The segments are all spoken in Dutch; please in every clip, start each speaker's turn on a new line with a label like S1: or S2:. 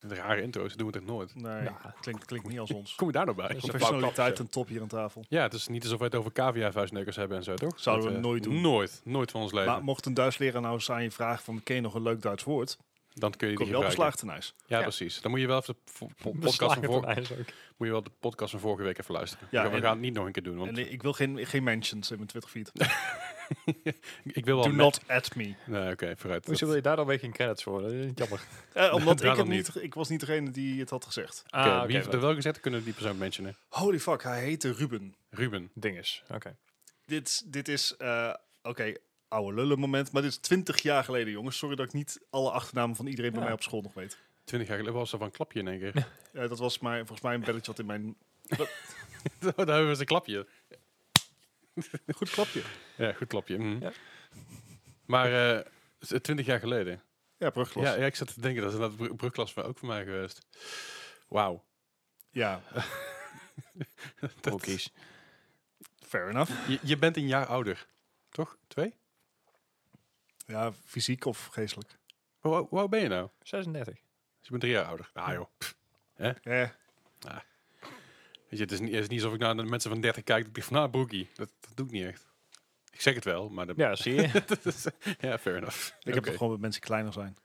S1: Een rare intro's, doen we toch nooit?
S2: Nee,
S1: Nou.
S2: klinkt, klinkt niet als ons.
S1: Kom je daar nou bij?
S2: Professionaliteit en top hier aan tafel.
S1: Ja, het is niet alsof wij het over cavia-vuistneukers hebben en zo, toch?
S2: Zouden
S1: Dat,
S2: we
S1: eh,
S2: nooit doen.
S1: Nooit. Nooit van ons leven.
S2: Maar mocht een Duits leraar nou eens aan je vragen van ken je nog een leuk Duits woord,
S1: dan kun je die
S2: kom je wel
S1: gebruiken.
S2: beslaagd ijs.
S1: Ja,
S3: Ja.
S1: precies. Dan moet je wel even de vo- po- podcast van,
S3: Beslagen
S1: voor,
S3: tonijns ook.
S1: moet je wel de podcast van vorige week even luisteren.
S2: Ja,
S1: Ja, we
S2: en-
S1: gaan het niet nog een keer doen, want
S2: En ik wil geen, geen mentions in mijn Twitter feed.
S1: ik- ik wil wel...
S2: Do
S1: met-
S2: not at me. Eh,
S1: Nee, oké, vooruit.
S3: Hoezo wil je daar dan weer geen credits voor? Dat is jammer.
S2: Eh, omdat ik,
S1: Daarom
S2: het niet, ik was niet degene die het had gezegd.
S3: Ah,
S1: Oké,
S3: oké,
S1: wie heeft
S3: wel.
S1: er wel gezet? Kunnen we die persoon mentionen?
S2: Holy fuck, hij heette Ruben.
S1: Ruben.
S3: Dinges. Oké.
S2: Dit, dit is, eh, oké, oude lullen moment. Maar dit is twintig jaar geleden, jongens. Sorry dat ik niet alle achternamen van iedereen bij
S3: Ja.
S2: mij op school nog weet.
S1: Twintig jaar geleden was er van een klapje in één keer.
S2: Eh, dat was mij, volgens mij een belletje wat in mijn...
S1: Daar hebben we eens een klapje.
S2: Goed klapje.
S1: Ja, goed klapje. mhm.
S3: Ja.
S1: Maar eh, z- twintig jaar geleden.
S2: Ja, brugklas.
S1: Ja,
S2: Ja,
S1: ja, ik zat te denken, dat is inderdaad br- brugklas voor- ook voor mij geweest. Wauw. Dat-
S3: Broekies.
S2: fair enough.
S1: Je, je bent een jaar ouder, toch? Twee?
S2: Ja, fysiek of geestelijk.
S1: Hoe, hoe oud ben je nou?
S3: 36.
S1: Dus je bent drie jaar ouder. Ah joh. Pff.
S2: Eh,
S1: Weet je, het, is niet, het is niet alsof ik naar de mensen van 30 kijk. Dat ik denk van, ah, broekie. Dat, dat doe ik niet echt. Ik zeg het wel, maar... Dat,
S3: Ja, zie je?
S1: dat is- ja, fair enough.
S2: ik heb
S1: Oké.
S2: toch gewoon met mensen die kleiner zijn.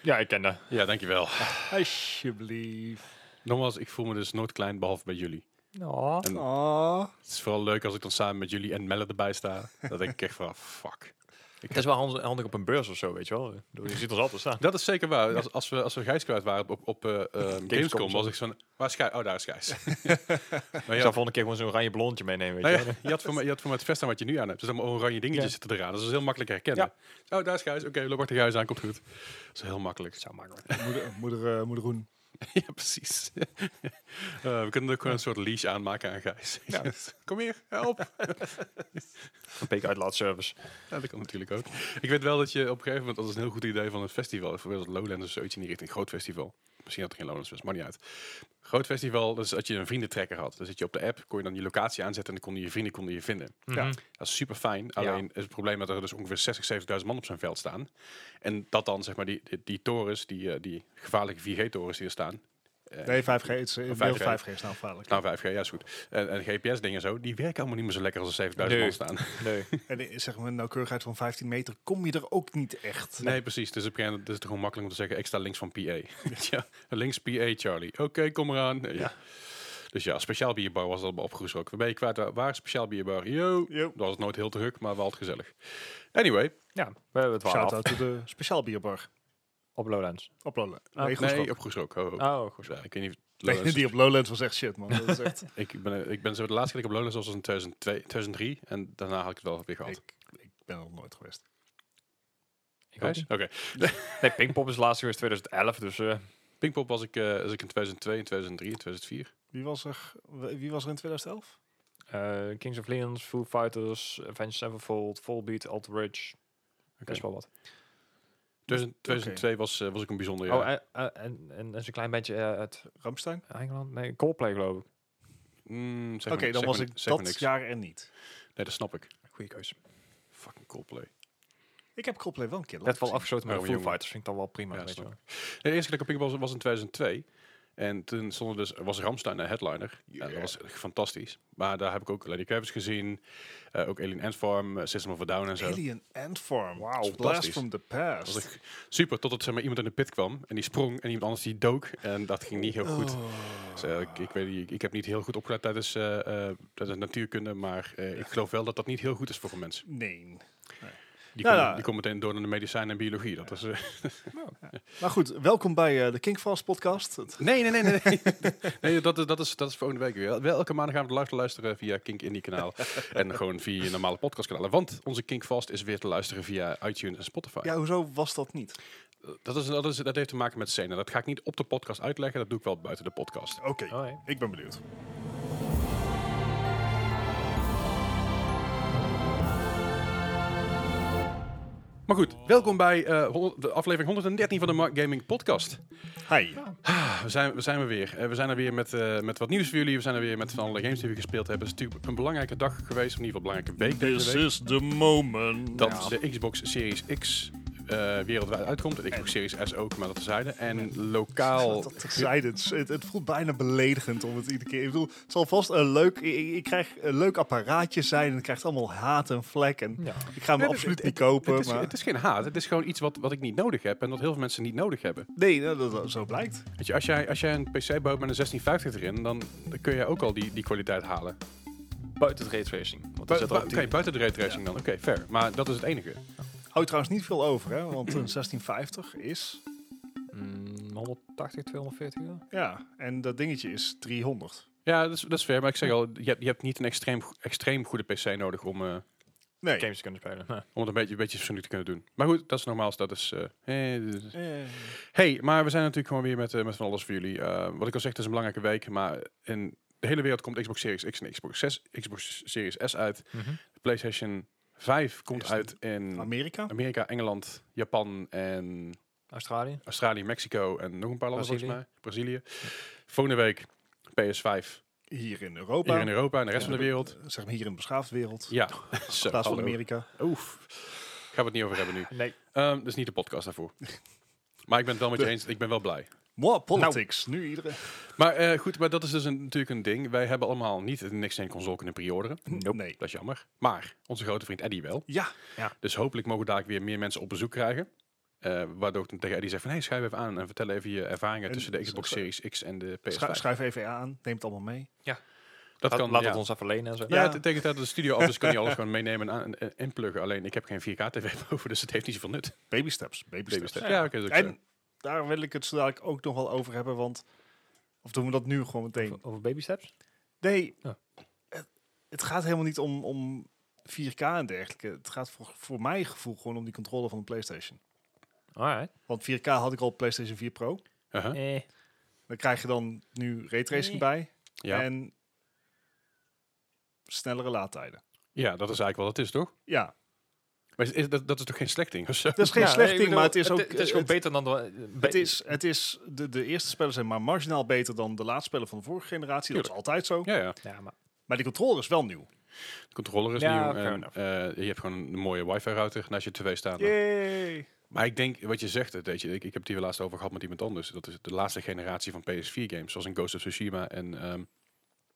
S3: ja, ik ken dat.
S1: Ja, dankjewel.
S2: Alsjeblieft.
S1: Nogmaals, ik voel me dus nooit klein, behalve bij jullie.
S3: Nou,
S1: En-
S2: Ah.
S1: Het is vooral leuk als ik dan samen met jullie en Melle erbij sta. Dan denk ik echt van, ah, fuck.
S3: Het is wel handig, handig op een beurs of zo, weet je wel. Ik bedoel, Je ziet ons altijd staan.
S1: Dat is zeker waar. Als, als we, als we Gijs kwijt waren op, op eh, eh, Gamescom,
S3: Gamescom,
S1: was ik zo van, waar is Gijs? Oh, daar is Gijs. maar
S3: Ik
S1: ja,
S3: zou volgende keer gewoon zo'n oranje blondje meenemen, weet
S1: nou
S3: je
S1: ja,
S3: wel.
S1: je had voor mij, je had voor mij het vest aan wat je nu aan hebt. Dus allemaal oranje dingetjes
S3: Ja.
S1: zitten eraan. Dus dat is heel makkelijk herkennen. Oh, daar is Gijs. Oké, loop achter Gijs aan, komt goed. Dat is heel makkelijk.
S3: Zou makkelijk.
S2: Moeder, moeder, eh, moeder Roen.
S1: ja, precies. Eh, we kunnen ook gewoon een soort leash aanmaken aan Gijs.
S3: Ja.
S1: Kom hier, help.
S3: Een peekuitlaatservice.
S1: Ja, dat kan natuurlijk ook. Ik weet wel dat je op een gegeven moment, dat is een heel goed idee van een festival, bijvoorbeeld Lowlands of zoiets in die richting, groot festival. Misschien had er geen Lowlands was, maar niet uit. Groot festival, dus dat je een vriendentrekker had. Dus dat je op de app kon je dan je locatie aanzetten en dan konden je vrienden konden je vinden.
S3: Ja.
S1: Dat is super fijn. Alleen is het probleem dat er dus ongeveer 60, 70.000 man op zijn veld staan. En dat dan, zeg maar, die, die, die torens, die, eh, die gevaarlijke 4G-torens die er staan. eh,
S2: Nee, 5G. Het is, in
S1: 5G.
S2: wereld 5G is nou gevaarlijk.
S1: Nou, 5G, ja, is goed. En, en GPS-dingen en zo, die werken allemaal niet meer zo lekker als er 70.000 man
S3: Nee.
S1: staan.
S3: Nee.
S2: En eh, zeg maar, een nauwkeurigheid van 15 meter kom je er ook niet echt.
S1: Nee, precies. Dus op een gegeven moment is het gewoon makkelijk om te zeggen, ik sta links van PA. ja, links PA, Charlie. Oké, kom eraan. Ja. Dus ja, speciaal bierbar was allemaal opgeschrokken. Ben je kwijt waar, waar is speciaal bierbar? Yo.
S2: Yo.
S1: Dat was nooit heel te druk, maar wel altijd gezellig. Anyway,
S3: Ja, we hebben het wel af.
S2: Shout-out to de speciaal bierbar.
S3: Op Lowlands.
S2: Op Lowlands.
S3: Ah,
S2: nee, goed
S1: nee,
S2: nee,
S1: opgeschrokken. Ho, ho.
S3: Oh, goed.
S1: Ja, ik weet niet. of-
S2: Ah. nee,
S1: Lowlands-
S2: die op Lowlands was echt shit, man. Dat is echt,
S1: ik, ben, eh, ik ben zo de laatste keer dat ik op Lowlands was was in 2002, 2003 en daarna had ik het wel weer gehad.
S2: ik, ik ben er nog nooit geweest.
S3: Ik ook
S1: Gijs?
S3: niet.
S1: Oké.
S3: Nee, Pinkpop is laatst geweest 2011, dus... eh,
S1: Pinkpop was ik, eh, was ik in 2002, in 2003, in 2004.
S2: Wie was er, wie was er in 2011?
S3: eh, Kings of Leons, Foo Fighters, Avenged Sevenfold, Volbeat, Alter Ridge. Best wel wat.
S1: 2000- 2002 was, eh, was ik een bijzonder jaar.
S3: Oh, en, en, en, en zo'n klein beetje eh, uit
S2: Ramstein?
S3: Engeland? Nee, Coldplay geloof ik.
S1: Mm, zeg
S2: eh, Oké,
S1: me-
S2: dan
S1: zeg
S2: was
S1: me-
S2: ik
S1: zeg me
S2: dat
S1: niks.
S2: jaar er niet.
S1: Nee, dat snap ik.
S3: Goeie keuze.
S1: Fucking Coldplay.
S2: Ik heb Coldplay wel een keer
S3: Werd wel
S2: live gezien.
S3: afgesloten met
S1: Oh,
S3: de Foo
S1: jongen.
S3: Fighters, vind ik dan wel prima.
S1: Ja,
S3: weet je
S1: snap
S3: wel.
S1: Nee, de eerste keer dat ik op Pinkpop was, was in 2002. En toen stonden dus, was Ramstein een headliner. Ja, dat was echt fantastisch. Maar daar heb ik ook Lady Kravitz gezien. eh, ook Alien Ant Farm, eh, System of a Down en zo.
S2: Alien Ant Farm.
S1: is
S2: Wow, Blast
S1: fantastisch.
S2: from the
S1: Dat
S2: Past.
S1: was echt super, totdat zeg maar, iemand in de pit kwam. En die sprong en iemand anders die dook. En dat ging niet heel goed.
S2: Oh.
S1: Dus, eh, ik, ik, weet, niet, ik heb niet heel goed opgeleid tijdens, eh, eh, tijdens natuurkunde. Maar eh, ik geloof wel dat dat niet heel goed is voor mensen.
S2: Nee.
S1: Die
S2: Ja,
S1: komen
S2: Nou ja.
S1: die komen meteen door naar de medicijnen en biologie. Dat is, eh,
S2: Maar goed, welkom bij eh, de Kinkfast podcast. Het-
S1: Nee, nee, nee, nee. nee. nee dat, is, dat, is, dat is volgende week weer. Wel, elke maandag gaan we live te luisteren via Kink Indie kanaal. en gewoon via je normale podcastkanalen. Want onze Kink Vast is weer te luisteren via iTunes en Spotify.
S2: Ja, hoezo was dat niet?
S1: Dat, is, dat, is, dat heeft te maken met scène. Dat ga ik niet op de podcast uitleggen. Dat doe ik wel buiten de podcast.
S2: Oké,
S3: Oh, nee.
S2: ik ben benieuwd.
S1: Maar goed, welkom bij eh, honderd- de aflevering 113 van de Mark Gaming Podcast.
S2: Hi.
S1: We zijn, we zijn er weer. Eh, we zijn er weer met, eh, met wat nieuws voor jullie. We zijn er weer met van alle games die we gespeeld hebben. Het is natuurlijk een belangrijke dag geweest. Of in ieder geval een belangrijke week. deze week.
S2: is the moment.
S1: Dat de Xbox Series X eh, eh, wereldwijd uitkomt. En Xbox Series S ook, maar dat terzijde. En lokaal...
S2: Dat terzijde, het, is- het, het voelt bijna beledigend om het iedere keer... Ik bedoel, het zal vast een leuk... Ik, ik- ik krijg een leuk apparaatje zijn en het krijgt allemaal haat en vlek. En
S3: Ja.
S2: ik ga hem
S1: Nee, dat-
S2: absoluut
S1: het-
S2: niet kopen.
S1: Het is,
S2: maar,
S1: het is geen haat. Het is gewoon iets wat, wat ik niet nodig heb. En wat heel veel mensen niet nodig hebben.
S2: nee, nou, dat, dat- zo blijkt.
S1: Weet je, als jij, als jij een PC bouwt met een 1650 erin, dan, dan kun je ook al die, die kwaliteit halen.
S3: Buiten het raytracing. Want
S1: Bu-
S3: dat zit
S1: bu-
S3: er
S1: Oké,
S3: op tien.
S1: buiten de raytracing dan. Oké, fair. Maar dat is het enige.
S2: Houdt trouwens niet veel over, hè? Want een 1650 is...
S3: Mm, 180, 240 euro.
S2: Ja, en dat dingetje is 300.
S1: Ja, dat is, dat is fair. Maar ik zeg al, je hebt, je hebt niet een extreem, go- extreem goede PC nodig om, eh,
S2: Nee.
S3: Games te kunnen spelen. Ja.
S1: om het een beetje, een beetje fatsoenlijk te kunnen doen. Maar goed, dat is normaal. Dat is... eh, eh, dit is-
S2: Eh,
S1: Hey, maar we zijn natuurlijk gewoon weer met, eh, met van alles voor jullie. Eh, wat ik al zeg, het is een belangrijke week. Maar in de hele wereld komt Xbox Series X en Xbox, 6, Xbox Series S uit.
S2: Mhm.
S1: De PlayStation 5 komt
S2: Is
S1: uit in
S2: Amerika?
S1: Amerika, Engeland, Japan en
S3: Australië.
S1: Australië, Mexico en nog een paar landen volgens
S3: Brazilië.
S1: mij. Brazilië. Volgende week PS5
S2: Hier in Europa.
S1: hier in Europa en de rest
S2: Ja.
S1: van de wereld.
S2: Zeg maar hier in de beschaafde wereld.
S1: Ja,
S2: in
S1: zo.
S2: plaats van
S1: hallo.
S2: Amerika.
S1: Oef. Gaan we het niet over hebben nu.
S3: Nee.
S1: Ehm, dat is niet de podcast daarvoor. Maar ik ben het wel met je
S2: De-
S1: eens. Ik ben wel blij.
S2: Wow, politics. Nu iedereen.
S1: Maar eh, goed, maar dat is dus een, natuurlijk een ding. Wij hebben allemaal niet de Next Gen console kunnen pre-orderen.
S2: Nee.
S1: Dat is jammer. Maar onze grote vriend Eddie wel.
S2: Ja,
S1: Dus hopelijk mogen we daar weer meer mensen op bezoek krijgen. Eh, waardoor ik dan tegen Eddie zeg van... Hey, schrijf even aan en vertel even je ervaringen
S2: En-
S1: tussen de Xbox Series X en de PS5.
S2: Schrijf, schuif even aan. Neem het allemaal mee.
S1: dat
S3: Laat-
S1: kan,
S3: Laat
S1: ja.
S3: het ons even lenen en zo.
S1: Ja,
S2: Ja.
S1: te- tegen de tijd dat de studio af is, kan je alles gewoon meenemen en, aan- en, en pluggen. Alleen, ik heb geen 4K-tv boven, dus het heeft niet zoveel nut.
S2: Baby steps. Baby, steps.
S1: Ja, oké. dat is ook zo.
S2: En daar wil ik het zo dadelijk ook nog wel over hebben, want... Of doen we dat nu gewoon meteen?
S3: Over- Over baby steps?
S2: Nee,
S3: Ja.
S2: het, het gaat helemaal niet om, om 4K en dergelijke. Het gaat voor, voor mijn gevoel gewoon om die controle van de PlayStation.
S3: Alright.
S2: Want 4K had ik al op PlayStation 4 Pro.
S1: Uh-huh.
S3: Eh.
S2: Dan krijg je dan nu raytracing
S3: Nee.
S2: bij.
S1: ja.
S2: En snellere laadtijden.
S1: ja, dat is eigenlijk wel het is, toch?
S2: Ja,
S1: Maar is, is- dat, dat is toch geen slecht ding of zo?
S2: dat is geen
S3: Ja,
S2: slecht
S3: nee, ik
S2: ding,
S3: bedoel,
S2: maar het is ook...
S3: Het, is gewoon beter dan... de- eh, be-
S2: Het is, het is de, de eerste spellen zijn maar marginaal beter dan de laatste spellen van de vorige generatie. Dat is altijd zo.
S1: Ja, ja.
S3: Ja, maar...
S2: Maar die controller is wel nieuw.
S1: De controller is nieuw.
S3: Ja, fair
S1: En, eh, je hebt gewoon een mooie wifi-router naast je tv staan.
S2: Yay!
S1: Maar ik denk, wat je zegt, eh, weet je, ik, ik heb het hier laatst over gehad met iemand anders. Dat is de laatste generatie van PS4-games, zoals in Ghost of Tsushima en... ehm,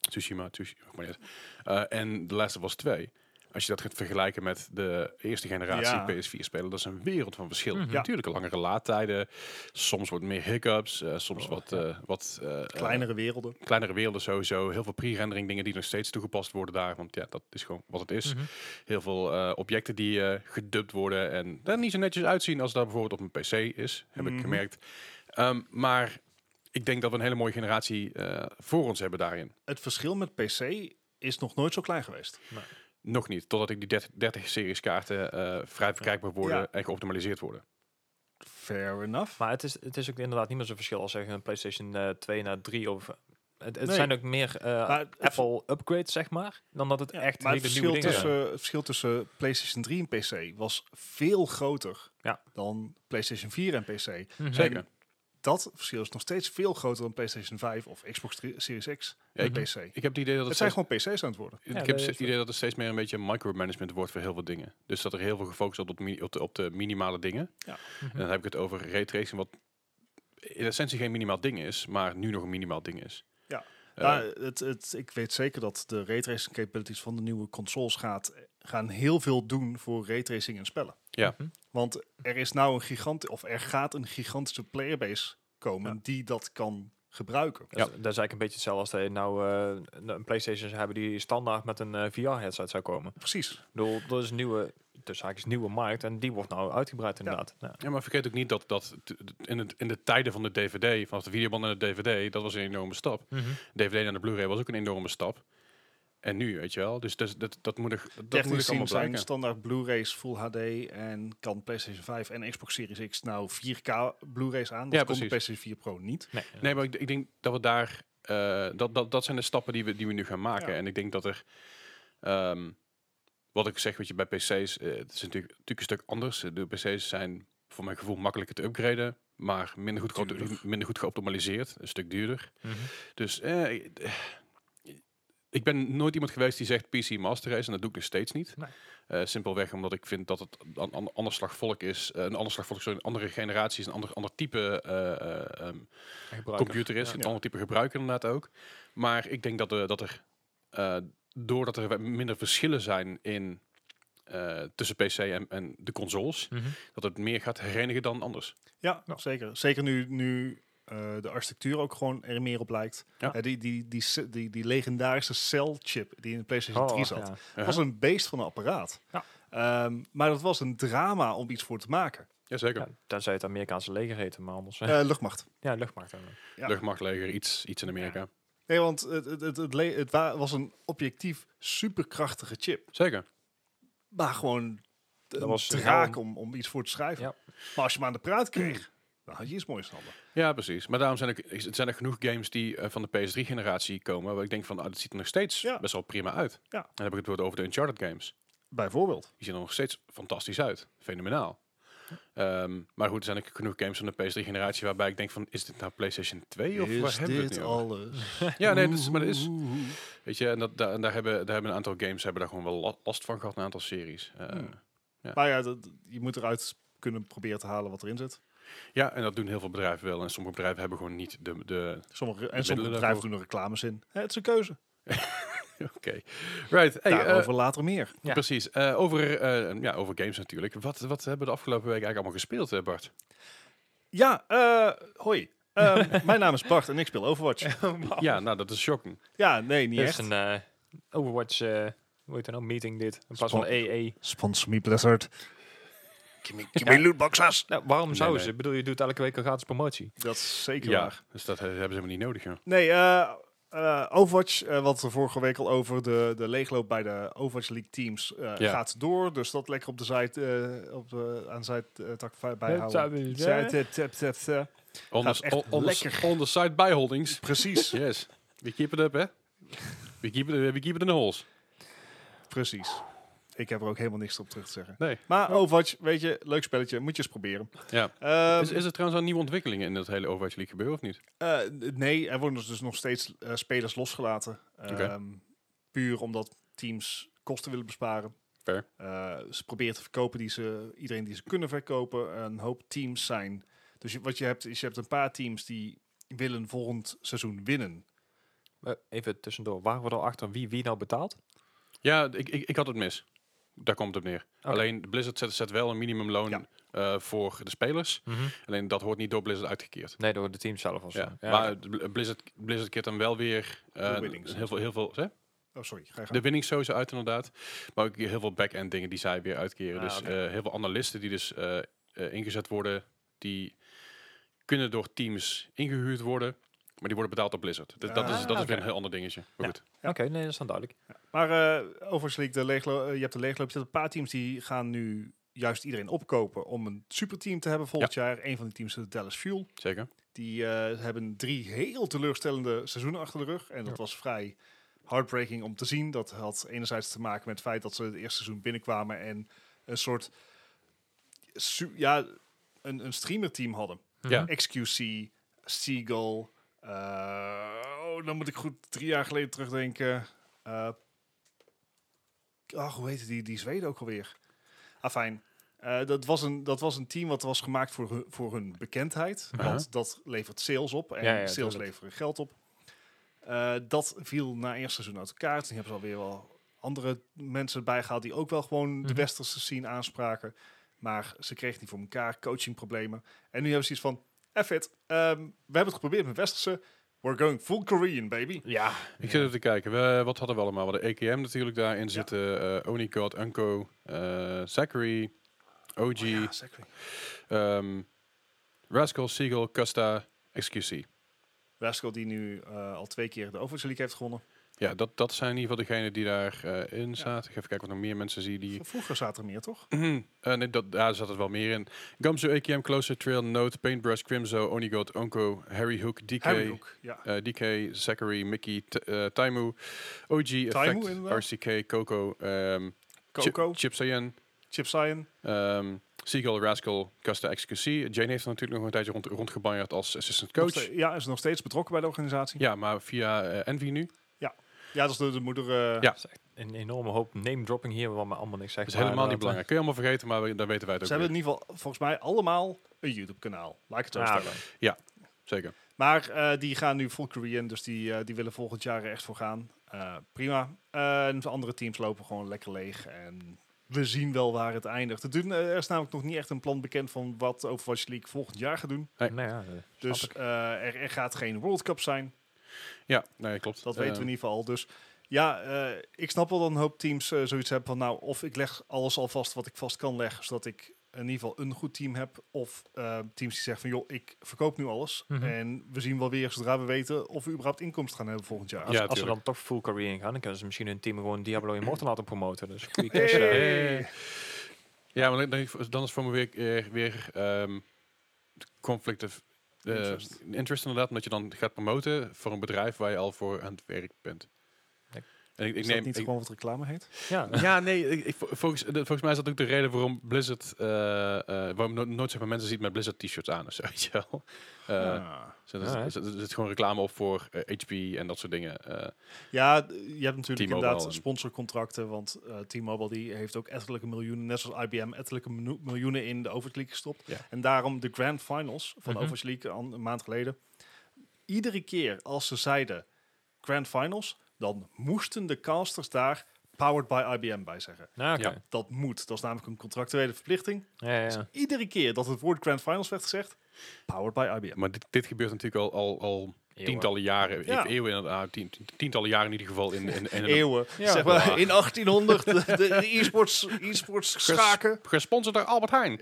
S1: Tsushima, Tsushima, maar niet uit. Eh, en The Last of Us 2. Als je dat gaat vergelijken met de eerste generatie
S2: Ja.
S1: PS4-spelen, dat is een wereld van verschil.
S3: Mhm. Ja.
S1: Natuurlijk langere laadtijden, soms wat meer hiccups, eh, soms
S3: Oh,
S1: wat,
S3: ja.
S1: eh, wat eh, eh,
S2: Kleinere werelden.
S1: kleinere werelden sowieso. Heel veel pre-rendering dingen die nog steeds toegepast worden daar, want ja, dat is gewoon wat het
S2: Dus-
S1: is.
S3: Mhm.
S1: Heel veel eh, objecten die eh, gedubt worden en daar niet zo netjes uitzien als dat bijvoorbeeld op een PC is, heb ik
S2: Mhm.
S1: gemerkt. Ehm, maar ik denk dat we een hele mooie generatie eh, voor ons hebben daarin.
S2: Het verschil met PC is nog nooit zo klein geweest.
S1: Nog niet, totdat ik die 30, 30 series kaarten eh, vrij verkrijgbaar worden
S2: Ja.
S1: en geoptimaliseerd worden.
S2: Fair enough.
S3: Maar het is, het is ook inderdaad niet meer zo'n verschil als zeggen een PlayStation eh, 2 naar 3 of... Het, het
S2: Nee.
S3: zijn ook meer eh,
S2: Maar het-
S3: Apple upgrades, zeg maar, dan dat het
S2: Ja,
S3: echt
S2: maar
S3: hele
S2: het
S3: nieuwe
S2: verschil,
S3: dingen
S2: tussen,
S3: zijn.
S2: het verschil tussen PlayStation 3 en PC was veel groter
S3: Ja.
S2: dan PlayStation 4 en PC.
S3: Mhm.
S1: Zeker.
S2: Dat verschil is nog steeds veel groter dan PlayStation 5 of Xbox drie- Series X
S1: Ja,
S2: en
S3: Mhm.
S1: ik,
S2: PC.
S1: ik heb het idee dat
S2: Het
S1: het,
S2: zijn
S1: steeds,
S2: gewoon PC's aan het worden.
S3: Ja,
S1: ik heb
S3: dat
S1: het
S3: is
S1: idee dat het steeds meer een beetje micromanagement wordt voor heel veel dingen. Dus dat er heel veel gefocust wordt op, mi- op, de, op de minimale dingen.
S3: Mhm.
S1: En dan heb ik het over raytracing, wat in essentie geen minimaal ding is, maar nu nog een minimaal ding is.
S2: Ja. Nou,
S1: Eh,
S2: Ja, het, het, ik weet zeker dat de raytracing capabilities van de nieuwe consoles gaat, gaan heel veel doen voor raytracing en spellen.
S1: Ja.
S3: Mhm.
S2: Want er is nou een gigant, of er gaat een gigantische playerbase komen die dat kan gebruiken.
S3: Dat, is, dat is eigenlijk een beetje hetzelfde als dat je nou eh, een- een PlayStation zou hebben die standaard met een VR-headset zou komen.
S2: Precies.
S3: Ik bedoel, dat is een nieuwe, dus eigenlijk nieuwe markt en die wordt nou uitgebreid inderdaad. Ja.
S1: Ja, maar vergeet ook niet dat, dat t- t- in, het, in de tijden van de DVD, vanaf de videoband naar de DVD, dat was een enorme stap. DVD naar de Blu-ray was ook een enorme stap. En nu, weet je wel. Dus dat, dat, dat moet ik, dat moet
S2: Technisch
S1: ik allemaal
S2: gezien zijn
S1: blijken.
S2: standaard Blu-rays Full HD en kan PlayStation 5 en Xbox Series X nou 4K Blu-rays aan. Dat
S1: Ja,
S2: komt de
S1: precies.
S2: PlayStation 4 Pro niet.
S3: Nee,
S1: Nee, maar ik, ik denk dat we daar... eh, dat, dat, dat zijn de stappen die we, die we nu gaan maken.
S2: Ja.
S1: En ik denk dat er... ehm, wat ik zeg, weet je, bij PC's... eh, het is natuurlijk, natuurlijk een stuk anders. De PC's zijn voor mijn gevoel makkelijker te upgraden. Maar minder goed, geopt-
S2: Duurder.
S3: Mhm.
S1: minder goed geoptimaliseerd. Een stuk duurder. Dus eh, eh, Ik ben nooit iemand geweest die zegt PC Master Race en dat doe ik nog steeds niet.
S3: Nee.
S1: Eh, simpelweg omdat ik vind dat het een an- ander slag volk is, eh, een ander slag volk, sorry, een andere generatie is, een ander, ander type eh, eh, ehm,
S3: Gebruiker.
S1: computer is,
S3: Ja.
S1: een ander type gebruiker inderdaad ook. Maar ik denk dat, eh, dat er, eh, doordat er wat minder verschillen zijn in, eh, tussen PC en, en de consoles,
S3: Mhm.
S1: dat het meer gaat herenigen dan anders.
S2: Ja,
S3: Ja.
S2: zeker. Zeker nu, nu eh, de architectuur ook gewoon er meer op lijkt.
S1: Ja.
S2: Eh, die, die, die, ce- die, die legendarische cell-chip die in de
S1: Oh,
S2: PlayStation 3 zat,
S3: Oh, ja.
S2: was
S1: Uh-huh.
S2: een beest van een apparaat.
S3: Ja.
S2: Ehm, maar dat was een drama om iets voor te maken.
S1: Jazeker.
S3: Ja, tenzij het Amerikaanse leger heette, maar anders.
S1: Uh-huh.
S3: eh,
S2: Eh, luchtmacht.
S3: ja, luchtmacht. eh.
S2: Ja.
S1: Luchtmachtleger, iets, iets in Amerika.
S2: Nee, want het, het, het, het, le- het wa- was een objectief superkrachtige chip.
S1: Zeker.
S2: Maar gewoon een
S3: was een
S2: draak
S3: helm.
S2: om, om iets voor te schrijven.
S3: Ja.
S2: Maar als je hem aan de praat kreeg, dan had je iets moois handen.
S1: Ja, precies. Maar daarom zijn er, is- zijn er genoeg games die eh, van de PS3-generatie komen, waar ik denk van, ah, dat ziet er nog steeds
S2: Ja.
S1: best wel prima uit.
S2: Ja.
S1: En dan heb ik het woord over de Uncharted games.
S2: Bijvoorbeeld.
S1: Die zien er nog steeds fantastisch uit. Fenomenaal. Ehm, maar goed, er zijn ook genoeg games van de PS3-generatie waarbij ik denk van, is dit nou PlayStation 2 of waar hebben we het nu over?
S2: alles?
S1: Ja, nee, dat is, maar dat is, weet je, en, dat, daar, en daar, hebben, daar hebben een aantal games hebben daar gewoon wel la- last van gehad, een aantal series. Eh,
S2: Hmm. Maar ja, dat, je moet eruit kunnen proberen te halen wat erin zit.
S1: Ja, en dat doen heel veel bedrijven wel. En sommige bedrijven hebben gewoon niet de, de,
S2: Sommige, en
S1: middelen
S2: sommige bedrijven
S1: daarvoor.
S2: doen er reclames in. Hè, het is een keuze.
S1: Oké. Right. Hey, eh,
S2: Daarover later meer.
S3: Ja.
S1: Precies. Eh, over, eh, ja, over games natuurlijk. Wat, wat hebben we de afgelopen week eigenlijk allemaal gespeeld, eh, Bart?
S2: Ja, eh, hoi. Ehm, mijn naam is Bart en ik speel Overwatch.
S1: Ja, nou, dat is shocking.
S2: Ja, nee, niet
S3: Dit
S2: echt.
S3: is een eh, Overwatch, eh, hoe heet dat nou, meeting dit. In plaats van E
S2: Spot.
S3: EE.
S2: Sponsor me, Blizzard. Give me, give me lootboxes.
S3: Nou, waarom
S1: Nee,
S3: zouden
S1: nee.
S3: ze? Ik bedoel, je doet elke week een gratis promotie.
S2: Dat is zeker
S1: Ja,
S2: waar.
S1: dus dat he- hebben ze helemaal niet nodig, joh.
S2: Nee, eh, eh, Overwatch, eh, wat er vorige week al over de, de leegloop bij de Overwatch League teams eh,
S1: Ja.
S2: gaat door. Dus dat lekker op de site, eh, op de, aan de site eh, tak bij- bijhouden.
S3: zouden we-
S2: Zij- tap, tap, tap,
S1: eh.
S2: tap.
S1: On
S2: Gaat
S1: the-
S2: echt
S1: on- on the-
S2: lekker.
S1: on the side by holdings.
S2: Precies,
S1: Yes. We keep it up, hè? We keep it, we keep it in the holes.
S2: precies. Ik heb er ook helemaal niks op terug te zeggen.
S1: Nee.
S2: Maar Overwatch, weet je, leuk spelletje, moet je eens proberen.
S1: Ja.
S2: Ehm,
S1: is, is er trouwens al nieuwe ontwikkelingen in dat hele Overwatch League gebeuren, of niet?
S2: eh, nee, er worden dus nog steeds eh, spelers losgelaten.
S1: Oké.
S2: Ehm, Puur omdat teams kosten willen besparen.
S1: Fair.
S2: Eh, ze proberen te verkopen die ze, iedereen die ze kunnen verkopen. Een hoop teams zijn. Dus je- wat je hebt, is je hebt een paar teams die willen volgend seizoen winnen.
S3: Eh, even tussendoor, waren we er al achter wie wie nou betaalt?
S1: Ja, ik, ik, ik had het mis. Daar komt het op neer. Alleen Blizzard zet, zet wel een minimumloon
S2: Ja.
S1: eh, voor de spelers. Alleen dat wordt niet door Blizzard uitgekeerd.
S3: Nee, door de team zelf. Of zo.
S1: Ja,
S3: Ja,
S1: maar de Bl- Blizzard, Blizzard keert dan wel weer eh,
S2: De winnings.
S1: heel veel, heel veel hè?
S2: Oh, sorry. Ga je gang.
S1: de winnings sowieso uit inderdaad, maar ook heel veel back-end dingen die zij weer uitkeren.
S3: Ah,
S1: dus
S3: oké.
S1: eh, heel veel analisten die dus eh, eh, ingezet worden, die kunnen door teams ingehuurd worden, maar die worden betaald door Blizzard. Dus dat is,
S2: Ah,
S1: dat is weer
S3: oké.
S1: een heel ander dingetje. Maar
S3: Ja.
S1: goed.
S3: Oké, nee, dat is dan duidelijk.
S2: Maar eh overigens, League, de leeglo- eh, je hebt de leegloop. Je hebt een paar teams die gaan nu juist iedereen opkopen om een superteam te hebben volgend jaar. Een van die teams is de Dallas Fuel.
S1: Zeker.
S2: Die eh, hebben drie heel teleurstellende seizoenen achter de rug. En dat
S3: Ja.
S2: was vrij heartbreaking om te zien. Dat had enerzijds te maken met het feit dat ze het eerste seizoen binnenkwamen en een soort su- ja, een, een streamerteam hadden.
S3: Mhm.
S1: Ja.
S2: Ehm, XQC, Seagull. eh, oh, dan moet ik goed drie jaar geleden terugdenken. Eh ach, hoe heette die, die Zweden ook alweer? Afijn. Eh dat, was een, dat was een team wat was gemaakt voor hun, voor hun bekendheid.
S1: Aha.
S2: Want dat levert sales op. En
S3: Ja, ja,
S2: sales
S3: tuurlijk.
S2: leveren geld op. Eh, dat viel na eerste seizoen uit elkaar. Toen hebben ze alweer wel andere mensen bijgehaald... die ook wel gewoon de
S3: Mhm.
S2: westerse scene aanspraken. Maar ze kregen het niet voor elkaar. Coachingproblemen. En nu hebben ze iets van... F it, ehm, we hebben het geprobeerd met westerse. We're going full Korean, baby.
S3: Ja.
S1: Ik zit even te kijken. We, wat hadden we allemaal? We hadden EKM natuurlijk daarin zitten. eh Onicod, Unco, eh Zachary, OG.
S2: Oh
S3: Oh
S2: Ja, zeker.
S1: Ehm Rascal, Siegel, Custa, XQC.
S2: Rascal die nu eh, al twee keer de Overwatch League heeft gewonnen.
S1: Ja, dat, dat zijn in ieder geval degenen die daarin in zaten. Ik Even kijken wat nog meer mensen zie die...
S2: V- Vroeger zaten er meer, toch?
S1: Eh, nee, dat, daar zat het wel meer in. Gamzo, AKM, Closer, Trail, Note, Paintbrush, Crimzo, Onigod, Onko, Harry Hook, DK...
S2: Harry ook, ja.
S1: eh, DK, Zachary, Mickey, T- eh, Taimu, OG, Effect,
S2: inderdaad.
S1: RCK, Coco, ehm
S2: Coco,
S1: Chip, Chip Sayan,
S2: Chip Cyan.
S1: ehm, Seagull, Rascal, Custa, XQC. Jane heeft er natuurlijk nog een tijdje rond, rondgebanjerd als assistant
S2: Nog
S1: coach.
S2: ste- Ja, is nog steeds betrokken bij de organisatie.
S1: Ja, maar via eh, Envy nu.
S2: Ja. Ja, dat is de, de moeder. eh,
S1: Ja.
S3: Een enorme hoop name dropping hier, wat me allemaal niks zegt.
S1: Dat is
S3: maar eh,
S1: helemaal niet belangrijk.
S3: inderdaad,
S1: Kun je allemaal vergeten, maar we- dan weten wij het ook
S2: Ze hebben in
S1: weer.
S2: ieder geval volgens mij allemaal een YouTube-kanaal. Laat ik het zo
S3: eh,
S2: stellen.
S3: ja,
S1: Zeker.
S2: Maar eh, die gaan nu full Korean, dus die, eh, die willen volgend jaar er echt voor gaan. Eh, prima. Eh, en de andere teams lopen gewoon lekker leeg. En we zien wel waar het eindigt. Het doen, eh, er is namelijk nog niet echt een plan bekend van wat Overwatch League volgend jaar gaat doen.
S1: Nee.
S3: Nou ja, eh, snap
S2: Dus
S3: ik.
S2: eh, er, er gaat geen World Cup zijn.
S1: Ja, nee, klopt.
S2: Dat weten
S1: Eh,
S2: we in ieder geval al. Dus ja, eh, ik snap wel dat een hoop teams eh, zoiets hebben van... nou, of ik leg alles al vast wat ik vast kan leggen... zodat ik in ieder geval een goed team heb. Of eh, teams die zeggen van, joh, ik verkoop nu alles.
S3: Mhm.
S2: En we zien wel weer, zodra we weten... of we überhaupt inkomsten gaan hebben volgend jaar.
S3: Als,
S1: Ja,
S3: als ze
S1: tuurlijk.
S3: dan toch full career in gaan, dan kunnen ze misschien hun team gewoon Diablo Immortal laten promoten. Dus goeie
S2: Hey!
S3: keuze daar.
S1: Ja, maar dan, dan is voor me weer, eh, weer ehm, conflict of eh,
S2: Interest.
S1: interest. inderdaad, omdat je dan gaat promoten voor een bedrijf waar je al voor aan het werk bent.
S3: Nee.
S1: En ik, ik
S2: Is dat
S1: neem,
S2: niet
S1: ik-
S2: gewoon wat reclame heet?
S3: Ja,
S1: ja, nee, ik, ik- vol- volgens, de- volgens mij is dat ook de reden waarom Blizzard, eh, eh, waarom no- nooit zeg maar mensen ziet met Blizzard t-shirts aan of zo, weet je wel. Eh,
S2: Ah.
S1: zo, er, zit-
S3: Alright.
S1: er zit gewoon reclame op voor eh, HP en dat soort dingen. eh.
S2: Ja, d- je hebt natuurlijk
S1: T-Mobile
S2: inderdaad
S1: en-
S2: sponsorcontracten. Want eh, T-Mobile die heeft ook ettelijke miljoenen, net zoals IBM, ettelijke mino- miljoenen in de Overwatch League gestopt.
S1: Ja.
S2: En daarom de Grand Finals van
S3: Mhm.
S2: de Overwatch League an- een maand geleden. Iedere keer als ze zeiden Grand Finals, dan moesten de casters daar Powered by IBM bij zeggen.
S3: nou, oké.
S2: Dat moet. Dat is namelijk een contractuele verplichting.
S3: Ja, ja, ja.
S2: Dus iedere keer dat het woord Grand Finals werd gezegd, Powered by IBM.
S1: maar dit, dit gebeurt natuurlijk al, al, al tientallen jaren,
S2: Ja.
S1: eeuwen inderdaad, tien- tientallen jaren in ieder geval in, in, in, in
S2: Eeuwen.
S3: Ja.
S2: zeg maar,
S1: Ja.
S2: in 1800 de, de, de e-sports, e-sports schaken.
S1: Gesponsord door Albert Heijn.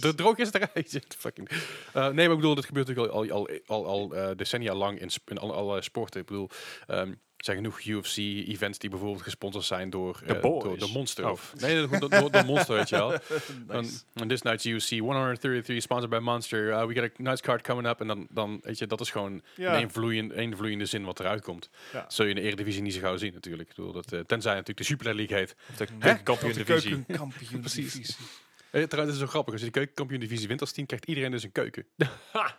S1: de droog is eruit. Fucking. Eh, nee, maar ik bedoel, dit gebeurt natuurlijk al, al, al, al eh, decennia lang in, sp- in alle- allerlei sporten. Ik bedoel, ehm, er zijn genoeg UFC-events die bijvoorbeeld gesponsord zijn door, eh,
S3: The Boys.
S1: door de Monster.
S3: Oh.
S1: Of, nee, door, door de Monster, weet je wel.
S2: Nice.
S1: Van, "And this night's UFC 133, sponsored by Monster. Uh, we got a nice card coming up. En dan, dan weet je, dat is gewoon
S2: Ja.
S1: één, vloeiende, één vloeiende zin wat eruit komt.
S2: Ja.
S1: Zul je in de Eredivisie niet zo gauw zien, natuurlijk. Ik bedoel, dat, eh, tenzij natuurlijk de Super League heet.
S3: Of de
S1: Hè?
S3: kampioen
S2: Tot de
S3: divisie.
S2: keukenkampioen
S1: Precies.
S2: divisie.
S1: Eh, Trouwens, het is zo grappig. Als je de keukenkampioen divisie wint als team, krijgt iedereen dus een keuken. dat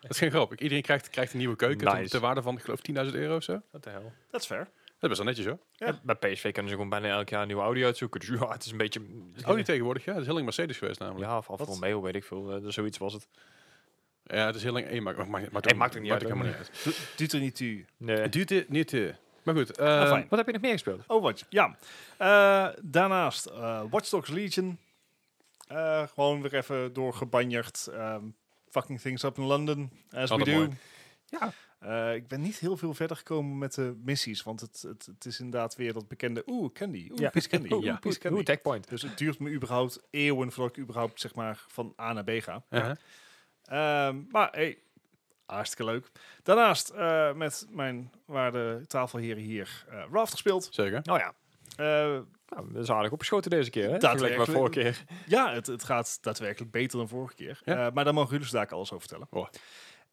S1: is geen grap. Iedereen krijgt, krijgt een nieuwe keuken
S3: Nice.
S1: ten, ter waarde van, ik geloof 10.000 euro of zo. Dat
S3: Wat de hel.
S2: Dat is fair.
S1: is best wel netjes, hoor.
S2: Ja.
S3: En Bij PSV kunnen ze gewoon bijna elk jaar een nieuwe audio uitzoeken. Dus ja, het is een beetje...
S1: Oh, niet tegenwoordig, ja. Het is heel lang Mercedes geweest, namelijk.
S3: Ja, of af
S2: Wat?
S3: en mee, weet ik veel. Eh, dus zoiets was het.
S1: Ja, het is heel lang... eh, maar, maar, maar,
S3: Eh, maakt ook niet uit,
S1: helemaal
S3: hoor.
S1: niet uit.
S2: Doet er niet u.
S3: Nee.
S1: Het duurt eh, niet... eh. Maar goed. eh,
S2: Ah, fijn.
S3: Wat heb je nog meer gespeeld?
S2: Oh, wat? Ja. Eh, daarnaast, eh Watch Dogs Legion. Eh, gewoon weer even doorgebanjerd. Ehm, fucking things up in London, as we
S1: Altijd
S2: do.
S1: mooi.
S3: Ja.
S2: Eh, ik ben niet heel veel verder gekomen met de missies. Want het, het, het is inderdaad weer dat bekende... Oeh, candy. Oeh,
S3: Ja.
S2: piece candy.
S1: Oeh,
S2: Oeh, piece
S3: Oeh,
S2: candy.
S3: Techpoint.
S2: Dus het duurt me überhaupt eeuwen voordat ik überhaupt zeg maar, van A naar B ga.
S1: eh,
S2: Ehm, maar hey, hartstikke leuk. Daarnaast eh, met mijn waarde tafelheren hier eh Raft gespeeld.
S1: Zeker.
S3: Nou ja,
S2: Eh,
S3: nou, dat is aardig opgeschoten deze keer. Hè?
S2: Daadwerkelijk.
S3: Vergeleken met vorige keer.
S2: ja, het, het gaat daadwerkelijk beter dan vorige keer.
S1: Ja.
S2: Eh, maar daar mogen jullie dus daar alles over vertellen.
S1: Oh.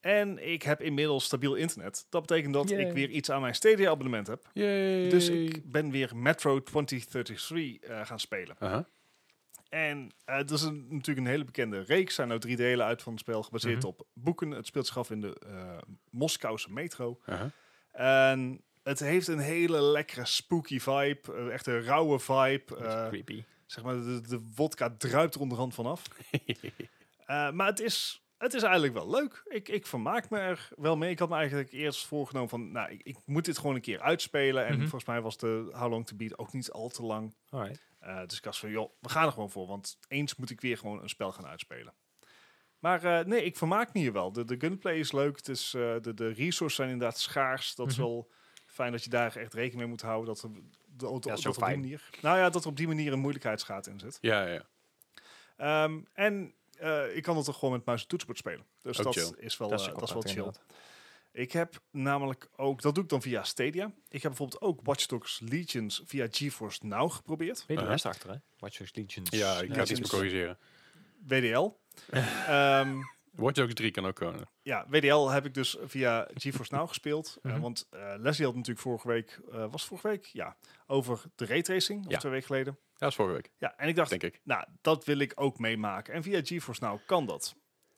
S2: En ik heb inmiddels stabiel internet. Dat betekent dat
S3: Yay.
S2: ik weer iets aan mijn Stadia-abonnement heb.
S1: Yay.
S2: Dus ik ben weer Metro 2033 eh, gaan spelen.
S1: Aha.
S2: En eh dat is een- natuurlijk een hele bekende reeks. Er zijn nou drie delen uit van het spel, gebaseerd
S3: Mhm.
S2: op boeken. Het speelt zich af in de eh, Moskouse metro.
S1: aha.
S2: En het heeft een hele lekkere spooky vibe. eh, echt een rauwe vibe.
S3: Dat is
S2: eh,
S3: creepy.
S2: zeg maar, de, de wodka druipt er onderhand vanaf. Eh, maar het is, het is eigenlijk wel leuk. Ik, ik vermaak me er wel mee. Ik had me eigenlijk eerst voorgenomen van... Nou, ik, ik moet dit gewoon een keer uitspelen. En
S3: Mhm.
S2: volgens mij was de How Long To Beat ook niet al te lang.
S3: Alright.
S2: Eh, dus ik was van, joh, we gaan er gewoon voor. Want eens moet ik weer gewoon een spel gaan uitspelen. Maar eh, nee, ik vermaak me hier wel. De, de gunplay is leuk. Het is, eh, de, de resources zijn inderdaad schaars. Dat is
S3: Mhm.
S2: wel fijn dat je daar echt rekening mee moet houden. Dat er, de, auto
S3: Ja,
S2: dat
S3: zo
S2: op die
S3: fijn.
S2: manier, nou ja, dat er op die manier een moeilijkheidsgraad in zit.
S1: Ja, ja, ja.
S2: Ehm, en eh, ik kan het er gewoon met muis en toetsenbord spelen. Dus
S1: Ook
S2: dat
S1: chill.
S2: is wel,
S3: Oh, Dat
S2: eh,
S3: is,
S2: dat is wel chill.
S3: chill.
S2: Ik heb namelijk ook, dat doe ik dan via Stadia. Ik heb bijvoorbeeld ook Watch Dogs Legions via GeForce Now geprobeerd.
S3: Weet je
S1: Aha.
S3: de rest achter, hè? Watch Dogs Legions.
S1: Ja, ik ga het
S2: het
S1: iets
S2: is-
S1: meer corrigeren.
S2: WDL. Ehm,
S1: Watch Dogs 3 kan ook komen.
S2: ja, WDL heb ik dus via GeForce Now gespeeld. Eh,
S3: Mhm.
S2: want eh, Leslie had natuurlijk vorige week, eh, was het vorige week? Ja, over de raytracing, of
S1: Ja.
S2: twee weken geleden.
S1: Ja, dat is vorige week,
S2: Ja, en ik dacht,
S1: denk ik.
S2: nou, dat wil ik ook meemaken. En via GeForce Now kan dat.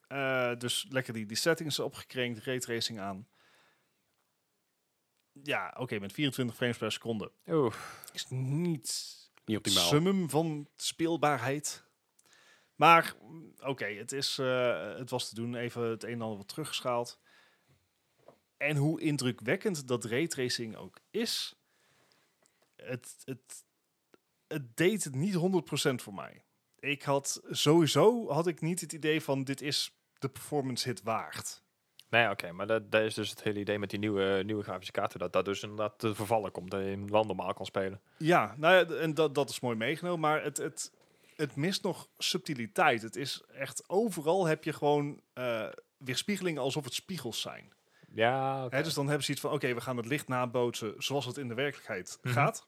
S2: Eh, dus lekker die, die settings opgekrenkt, raytracing aan. ja, oké, met 24 frames per seconde.
S3: Oeh,
S2: Is niet
S1: Niet optimaal.
S2: summum van speelbaarheid. Maar mm, oké, het, is, eh, het was te doen. Even het een en ander wat teruggeschaald. En hoe indrukwekkend dat raytracing ook is, het, het, het deed het niet 100% voor mij. Ik had sowieso had ik niet het idee van dit is de performance hit waard.
S3: nee, oké, maar dat, dat is dus het hele idee met die nieuwe, nieuwe grafische kaarten. Dat dat dus inderdaad te vervallen komt. Dat je hem wel normaal kan spelen.
S2: Ja, nou ja, d- en dat, dat is mooi meegenomen, maar het, het, het mist nog subtiliteit. Het is echt, overal heb je gewoon eh weerspiegelingen alsof het spiegels zijn.
S3: Ja, oké.
S2: Hè, dus dan hebben ze iets van, oké, we gaan het licht nabootsen zoals het in de werkelijkheid
S3: Mhm.
S2: gaat.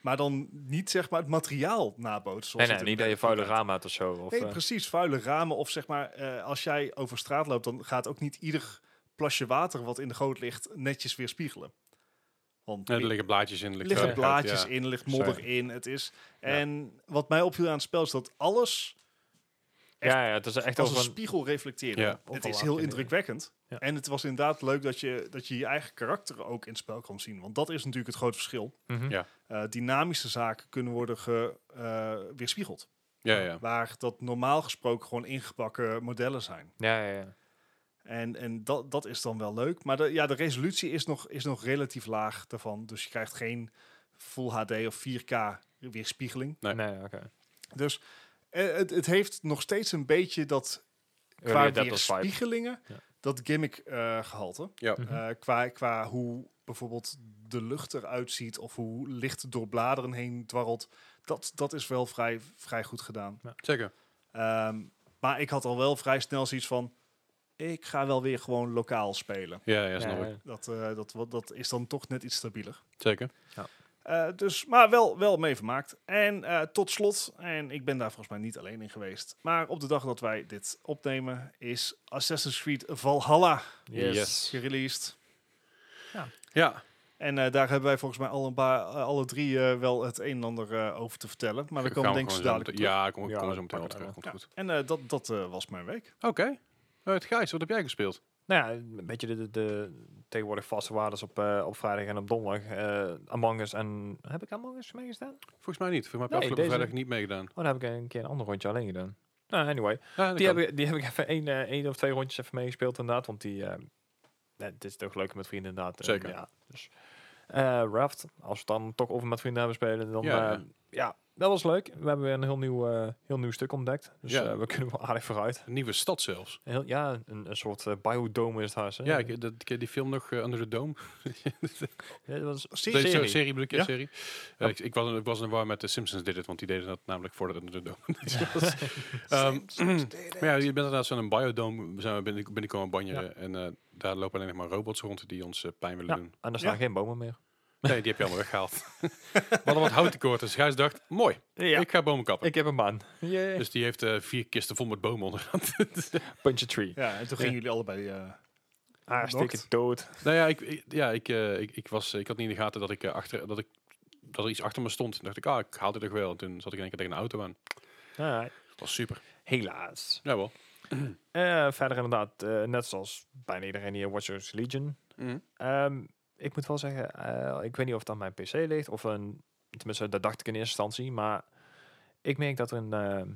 S2: Maar dan niet zeg maar het materiaal nabootsen.
S3: nee,
S2: Zoals
S3: nee,
S2: het in
S3: niet
S2: de
S3: dat je vuile
S2: werkelijkheid-
S3: ramen hebt of zo. Of,
S2: Nee,
S3: eh,
S2: precies, vuile ramen. Of zeg maar, eh, als jij over straat loopt, dan gaat ook niet ieder plasje water wat in de goot ligt netjes weerspiegelen. Want
S1: Ja, Eh, er liggen blaadjes in. Er
S2: er
S1: ligt
S2: liggen
S1: verf uit,
S2: blaadjes
S1: ja.
S2: in, er ligt modder
S3: Sorry.
S2: in. Het is.
S3: Ja.
S2: En wat mij opviel aan het spel is dat alles echt-
S3: ja, ja, het is echt
S2: als
S3: over
S2: een
S3: een...
S2: spiegel reflecteerde.
S1: Ja.
S2: Het
S3: Overal
S2: is
S3: laag
S2: heel
S3: in,
S2: indrukwekkend.
S3: ja.
S2: En het was inderdaad leuk dat je, dat je je eigen karakter ook in het spel kan zien. Want dat is natuurlijk het grote verschil.
S3: Mhm.
S1: Ja.
S2: Eh, dynamische zaken kunnen worden ge, eh, weerspiegeld.
S1: Ja, ja.
S2: Waar dat normaal gesproken gewoon ingebakken modellen zijn.
S3: ja, ja, ja.
S2: En, en dat, dat is dan wel leuk. Maar de, ja, de resolutie is nog, is nog relatief laag daarvan. Dus je krijgt geen Full HD of 4K weerspiegeling.
S1: Nee.
S3: Nee, oké.
S2: Dus eh, het, het heeft nog steeds een beetje dat qua
S3: Early adapters vibe.
S2: weerspiegelingen,
S3: Ja.
S2: dat gimmick eh, gehalte.
S1: Ja.
S3: Mhm.
S2: Eh, qua, qua hoe bijvoorbeeld de lucht eruit ziet of hoe licht door bladeren heen dwarrelt. Dat, dat is wel vrij, vrij goed gedaan.
S1: Zeker.
S2: Ehm, maar ik had al wel vrij snel zoiets van, ik ga wel weer gewoon lokaal spelen.
S1: Ja, ja, snap
S3: Ja,
S1: ik.
S3: ja.
S2: Dat, eh, dat, wat- dat is dan toch net iets stabieler.
S1: Zeker.
S2: Eh, dus, maar wel, wel mee vermaakt. En eh, tot slot, en ik ben daar volgens mij niet alleen in geweest. Maar op de dag dat wij dit opnemen, is Assassin's Creed Valhalla
S1: Yes.
S2: gereleased.
S1: Ja.
S2: En eh, daar hebben wij volgens mij al een paar, eh, alle drie eh, wel het een en ander eh, over te vertellen. Maar daar
S1: Gaan we
S2: komen we denk ik zo
S1: gewoon zo
S2: dadelijk
S1: meteen-
S2: op terug.
S1: Ja, kom,
S3: Ja,
S1: kom zo
S3: dat
S1: meteen wel
S3: pakken
S1: terug.
S3: we.
S1: Komt
S2: Ja.
S1: goed.
S2: En eh, dat, dat eh, was mijn week.
S1: Oké. Eh, Gijs, wat heb jij gespeeld?
S3: Nou ja, een beetje de, de, de tegenwoordig vaste waardes op, eh, op vrijdag en op donderdag. eh, Among Us en... Heb ik Among Us meegedaan?
S1: Volgens mij niet. Volgens mij heb ik afgelopen
S3: Nee, deze-
S1: vrijdag niet meegedaan.
S3: Oh, dan heb ik een keer een ander rondje alleen gedaan. Nou, anyway.
S1: Ja, dat
S3: Die
S1: kan.
S3: heb, ik, die heb ik even één, eh, één of twee rondjes even meegespeeld inderdaad. Want die, eh, nee, het is toch leuk met vrienden inderdaad. eh,
S1: Zeker.
S3: ja, dus. Eh, Raft, als we het dan toch over met vrienden hebben spelen, dan
S1: Ja,
S3: ja,
S1: ja.
S3: ja, dat was leuk. We hebben weer een heel nieuw, eh, heel nieuw stuk ontdekt. Dus
S1: Ja.
S3: eh, we kunnen wel aardig vooruit.
S1: Een nieuwe stad zelfs.
S3: Heel, ja, een, een soort eh, biodome is het haast. hè?
S1: Ja, ik, dat, ik heb die film nog eh, Under the Dome.
S3: Ja, dat was
S2: Serie.
S1: Deze
S3: serie.
S1: serie bedoel ik, ja,
S2: Ja.
S1: serie. Eh, ik, ik was, ik was in de war met de Simpsons did it, want die deden dat namelijk voor de Under the Dome. Dus dat was- Ehm, maar ja, je bent inderdaad zo'n biodome, zijn we binnen, binnenkomen banjeren en eh, daar lopen alleen nog maar robots rond die ons eh, pijn willen
S3: Ja.
S1: doen.
S3: En er staan
S2: Ja.
S3: geen bomen meer.
S1: Nee, die heb je allemaal weggehaald. We hadden wat houttekort, dus Gijs dacht, mooi,
S3: Ja.
S1: ik ga bomen kappen.
S3: Ik heb een man. Yeah.
S1: Dus die heeft eh, vier kisten vol met bomen onder.
S3: Punch a tree.
S2: Ja, en toen gingen jullie allebei... eh,
S3: Hartstikke
S2: Knocked.
S3: Ah, dood.
S1: nou ja, ik, ik- ja ik, eh, ik, ik, was, ik had niet in de gaten dat, ik, eh, achter, dat, ik, dat er iets achter me stond. Toen dacht ik, ah, ik haal dit toch wel. En toen zat ik in één keer tegen een auto aan.
S3: Ja,
S1: Dat was super.
S3: Ah, helaas.
S1: Jawel.
S3: Eh, verder inderdaad, eh, net zoals bijna iedereen hier, Watchers Legion. Ehm, ik moet wel zeggen, eh, ik weet niet of het aan mijn PC ligt of een... Tenminste, dat dacht ik in eerste instantie. Maar ik merk dat er in ehm,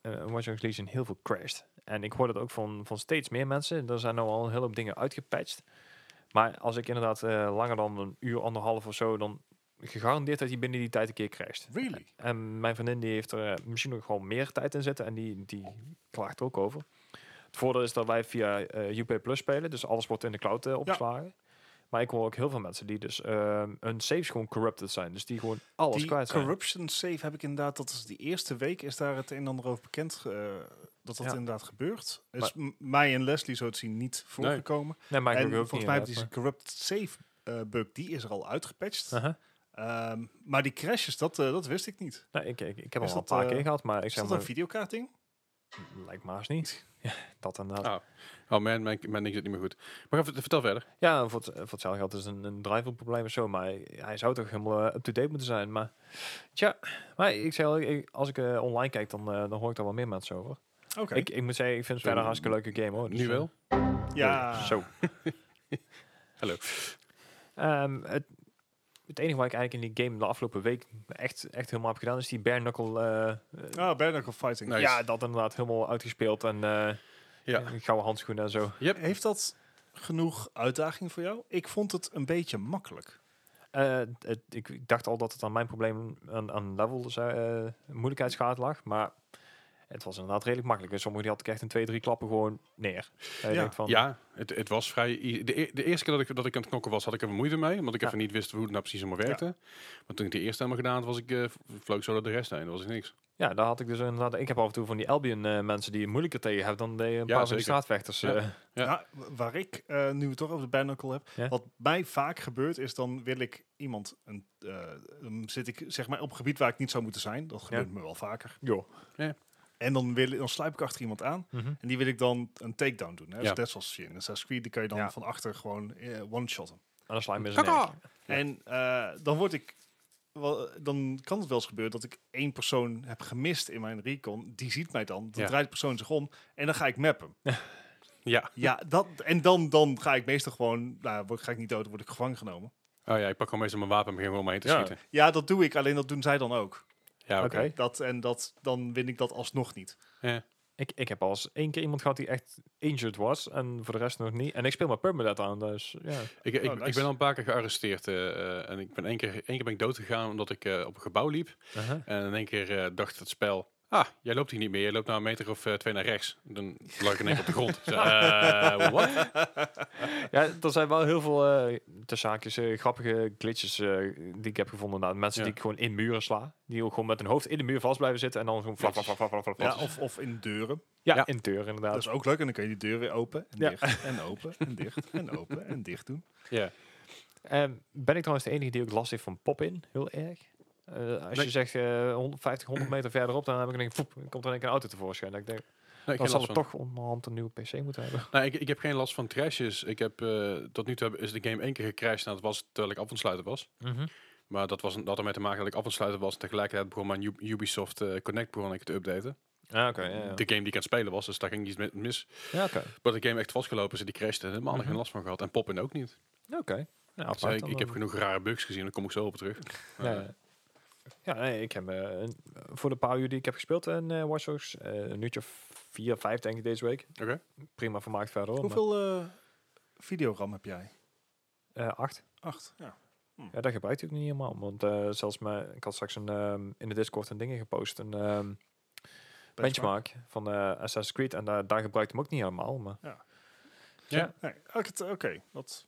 S3: eh, in Watch Dogs Legion heel veel crasht. En ik hoor dat ook van, van steeds meer mensen. Er zijn nou al een heleboel dingen uitgepatcht. Maar als ik inderdaad eh, langer dan een uur, anderhalf of zo... dan gegarandeerd dat hij binnen die tijd een keer crasht.
S2: really?
S3: En mijn vriendin die heeft er eh, misschien nog gewoon meer tijd in zitten. En die, die klaagt er ook over. Het voordeel is dat wij via eh UP Plus spelen. Dus alles wordt in de cloud eh, opgeslagen. Maar ik hoor ook heel veel mensen die dus ehm, hun saves gewoon corrupted zijn. Dus die gewoon alles
S2: die
S3: kwijt zijn.
S2: corruption save heb ik inderdaad. Dat is die eerste week is daar het een en ander over bekend eh, dat dat
S3: Ja.
S2: inderdaad gebeurt. Is m- mij en Leslie zo te zien niet voorgekomen.
S3: Nee, maar ik
S2: en
S3: ook
S2: volgens
S3: niet eh,
S2: mij heeft
S3: inderdaad,
S2: die corrupt save eh, bug die is er al uitgepatcht.
S3: maar- Aha.
S2: Ehm, maar die crashes dat, eh, dat wist ik niet.
S3: Nou, ik, ik, ik heb
S2: Is
S3: al een
S2: dat,
S3: paar
S2: eh,
S3: keer gehad, maar ik
S2: Is
S3: zeg
S2: dat een
S3: maar,
S2: videokaart ding?
S3: lijkt maar eens niet. Ja, dat inderdaad.
S1: Ah. Oh man, mijn, mijn ding zit niet meer goed. Maar even, vertel verder.
S3: Ja, voor, het, voor hetzelfde geld is een, een driver-probleem of zo. Maar hij- hij zou toch helemaal eh, up-to-date moeten zijn. Maar tja, maar ik zei al, ik- als ik eh, online kijk, dan, eh, dan hoor ik daar wel meer mensen over.
S2: Oké.
S3: Ik, ik moet zeggen, ik vind het
S1: Zo,
S3: verder een Oh, eh, hartstikke leuke game hoor. dus,
S1: nu
S3: eh,
S1: wel?
S2: Ja.
S3: Zo.
S1: Hallo.
S3: Ehm, het, het enige wat ik eigenlijk in die game de afgelopen week echt, echt helemaal heb gedaan, is die bare knuckle. eh, eh,
S2: Ah, Bare Knuckle Fighting.
S1: Nice.
S3: Ja, dat inderdaad helemaal uitgespeeld en eh
S1: Ja.
S3: gouden handschoenen en zo.
S1: Yep.
S2: Heeft dat genoeg uitdaging voor jou? Ik vond het een beetje makkelijk.
S3: Eh, het- ik dacht al dat het aan mijn probleem aan, aan level zou, eh, moeilijkheidsgraad lag, maar het was inderdaad redelijk makkelijk. En sommige die had ik echt in twee, drie klappen gewoon neer. En je
S2: Ja.
S3: denkt van,
S1: Ja, het, het was vrij... e- De, e- de eerste keer dat ik, dat ik aan het knokken was, had ik even moeite mee. Omdat ik
S3: Ja.
S1: even niet wist hoe het nou precies allemaal werkte. Maar toen ik de eerste helemaal gedaan had, was ik, eh, v- vloog zo door de rest heen. Dat was niks.
S3: ja, daar had ik dus inderdaad. Ik heb af en toe van die Albion eh, mensen die het moeilijker tegen hebben dan de eh, een paar van
S1: zeker.
S3: die straatvechters.
S1: Ja.
S3: eh.
S1: Ja.
S2: Nou, wa- waar ik, eh, nu we het toch over de Bare Knuckle heb,
S3: Ja.
S2: wat mij vaak gebeurt is dan wil ik iemand, een, eh, dan zit ik zeg maar op een gebied waar ik niet zou moeten zijn. Dat gebeurt me wel vaker.
S3: Joh.
S2: En dan, wil, dan sluip ik achter iemand aan
S3: Mhm.
S2: en die wil ik dan een takedown doen. Hè?
S1: Ja.
S2: Dus net zoals je in Assassin's Creed, die kan je dan
S3: Ja.
S2: van achter gewoon eh, one-shotten.
S3: En dan sla je hem in zijn
S1: Kaka!
S3: nek.
S1: Ja.
S2: En eh, dan word ik. wel- dan kan het wel eens gebeuren dat ik één persoon heb gemist in mijn recon. Die ziet mij dan. Dan
S1: Ja.
S2: draait de persoon zich om. En dan ga ik mappen.
S1: Ja.
S2: Ja, dat, en dan, dan ga ik meestal gewoon. Nou, word, ga ik niet dood, dan word ik gevangen genomen.
S1: Oh ja, ik pak gewoon meestal mijn wapen en begin gewoon om me heen te
S3: Ja.
S1: schieten.
S2: Ja, dat doe ik. Alleen dat doen zij dan ook.
S1: Ja, oké.
S3: Oké.
S2: Dat, en dat, dan win ik dat alsnog niet.
S3: Ik, ik heb al eens één keer iemand gehad die echt injured was en voor de rest nog niet. En ik speel mijn permanent aan, dus ja.
S1: Ik, ik,
S2: Oh, nice.
S1: ik ben al een paar keer gearresteerd. eh, eh, en ik ben één keer, één keer ben ik dood gegaan omdat ik eh, op een gebouw liep. En in één keer eh, dacht het spel... Ah, jij loopt hier niet meer. Je loopt nou een meter of eh, twee naar rechts. Dan lag ik in één keer op de grond. Zo, eh, wat?
S3: Ja, er zijn wel heel veel eh te zaakjes, eh, grappige glitches eh, die ik heb gevonden. Nou, mensen
S1: Ja.
S3: die ik gewoon in muren sla. Die ook gewoon met hun hoofd in de muur vast blijven zitten en dan gewoon flap, flap, flap, flap, flap, flap.
S2: Ja,
S3: Ja,
S2: of, of in deuren.
S1: Ja.
S3: in deur inderdaad.
S2: Dat is ook leuk. En dan kan je die deur weer open. En
S3: Ja.
S2: dicht. En open. En dicht. En open. En dicht doen.
S1: Ja.
S3: Ehm, ben ik trouwens de enige die ook last heeft van pop-in? Heel erg. Eh, als je
S1: Nee.
S3: zegt eh 150, 100 meter verderop, dan heb ik denk, voep, dan komt er in één keer een auto tevoorschijn. Dan, denk, ik,
S1: Nee, ik
S3: dan
S1: ken
S3: zal
S1: last
S3: ik
S1: van.
S3: toch onderhand een nieuwe PC moeten hebben.
S1: Nou, ik, ik heb geen last van crashes. Ik heb, eh, tot nu toe heb- is de game één keer gecrashed. Nou, dat was terwijl ik af aan het sluiten was. Maar dat, was, dat had ermee te maken dat ik af aan het sluiten was. En tegelijkertijd begon mijn Ub- Ubisoft eh, Connect begon ik te updaten.
S3: Ah, oké. ja, ja.
S1: De game die ik aan het spelen was, dus daar ging iets mi- mis.
S3: Ja, oké.
S1: Maar de game echt vastgelopen is en die crashed en helemaal
S3: Mhm.
S1: geen last van gehad. En Poppin ook niet.
S3: Oké. Nou,
S1: Dus
S3: apart
S1: ik,
S3: dan,
S1: ik heb
S3: eh.
S1: genoeg rare bugs gezien, daar kom ik zo op terug.
S3: Ja,
S1: Eh,
S3: ja. ja nee, ik heb eh, een- voor de paar uur die ik heb gespeeld in eh Watch Dogs, eh, een uurtje of vier, vijf denk ik deze week.
S1: Oké.
S3: Prima vermaakt verder. hoor,
S2: Hoeveel eh, videoram heb jij?
S3: maar, eh, acht.
S2: Acht. Ja.
S3: Ja, dat gebruikte ik niet helemaal. Want eh, zelfs mijn, ik had straks een, ehm, in de Discord een dingen gepost, een ehm, benchmark van eh Assassin's Creed. En daar daar gebruikte ik hem ook niet helemaal. Maar
S2: Nee, oh, ik het- oké. dat...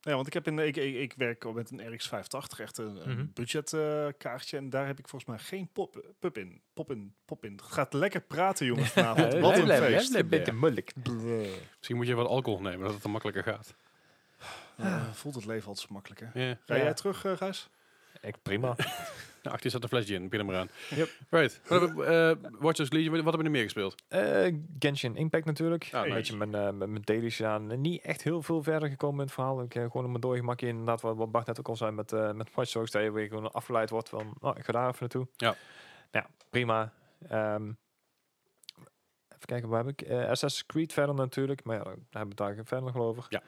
S2: Ja, want ik, heb in, ik, ik, ik werk met een RX 580, echt een,
S3: Mhm.
S2: budgetkaartje. en daar heb ik volgens mij geen pop, pop in. Pop in, pop in. Het gaat lekker praten, jongens, vanavond. Wat
S3: Eh, blijf-
S2: een
S3: blijf-
S2: feest.
S3: blijf- blijf- beetje moeilijk.
S2: Bleh.
S1: Misschien moet je wat alcohol nemen, dat het dan makkelijker gaat.
S2: Eh, voelt het leven altijd zo makkelijk, hè?
S1: Ja.
S2: Ga
S3: Ah. Ja.
S2: jij terug, eh Gijs?
S3: Ik prima.
S1: Nou, achter staat een flesje in, begin hem eraan.
S3: Yep.
S1: Right. Wat hebben we, eh, Watch Dogs Legion, wat hebben we er meer gespeeld?
S3: Eh, Genshin Impact natuurlijk.
S1: Ah,
S3: een
S1: nice.
S3: beetje mijn, eh, mijn, mijn dailies gedaan. En Niet echt heel veel verder gekomen in het verhaal. Ik heb gewoon op mijn doorgemakje inderdaad wat, wat Bart net ook al zei met, eh met Watch Dogs. Dat je weer gewoon afgeleid wordt van, oh, ik ga daar even naartoe.
S1: Ja.
S3: Nou, prima. Ehm, even kijken, waar heb ik? eh Assassin's Creed verder natuurlijk. Maar ja, daar hebben we het daar verder nog wel over.
S1: Ja.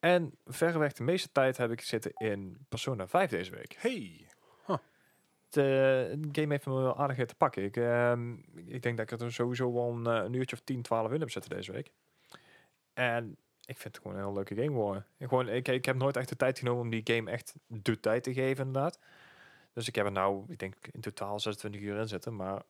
S3: En verreweg de meeste tijd heb ik zitten in Persona 5 deze week
S2: Hey.
S3: het, eh, het game heeft me wel aardig weer te pakken. Ik, ehm, ik denk dat ik het er sowieso wel een, eh, een uurtje of 10, 12 in heb zitten deze week. En ik vind het gewoon een heel leuke game geworden. Ik, gewoon, ik, ik heb nooit echt de tijd genomen om die game echt de tijd te geven, inderdaad. Dus ik heb er nou, ik denk in totaal 26 uur in zitten, maar...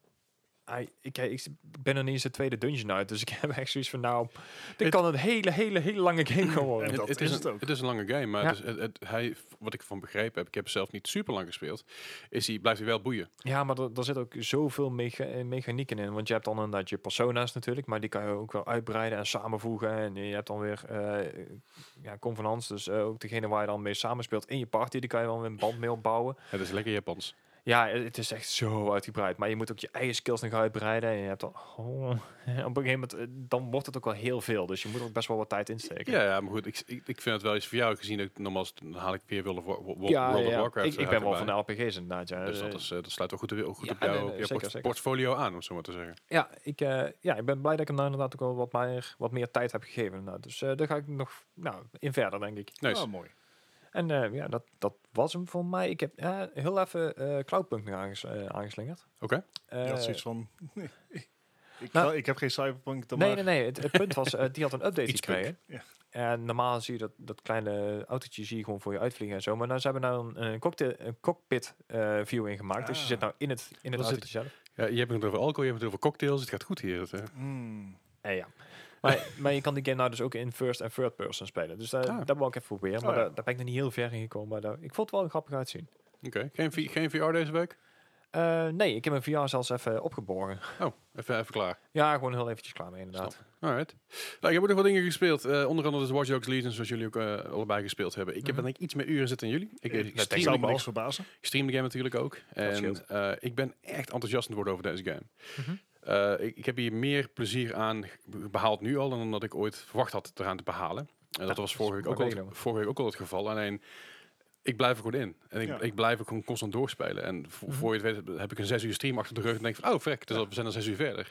S3: hij- ik, ik ben er niet eens de tweede dungeon uit, dus ik heb echt zoiets van, nou, dit
S1: Het-
S3: kan een hele, hele, hele lange game gaan worden.
S2: En dat is
S1: is
S2: het
S1: een,
S2: ook.
S1: Het is een lange game, maar
S3: Ja.
S1: het is- het- het- hij, wat ik van begrepen heb, ik heb zelf niet super lang gespeeld, is hij blijft hij wel boeien.
S3: Ja, maar er, er zit ook zoveel mecha eh, mechanieken in. Want je hebt dan inderdaad je persona's natuurlijk, maar die kan je ook wel uitbreiden en samenvoegen. En je hebt dan weer eh ja, convenants, dus eh, ook degene waar je dan mee samenspeelt in je party, die kan je dan weer een band mee opbouwen.
S1: Het is lekker Japans.
S3: Ja, eh, het is echt zo uitgebreid. Maar je moet ook je eigen skills nog uitbreiden. En je hebt dan, oh, op een gegeven moment, eh, dan wordt het ook wel heel veel. Dus je moet er ook best wel wat tijd insteken.
S1: Ja, ja, maar goed, ik, ik, ik vind het wel eens voor jou gezien. dat Normaal is het- dan haal ik weer World of, War- Wo- Wo- World of Warcraft.
S3: Ik, ik
S1: eruit
S3: ben wel
S1: erbij.
S3: van de RPG's inderdaad. Ja.
S1: Dus dat,
S3: Eh,
S1: is, eh, dat sluit wel goed, ook goed
S3: Ja,
S1: op jouw,
S3: nee,
S1: op
S3: nee,
S1: jouw
S3: zeker,
S1: port-
S3: zeker.
S1: portfolio aan, om het zo maar te zeggen.
S3: Ja, ik, eh, ja, ik ben blij dat ik hem nou inderdaad ook wel wat meer, wat meer tijd heb gegeven. Inderdaad. Dus eh, daar ga ik nog nou, in verder, denk ik.
S1: Nice.
S2: Oh, mooi.
S3: En eh, ja, dat, dat was hem voor mij. Ik heb eh, heel even eh, Cloudpunk nog aanges- eh, aangeslingerd.
S1: Oké.
S3: Eh,
S2: Je had zoiets van... ik,
S3: nou-
S2: ga- ik heb geen cyberpunk, dan
S3: nee,
S2: maar-
S3: nee, nee. Het, het punt was, eh, die had een update
S1: Iets
S3: gekregen.
S2: punk,
S3: En normaal zie je dat, dat kleine autootje zie je gewoon voor je uitvliegen en zo. Maar nou, ze hebben daar een, een, cocktail- een cockpit eh, view in gemaakt. Dus je
S2: Ah.
S3: zit nou in het, in het
S1: Was het-
S3: autootje zelf.
S1: Ja, je hebt het over alcohol, je hebt het over cocktails. Het gaat goed hier. Het, eh,
S2: Hmm.
S3: Eh, ja. maar, maar je kan die game nou dus ook in first en third person spelen. Dus daar,
S1: Ah.
S3: daar wil ik even proberen. Maar
S2: Oh, ja.
S3: daar, daar ben ik nog niet heel ver in gekomen. Maar daar- ik vond het wel grappig uitzien.
S1: Oké. Geen, V- geen VR deze week?
S3: Eh, nee, ik heb mijn VR zelfs even opgeborgen.
S1: Oh, even, even klaar.
S3: Ja, gewoon heel eventjes klaar mee inderdaad.
S1: Alright. Nou, ik heb ook nog wat dingen gespeeld. Eh, onder andere dus Watch Dogs Legion, zoals jullie ook eh, allebei gespeeld hebben. Ik heb
S3: Mhm.
S1: er denk ik iets meer uren zitten dan jullie. Ik,
S2: Ik-
S1: ik
S3: dat
S1: stream,
S2: zou
S1: ik
S2: me
S3: wel.
S2: niks verbazen.
S1: stream de game natuurlijk ook. En
S3: scheelt.
S1: eh, ik ben echt enthousiast aan het worden over deze game.
S3: Mhm.
S1: Eh, ik, ik heb hier meer plezier aan behaald nu al dan dat ik ooit verwacht had eraan te behalen. En dat
S3: Ja,
S1: was
S3: dat is
S1: vorige week,
S3: wel
S1: ook al, het-
S3: meegenomen.
S1: vorige week ook al het geval. Alleen, ik blijf er gewoon in. En ik,
S2: Ja.
S1: ik blijf er gewoon constant doorspelen. En vo-
S3: Mhm.
S1: voor je het weet heb ik een zes uur stream achter de rug en denk van, oh vrek, dus al- we zijn al zes uur verder.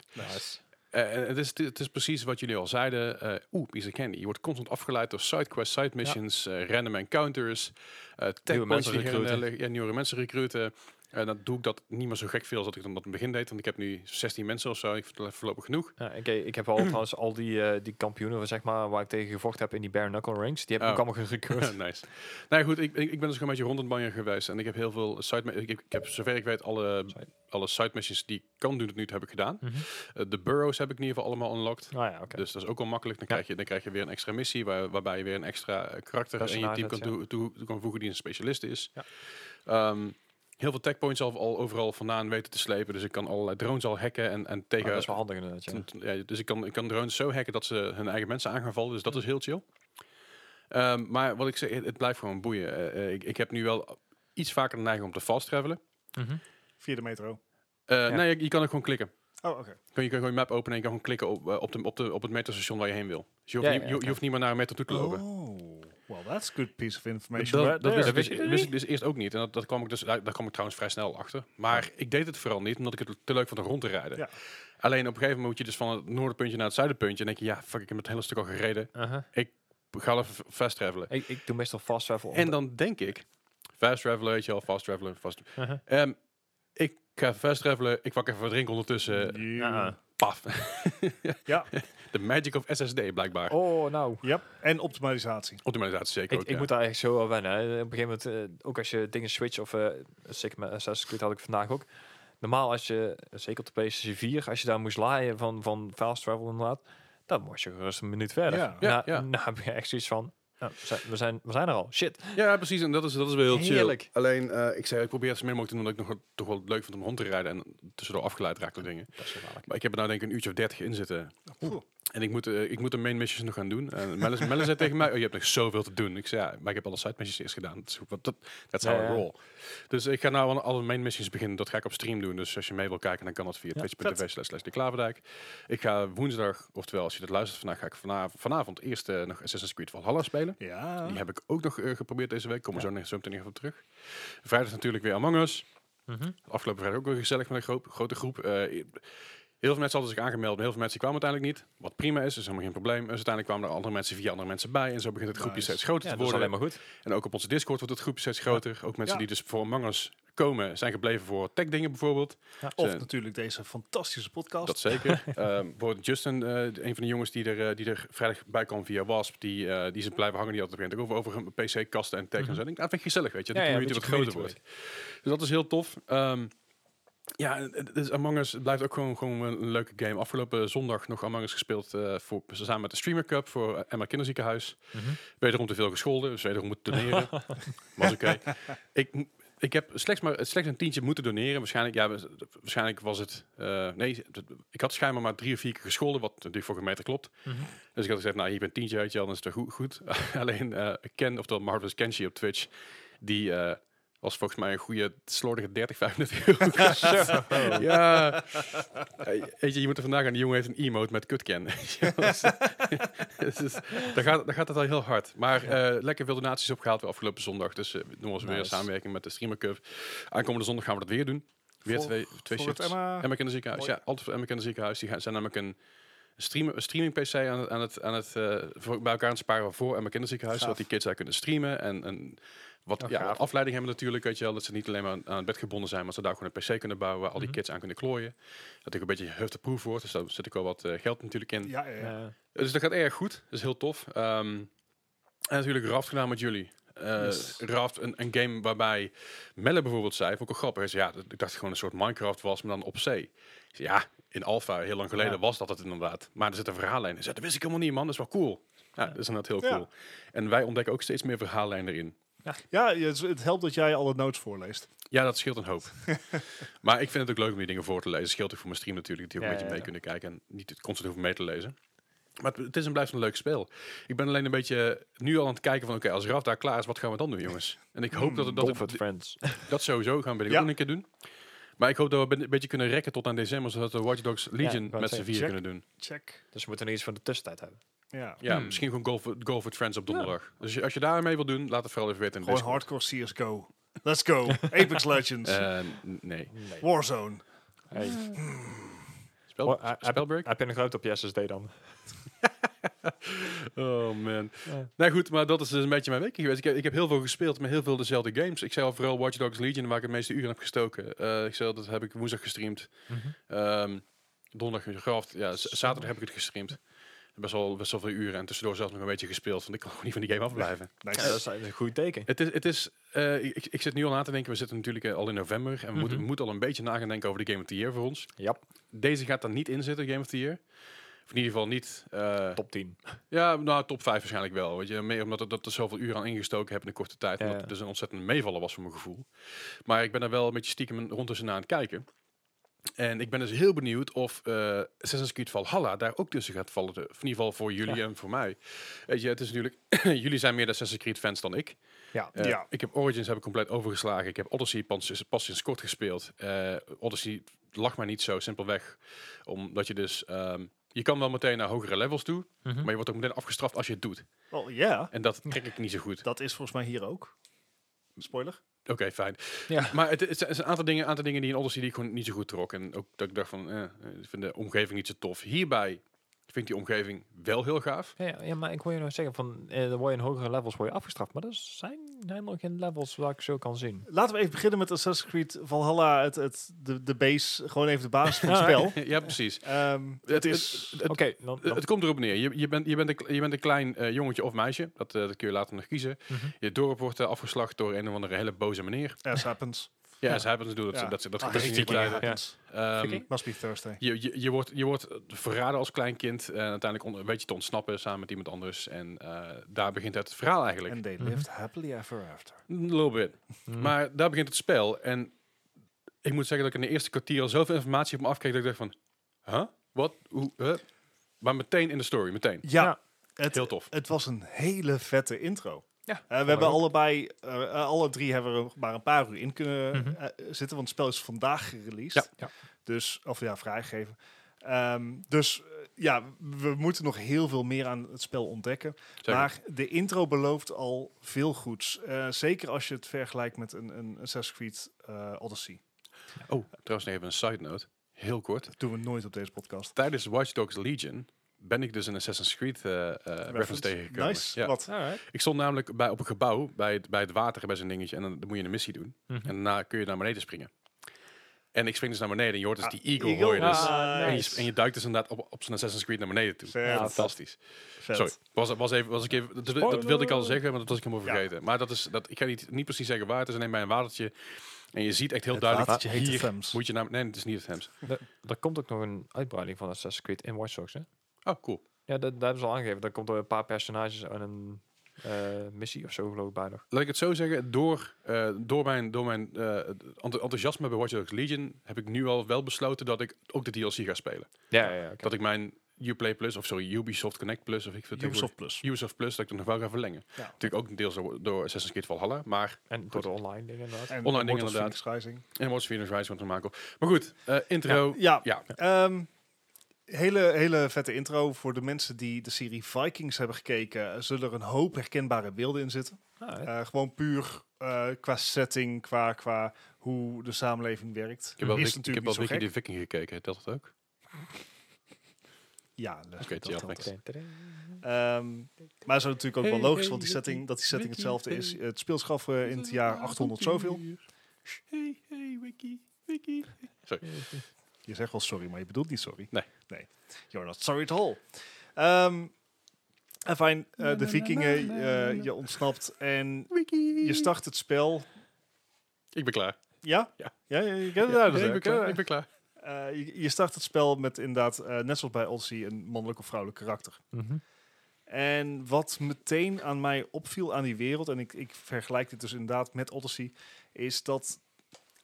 S1: Eh, en het, is, het is precies wat jullie al zeiden. eh Oeh, piece of candy. Je wordt constant afgeleid door sidequests, side missions, eh, random encounters. eh nieuwe
S3: mensen
S1: mensen recruiten.
S3: recruiten.
S1: Ja, nieuwe mensen recruiten. En dan doe ik dat niet meer zo gek veel als dat ik dan dat in het begin deed. Want ik heb nu 16 mensen of zo. Ik vind het voorlopig genoeg.
S3: Ja, oké, ik heb al trouwens al die, eh, die kampioenen zeg maar, waar ik tegen gevochten heb in die bare knuckle rings. Die heb ik
S1: Oh.
S3: ook allemaal gerecurred.
S1: nice. Nou ja, goed, ik, ik, ik ben dus gewoon een beetje rond het banjer geweest. En ik heb heel veel side... mi- Ik, ik heb, zover ik weet, alle,
S3: Side.
S1: alle side missions die ik kan doen tot nu toe heb ik gedaan.
S3: Mhm.
S1: Eh, de burrows heb ik in ieder geval allemaal unlocked.
S3: Nou ja, oké.
S1: Dus dat is ook wel makkelijk. Dan,
S3: Ja.
S1: krijg, je, dan krijg je weer een extra missie waar, waarbij je weer een extra eh, karakter in je
S3: Personage
S1: team kan,
S3: hebt, ja.
S1: toe, toe- kan voegen die een specialist is.
S3: Ja.
S1: Ehm, heel veel techpoints al, al overal vandaan weten te slepen. Dus ik kan allerlei drones al hacken en, en
S3: Maar
S1: tegen...
S3: Oh, dat is wel handig inderdaad, ja.
S1: t- ja, dus ik kan, ik kan drones zo hacken dat ze hun eigen mensen aan gaan vallen. Dus dat
S3: Mm.
S1: is heel chill. Ehm, maar wat ik zeg, het, het blijft gewoon boeien. Eh, eh, ik, ik heb nu wel iets vaker de neiging om te fast travelen.
S3: Mhm.
S2: Via de metro.
S1: Eh,
S3: Ja.
S1: Nee, je, je kan ook gewoon klikken.
S2: Oh, oké.
S1: Kun je kan gewoon je map openen en je kan gewoon klikken op, eh, op, de, op, de, op het metrostation waar je heen wil. Dus je hoeft,
S3: Ja,
S1: niet,
S3: ja,
S1: je, je
S3: oké.
S1: hoeft niet meer naar een metro toe te lopen.
S2: Oh, well, that's a good piece of information.
S1: Dat, dat, wist, ik
S3: wist
S1: dus,
S3: je
S1: wist ik dus eerst ook niet. En dat, dat kwam ik dus, daar, daar kwam ik trouwens vrij snel achter. Maar ik deed het vooral niet, omdat ik het te leuk vond om rond te rijden.
S2: Ja.
S1: Alleen op een gegeven moment moet je dus van het noordenpuntje naar het zuidenpuntje. En denk je, ja, fuck, ik heb het hele stuk al gereden.
S3: Uh-huh.
S1: Ik Ga even fast travelen.
S3: ik, ik doe meestal fast travel.
S1: En dan denk ik, fast travelen, weet je al, fast travelen, fast...
S3: Uh-huh.
S1: Ehm, ik ga fast travelen, ik pak even wat drinken ondertussen.
S2: Ja.
S1: Paf.
S2: Ja.
S1: The magic of SSD, blijkbaar.
S3: Oh, nou.
S2: Yep. En optimalisatie.
S1: Optimalisatie zeker
S3: Ik,
S1: ook,
S3: ik
S1: ja.
S3: moet daar echt zo aan wennen. hè. Op een gegeven moment, eh, ook als je dingen switcht, of eh Sigma Assassin's Creed had ik vandaag ook. Normaal als je, zeker op de PlayStation 4, als je daar moest laaien van, van fast travel inderdaad, dan moest je gerust een minuut verder.
S2: Ja.
S1: Ja,
S3: nou,
S1: ja.
S3: nou heb je echt zoiets van, nou, we zijn- we, zijn, we zijn er al. Shit.
S1: Ja, precies. En dat is, dat is wel heel chill.
S3: Heerlijk.
S1: Alleen, eh, ik zei, ik probeer het zo min mogelijk te doen, omdat ik nog toch wel leuk vind om rond te rijden en tussendoor afgeleid raak door dingen.
S3: Dat is gevaarlijk.
S1: Maar ik heb er nou denk ik een uurtje of dertig in zitten.
S2: Oeh.
S1: En ik moet, eh, ik moet de main missions nog gaan doen. En Melle, Melle zei tegen mij, oh, je hebt nog zoveel te doen. Ik zei, ja, maar ik heb alle side missions eerst gedaan. Dat is goed, want dat that's how
S3: Ja,
S1: I
S3: ja.
S1: roll. Dus ik ga nou aan alle main missions beginnen. Dat ga ik op stream doen. Dus als je mee wil kijken, dan kan dat via
S3: Ja,
S1: twitch.tv slash slash de Klaverdijk. Ik ga woensdag, oftewel als je dat luistert vandaag, ga ik vanav- vanavond eerst eh, nog Assassin's Creed Valhalla spelen.
S2: Ja.
S1: Die heb ik ook nog eh, geprobeerd deze week. Kom er zo, ne- zo meteen nog even op terug. Vrijdag natuurlijk weer Among Us.
S3: Mhm.
S1: Afgelopen vrijdag ook weer gezellig met een groep- grote groep. Eh, heel veel mensen hadden zich aangemeld, maar heel veel mensen kwamen uiteindelijk niet. Wat prima is, is helemaal geen probleem. Dus uiteindelijk kwamen er andere mensen, via andere mensen bij. En zo begint het groepje
S2: Nice.
S1: steeds groter
S3: Ja,
S1: te
S3: dat is alleen
S1: worden.
S3: maar goed.
S1: En ook op onze Discord wordt het groepje steeds groter. Ook mensen
S2: Ja.
S1: die dus voor Among Us komen, zijn gebleven voor tech dingen bijvoorbeeld.
S2: Of
S1: Ze-
S2: natuurlijk deze fantastische podcast.
S1: eh, dat zeker. Ehm bijvoorbeeld Justin, eh, een van de jongens die er, eh, die er vrijdag bij kwam via Wasp, die, eh die ze blijven hangen, die had het begint ook over, over hun PC-kasten en tech en zo. Ik denk, dat vind ik gezellig, weet je. Dat
S3: Ja,
S1: de
S3: ja,
S1: community wat
S3: een
S1: groter
S3: beetje
S1: wordt. Dus dat is heel tof. Ehm, ja, en- en- dus Among Us blijft ook gewoon, gewoon een een leuke game. Afgelopen zondag nog Among Us gespeeld eh, voor, samen met de Streamer Cup voor eh, Emma Kinderziekenhuis.
S3: Mhm.
S1: Wederom te veel gescholden, dus wederom moeten doneren. Was oké. ik, m- ik heb slechts, maar, slechts een tientje moeten doneren. Waarschijnlijk, ja, wa- waarschijnlijk was het... eh, nee, d- ik had schijnbaar maar drie of vier keer gescholden, wat natuurlijk voor gemeente klopt.
S3: Mhm.
S1: Dus ik had gezegd, nou, hier ben een tientje, weet je wel, dan is het goed. goed. Alleen eh, Ken, oftewel Marvelous Kenshi op Twitch, die... eh, was volgens mij een goede slordige 30, 35 euro. kwijt. ja. Eh, Weet je, je moet er vandaag aan. Die jongen heeft een emote met kutken. dus, dus, daar, gaat, daar gaat het al heel hard. Maar eh, lekker veel donaties opgehaald weer afgelopen zondag. Dus eh, doen we ons weer
S3: Nice.
S1: samenwerking met de Streamer Cup. Aankomende zondag gaan we dat weer doen. Weer
S2: Voor-
S1: twee, twee
S2: Voor het
S1: shifts.
S2: Emma.
S1: Emma Kinderziekenhuis.
S2: Mooi.
S1: Ja, altijd voor Emma Kinderziekenhuis. Die gaan, zijn namelijk een streamen, een streaming PC aan, het- aan het, aan het eh, voor, bij elkaar aan het sparen voor en mijn kinderziekenhuis.
S2: Gaaf.
S1: Zodat die kids daar kunnen streamen. En, en wat,
S3: Oh,
S1: ja,
S3: gaaf.
S1: wat afleiding hebben natuurlijk, weet je wel. Dat ze niet alleen maar aan, aan het bed gebonden zijn, maar dat ze daar gewoon een PC kunnen bouwen. Waar al die
S3: Mhm.
S1: kids aan kunnen klooien. Dat ik een beetje hufteproof wordt. Dus daar zit ik wel wat eh, geld natuurlijk in.
S2: Ja, ja, ja.
S3: Eh,
S1: Dus dat gaat erg goed. Dat is heel tof. Ehm, en natuurlijk Raft gedaan met jullie. Eh,
S2: Yes.
S1: Raft, een, een game waarbij Melle bijvoorbeeld zei, vond ik wel grappig. Hij zei, ja, dat- ik dacht gewoon een soort Minecraft was, maar dan op zee. Ik zei, ja, in Alpha, heel lang geleden
S3: Ja.
S1: was dat het inderdaad. Maar er zit een verhaallijn in. Hij zei, dat wist ik helemaal niet, man. Dat is wel cool. Ja,
S3: Ja.
S1: dat is inderdaad heel
S2: Ja.
S1: cool. En wij ontdekken ook steeds meer verhaallijnen erin.
S2: ja het, het helpt dat jij alle notes voorleest.
S1: Ja, dat scheelt een hoop. maar ik vind het ook leuk om die dingen voor te lezen. Scheelt ook voor mijn stream natuurlijk, dat die ook
S3: Ja,
S1: een beetje
S3: ja,
S1: mee
S3: ja.
S1: kunnen kijken en niet het constant hoeven mee te lezen. Maar het, het is en blijft een leuk spel. Ik ben alleen een beetje nu al aan het kijken van, oké, als Raf daar klaar is, wat gaan we dan doen, jongens? En ik
S3: Hmm,
S1: hoop dat, het- dat, het-
S3: Dolphin Friends.
S1: dat sowieso gaan we dit
S2: Ja.
S1: ook nog een keer doen. Maar ik hoop dat we een beetje kunnen rekken tot aan december, zodat we Watch Dogs Legion
S3: ik wou
S1: met z'n
S3: het zeggen,
S1: vier
S2: check.
S1: kunnen doen.
S2: Check.
S3: dus we moeten nog iets van de tussentijd hebben.
S2: Ja.
S1: Ja,
S3: Hmm.
S1: misschien gewoon Golf, Golf with Friends op donderdag. Dus als je, als je daar mee wil doen, laat het vooral even weten in de
S2: Gewoon hardcore CSGO. Let's go. Apex Legends.
S1: Eh. nee.
S3: Nee.
S2: Warzone.
S3: Hey.
S1: Spel,
S3: Oh, eh,
S1: spelbreak?
S3: Heb je een groot op je SSD dan?
S1: Oh man.
S3: Ja.
S1: Nou goed, maar dat is dus een beetje mijn week geweest. Ik heb, ik heb heel veel gespeeld met heel veel dezelfde games. Ik zei al vooral Watch Dogs Legion, waar ik het meeste uren heb gestoken. Eh, ik zei al, dat heb ik woensdag gestreamd. Ehm, donderdag gegraft. Ja, z- zaterdag heb ik het gestreamd. Best wel, best wel veel uren en tussendoor zelfs nog een beetje gespeeld. Want ik kan gewoon niet van die game afblijven.
S2: Nice.
S3: Ja, dat is een goed teken.
S1: Het is, het is eh, ik, ik zit nu al na te denken. We zitten natuurlijk eh, al in november. En we, moeten, we
S3: Mhm.
S1: moeten al een beetje na gaan denken over de Game of the Year voor ons.
S3: Ja,
S1: Deze gaat er niet in zitten, Game of the Year. Of in ieder geval niet eh,
S3: top 10.
S1: ja, nou, top 5 waarschijnlijk wel. Weet je, meer omdat het- dat er zoveel uren aan ingestoken heb in een korte tijd.
S3: Ja,
S1: Omdat
S3: ja.
S1: het dus een ontzettend meevallen was voor mijn gevoel. Maar ik ben daar wel een beetje stiekem rond tussenin aan het kijken. En ik ben dus heel benieuwd of eh Assassin's Creed Valhalla daar ook tussen gaat vallen. Of in ieder geval voor jullie en voor mij. Weet je, het is natuurlijk... jullie zijn meer de Assassin's Creed fans dan ik.
S3: Ja.
S1: Eh,
S2: Ja.
S1: Ik heb Origins heb ik compleet overgeslagen. Ik heb Odyssey pas, pas sinds kort gespeeld. Eh, Odyssey lag maar niet zo, simpelweg. Omdat je dus... ehm, je kan wel meteen naar hogere levels toe. Maar je wordt ook meteen afgestraft als je het doet.
S2: Oh ja,
S1: En dat trek ik niet zo goed.
S2: dat is volgens mij hier ook. Spoiler.
S1: Oké, fijn.
S3: Ja.
S1: Maar het, het is een aantal dingen, aantal dingen die in Odyssey die ik gewoon niet zo goed trok. En ook dat ik dacht van, eh, ik vind de omgeving niet zo tof. Hierbij vind ik die omgeving wel heel gaaf.
S3: Ja, ja, maar ik wil je nog zeggen, van, eh, dan word je in hogere levels word je afgestraft. Maar er zijn helemaal geen levels waar ik zo kan zien.
S2: Laten we even beginnen met Assassin's Creed Valhalla, het, het, de, de base, gewoon even de basis van het spel.
S1: ja, precies.
S2: Ehm,
S1: Het
S2: het
S1: is-
S2: is,
S1: Het,
S3: Oké, dan,
S1: het-
S3: dan-
S1: het komt erop neer. Je, je, bent, je, bent, een, kle- je bent een klein eh, jongetje of meisje. Dat, eh, dat kun je later nog kiezen.
S3: Mhm.
S1: Je dorp wordt eh, afgeslacht door een of andere hele boze meneer.
S2: as happens.
S1: Ja,
S3: Ja.
S1: ze hebben het natuurlijk.
S2: Ja.
S1: Dat, dat, dat,
S2: Ah,
S1: dat is
S2: ik
S1: niet
S2: denk
S1: klein.
S2: dat happens.
S1: Ehm,
S3: Vicky?
S2: Must be Thursday.
S1: Je, je, je, wordt, je wordt eh, verraden als klein kind en uiteindelijk on- weet je te ontsnappen samen met iemand anders. En eh, daar begint het verhaal eigenlijk.
S2: And they
S3: Mhm.
S2: lived happily ever after.
S1: Een little bit.
S3: Mm.
S1: Maar daar begint het spel. En ik moet zeggen dat ik in de eerste kwartier al zoveel informatie op me afkeek dat ik dacht van, huh? Wat? Hoe? Huh? Maar meteen in de story, meteen.
S2: Ja,
S3: Ja.
S2: Het,
S1: Heel tof.
S2: het was een hele vette intro.
S3: Ja,
S2: Eh, we hebben allebei, eh, eh, alle drie hebben er maar een paar uur in kunnen
S3: Mhm.
S2: eh, zitten, want het spel is vandaag gereleased.
S1: Ja.
S3: Ja.
S2: Dus, of ja, vrijgegeven. Ehm, dus eh, ja, we moeten nog heel veel meer aan het spel ontdekken.
S1: Zeker.
S2: Maar de intro belooft al veel goeds. Eh, zeker als je het vergelijkt met een, een Assassin's Creed eh, Odyssey.
S1: Oh, trouwens nog even een side note. Heel kort.
S2: Dat doen we nooit op deze podcast.
S1: Tijdens Watch Dogs Legion ben ik dus een Assassin's Creed eh, eh, reference tegengekomen.
S2: Nice.
S1: Ja.
S2: Wat?
S3: Alright.
S1: Ik stond namelijk bij, op een gebouw, bij het, bij het water, bij zo'n dingetje. En dan, dan moet je een missie doen.
S3: Mhm.
S1: En daarna kun je naar beneden springen. En ik spring dus naar beneden en je hoort dus
S2: Ah,
S1: die eagle,
S2: Eagle?
S1: hoor je dus.
S2: Ah,
S1: en, je,
S3: nice.
S1: sp- en je duikt dus inderdaad op, op zijn Assassin's Creed naar beneden toe.
S2: Vet.
S1: Ja,
S3: vet.
S1: Fantastisch.
S2: Vet.
S1: Sorry, was, was even, was ik even, dat, dat
S3: Spoiler.
S1: wilde ik al zeggen, maar dat was ik helemaal
S2: Ja.
S1: vergeten. Maar dat is, dat, ik ga niet, niet precies zeggen waar, het is alleen bij een watertje. En je ziet echt heel
S2: Het
S1: duidelijk,
S2: watertje heet de
S1: hier
S2: Thames.
S1: moet je naar... Nee, het is niet het Hems.
S3: Er- Er komt ook nog een uitbreiding van Assassin's Creed in Watch Dogs, hè?
S1: Oh, cool.
S3: Ja, dat, dat hebben ze al aangegeven. Daar komt er een paar personages en een eh, missie of zo geloof ik bij nog.
S1: Laat ik het zo zeggen, door, eh, door mijn, door mijn eh, enth- enthousiasme bij Watch Dogs Legion heb ik nu al wel besloten dat ik ook de DLC ga spelen.
S3: Ja, ja, ja.
S1: Dat ik mijn Uplay Plus, of sorry, Ubisoft Connect Plus, of ik vind het
S2: Ubisoft Plus.
S1: Ubisoft Plus, dat ik dat nog wel ga verlengen.
S2: Ja.
S1: Natuurlijk ook deels door, door Assassin's Creed Valhalla, maar
S3: En door de online dingen inderdaad. Ah,
S2: En
S1: Online ding
S2: Immortals
S1: inderdaad.
S2: Phoenix Rising.
S1: en Watch Phoenix Rise want te maken op. Maar goed, eh, intro. Ja.
S2: Ja, Ehm, hele, hele vette intro. Voor de mensen die de serie Vikings hebben gekeken, eh, zullen er een hoop herkenbare beelden in zitten.
S3: Alright.
S2: Eh, gewoon puur eh, qua setting, qua, qua hoe de samenleving werkt.
S1: Ik heb wel,
S2: Is
S1: Wiki- ik heb wel
S2: natuurlijk niet zo
S1: Wiki
S2: gek.
S1: de Viking gekeken, telt dat ook?
S2: Ja, Last
S1: Oké,
S2: Bit
S1: chill,
S2: of
S1: thanks.
S2: Delta.
S3: Tadam, tadam.
S2: Ehm, maar zo natuurlijk ook wel
S1: Hey,
S2: logisch,
S1: hey,
S2: want die setting, dat die setting
S1: Wiki,
S2: hetzelfde is.
S1: hey.
S2: Het speelt zich af eh, in het jaar 800 zoveel.
S1: Hey, hey, Wiki, Wiki.
S2: Je zegt wel sorry, maar je bedoelt niet sorry.
S1: Nee.
S2: Nee. You're not sorry at all. Ehm, en fijn, eh, de vikingen, eh, je ontsnapt en
S1: Wiki.
S2: je start het spel.
S1: Ik ben klaar.
S2: Ja?
S1: Ja.
S2: Ja, ja, je kent het
S1: Ja,
S2: uit, dus
S1: ik, ben
S2: ook,
S1: klaar.
S2: eh.
S1: ik ben klaar.
S2: Eh, je, je start het spel met inderdaad, eh, net zoals bij Odyssey, een mannelijk of vrouwelijk karakter.
S3: Mhm.
S2: En wat meteen aan mij opviel aan die wereld, en ik, ik vergelijk dit dus inderdaad met Odyssey, is dat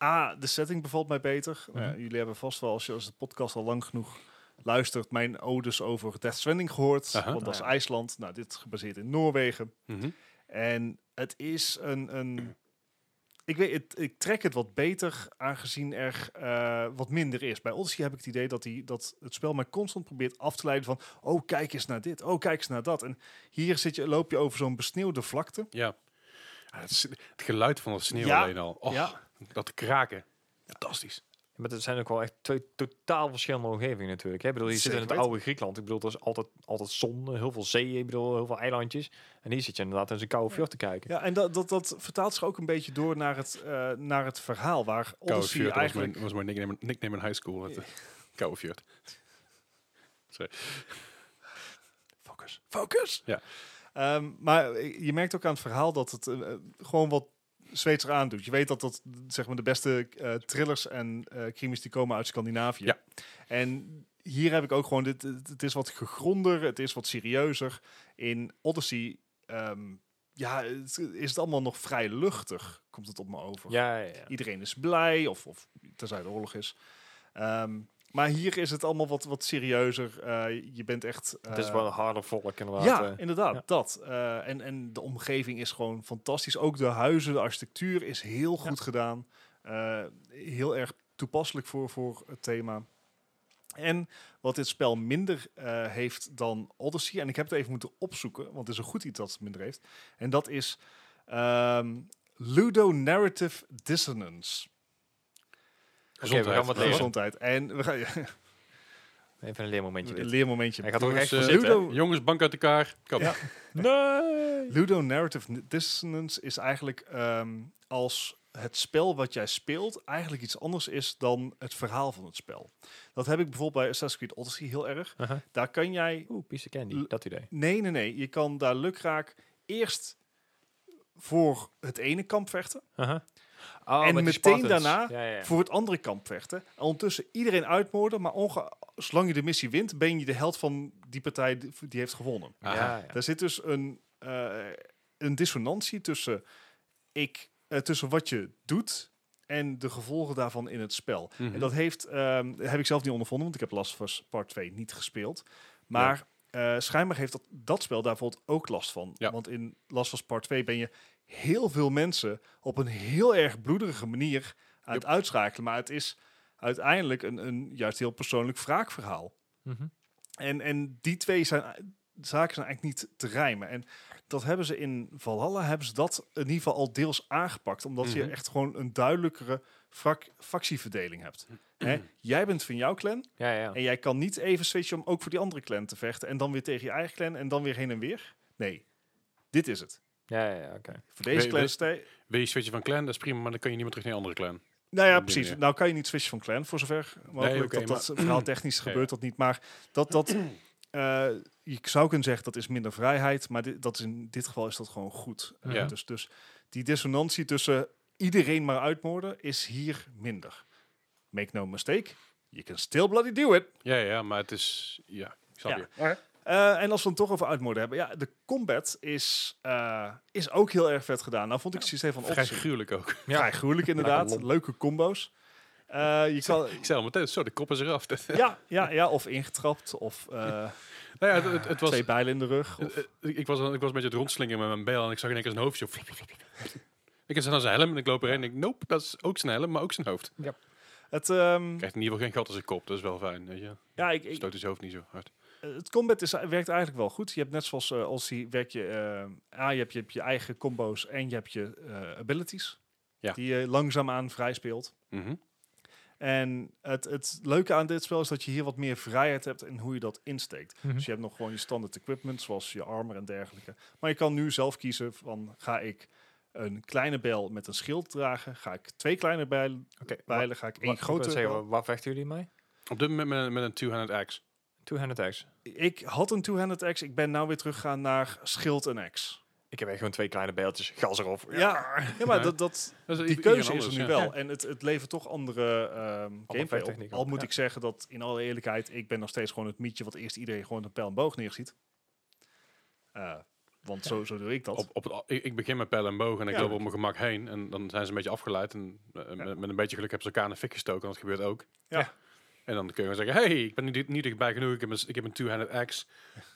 S2: A, de setting bevalt mij beter. Eh,
S3: Mhm.
S2: jullie hebben vast wel, als je als de podcast al lang genoeg luistert, mijn odes over Death Stranding gehoord.
S1: Aha.
S2: Want dat is
S3: Ah,
S2: IJsland. Nou, dit is gebaseerd in Noorwegen.
S1: Mhm.
S2: En het is een. een ik, weet, het, ik trek het wat beter, aangezien er eh, wat minder is. Bij Odyssey heb ik het idee dat, die, dat het spel mij constant probeert af te leiden van... oh, kijk eens naar dit, oh, kijk eens naar dat. En hier zit je, loop je over zo'n besneeuwde vlakte.
S1: Ja. Ah, het, is- het geluid van de sneeuw
S2: Ja.
S1: alleen al. Och,
S2: Ja.
S1: Dat kraken. Fantastisch.
S3: Maar het zijn ook wel echt twee totaal verschillende omgevingen natuurlijk. Hè? Ik bedoel, je zit
S2: Zeker
S3: in het
S2: weten.
S3: oude Griekenland. Ik bedoel, er is altijd, altijd zon, heel veel zee, ik bedoel, heel veel eilandjes. En hier zit je inderdaad in zo'n koude fjord te kijken.
S2: Ja, en dat, dat, dat vertaalt zich ook een beetje door naar het, eh, naar het verhaal... waar
S1: Koude
S2: Odyssey
S1: Fjord was
S2: eigenlijk...
S1: mijn, was mijn nickname, nickname in high school. Het, eh, Koude Fjord.
S2: Focus. Focus.
S1: Ja.
S2: Ehm, maar je merkt ook aan het verhaal dat het eh, eh, gewoon wat Zweedser aandoet. Je weet dat dat zeg maar de beste eh, thrillers en eh crimes die komen uit Scandinavië.
S1: Ja.
S2: En hier heb ik ook gewoon dit. Het, het is wat gegronder, het is wat serieuzer. In Odyssey ehm, ja, het- is het allemaal nog vrij luchtig. Komt het op me over?
S3: Ja, ja, ja.
S2: iedereen is blij, of, of tenzij de oorlog is. Ehm, maar hier is het allemaal wat, wat serieuzer. Eh, je bent echt.
S3: het is
S2: eh,
S3: wel een harde volk inderdaad.
S2: ja,
S3: eh.
S2: inderdaad,
S3: ja.
S2: dat. Eh, en, en de omgeving is gewoon fantastisch. Ook de huizen, de architectuur is heel goed gedaan. Eh, heel erg toepasselijk voor, voor het thema. En wat dit spel minder eh, heeft dan Odyssey, en ik heb het even moeten opzoeken, want het is een goed iets dat het minder heeft. En dat is ehm ludonarrative dissonance.
S3: Oké, we gaan
S1: Gezondheid.
S3: wat leren.
S2: Gezondheid. En we gaan
S3: Even een leermomentje
S2: een
S3: dit.
S2: leermomentje.
S3: Hij gaat er ook echt
S1: Jongens,
S3: voor
S1: eh,
S3: zitten.
S2: Ludo-
S1: Jongens, bank uit elkaar. Kom.
S2: Ja.
S3: Nee!
S2: Ludonarrative n- dissonance is eigenlijk ehm, als het spel wat jij speelt eigenlijk iets anders is dan het verhaal van het spel. Dat heb ik bijvoorbeeld bij Assassin's Creed Odyssey heel erg.
S3: Aha.
S2: Daar kan jij...
S3: Uh-huh. Oeh, piece of candy.
S2: L-
S3: Dat idee.
S2: Nee, nee, nee. Je kan daar lukraak eerst voor het ene kamp vechten,
S3: Aha. Oh,
S2: En
S3: met die
S2: meteen
S3: Spartans.
S2: daarna
S3: Ja, ja, ja.
S2: voor het andere kamp vechten. En ondertussen iedereen uitmoorden, maar onge- zolang je de missie wint, ben je de held van die partij die die heeft gewonnen.
S3: Ja,
S1: Aha.
S3: ja.
S2: Daar zit dus een, eh, een dissonantie tussen, ik, eh, tussen wat je doet en de gevolgen daarvan in het spel.
S1: Mhm.
S2: En dat heeft, ehm, heb ik zelf niet ondervonden, want ik heb Last of Us Part 2 niet gespeeld. Maar eh, schijnbaar heeft dat, dat spel daar bijvoorbeeld ook last van.
S1: Ja.
S2: Want in Last of Us Part 2 ben je heel veel mensen op een heel erg bloederige manier aan het uitschakelen. Maar het is uiteindelijk een, een juist heel persoonlijk wraakverhaal.
S3: Mhm.
S2: En, en die twee zijn, zaken zijn eigenlijk niet te rijmen. En dat hebben ze in Valhalla, hebben ze dat in ieder geval al deels aangepakt. Omdat
S1: Mhm.
S2: je echt gewoon een duidelijkere frak- factieverdeling hebt.
S1: Mhm.
S2: Hè? Jij bent van jouw clan
S3: ja, ja.
S2: en jij kan niet even switchen om ook voor die andere clan te vechten. En dan weer tegen je eigen clan en dan weer heen en weer. Nee, dit is het.
S3: Ja, ja, ja, oké.
S2: Voor deze
S1: Nee,
S2: clan...
S1: dit-
S2: stij-
S1: Wil je switchen van clan? Dat is prima, maar dan kan je niet meer terug naar een andere clan.
S2: Nou ja,
S1: die
S2: precies.
S1: manier.
S2: Nou kan je niet switchen van clan, voor zover mogelijk.
S1: oké,
S2: dat dat verhaal technisch gebeurt dat niet. Maar dat, dat eh, je zou kunnen zeggen, dat is minder vrijheid. Maar dit, dat is in dit geval is dat gewoon goed. Eh,
S1: Ja.
S2: dus, dus die dissonantie tussen iedereen maar uitmoorden is hier minder. Make no mistake, you can still bloody do it.
S1: Ja, ja, maar het is... Ja, ik snap
S2: Ja.
S1: je.
S2: Eh, en als we het toch over uitmoorden hebben. Ja, de combat is, eh, is ook heel erg vet gedaan. Nou vond ik het systeem van
S1: Vrij
S2: Odyssey
S1: gruwelijk ook.
S2: vrij gruwelijk inderdaad.
S3: lomp.
S2: Leuke combo's. Eh, je kan,
S1: Ik zei al meteen, zo, de kop is eraf. Dat-
S2: Ja, ja, ja, of ingetrapt, of eh,
S1: nou ja, het, het, het was...
S2: twee bijlen in de rug. Of,
S1: eh, eh, ik, was, aan- ik was een beetje het rondslingen met mijn bijl en ik zag in één keer zijn hoofdje. Flop, flop, flop, flop. Ik heb aan zijn helm en ik loop erheen en ik, nope, dat is ook zijn helm, maar ook zijn hoofd.
S2: het, ehm,
S1: Krijgt in ieder geval geen gat als zijn kop, dat is wel fijn. Weet je?
S2: ja, ik, ik-
S1: Stoot zijn hoofd niet zo hard.
S2: het combat is, werkt eigenlijk wel goed. Je hebt net zoals eh Aussie, werk je, eh, A, je hebt, je hebt je eigen combo's en je hebt je eh, abilities.
S1: Ja.
S2: Die je langzaamaan vrij speelt.
S1: Mhm.
S2: En het, het leuke aan dit spel is dat je hier wat meer vrijheid hebt in hoe je dat insteekt.
S3: Mhm.
S2: Dus je hebt nog gewoon je standaard equipment, zoals je armor en dergelijke. Maar je kan nu zelf kiezen van, ga ik een kleine bijl met een schild dragen? Ga ik twee kleine bijlen?
S3: Oké, wa-
S2: bijlen ga ik
S3: wa-
S2: één
S3: ik wou
S2: grote?
S3: zeggen,
S2: bijl?
S3: wa- waar vechten jullie mee?
S1: Op dit moment met, met een two-handed axe.
S3: Two-handed axe.
S2: Ik had een two-handed axe. Ik ben nou weer teruggegaan naar schild en axe.
S3: Ik heb echt gewoon twee kleine bijltjes. Gas erop.
S2: Ja, ja maar
S1: Ja.
S2: dat, dat,
S1: Dat is
S2: die
S1: i-
S2: keuze
S1: iedereen
S2: is er nu
S1: anders,
S2: wel.
S1: ja.
S2: En het, het levert toch andere ehm gameplay op.
S3: vechtechnieken
S2: Al
S3: op,
S2: moet
S3: ja.
S2: ik zeggen dat, in alle eerlijkheid, ik ben nog steeds gewoon het mietje wat eerst iedereen gewoon een pijl en boog neerziet. Eh, want zo, zo doe ik dat.
S1: Op, op het, al- ik, ik begin met pijl en boog en ik
S2: Ja.
S1: loop op mijn gemak heen. En dan zijn ze een beetje afgeleid. En eh, met, met een beetje geluk hebben ze elkaar in de fik gestoken. en Dat gebeurt ook.
S2: Ja.
S1: En dan kun je zeggen, hey, ik ben nu niet, niet dichtbij genoeg. Ik heb een, s- ik heb een two-handed axe.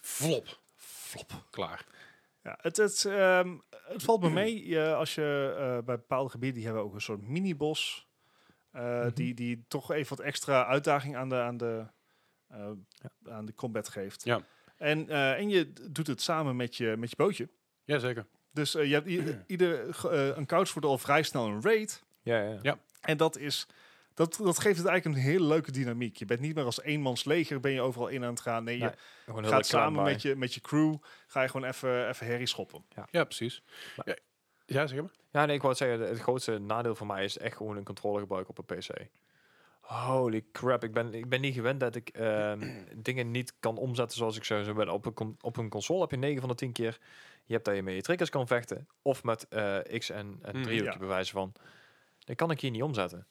S1: Flop. Flop. Klaar.
S2: Ja, het, het, ehm, het valt me mee je- als je eh, bij bepaalde gebieden die hebben ook een soort mini-bos. eh,
S3: Mhm.
S2: die, die toch even wat extra uitdaging aan de, aan de, eh, aan de combat geeft.
S1: Ja.
S2: En, eh, en je d- doet het samen met je, met je bootje.
S1: Jazeker.
S2: Dus eh, je hebt i- ieder, ge- eh, een couch wordt al vrij snel een raid.
S3: Ja, ja.
S2: En dat, is, dat, dat geeft het eigenlijk een hele leuke dynamiek. Je bent niet meer als eenmansleger ben je overal in aan het gaan. Nee, je
S3: Nee, Gewoon heel
S2: gaat
S3: de clan
S2: samen
S3: bij.
S2: met je, met je crew. Ga je gewoon even, even herrie schoppen.
S1: Ja, precies.
S3: Maar-
S1: Ja, ja, zeg maar.
S3: Ja, nee, ik wou zeggen, het grootste nadeel voor mij is echt gewoon een controller gebruiken op een PC. Holy crap, ik ben, ik ben niet gewend dat ik ehm, dingen niet kan omzetten zoals ik zou zou willen. Op een, con- op een console heb je 9 van de 10 keer, je hebt dat je met je triggers kan vechten. Of met eh, X en, en
S1: Mm,
S3: driehoekje
S2: ja.
S3: bewijzen van. Dat kan ik hier niet omzetten.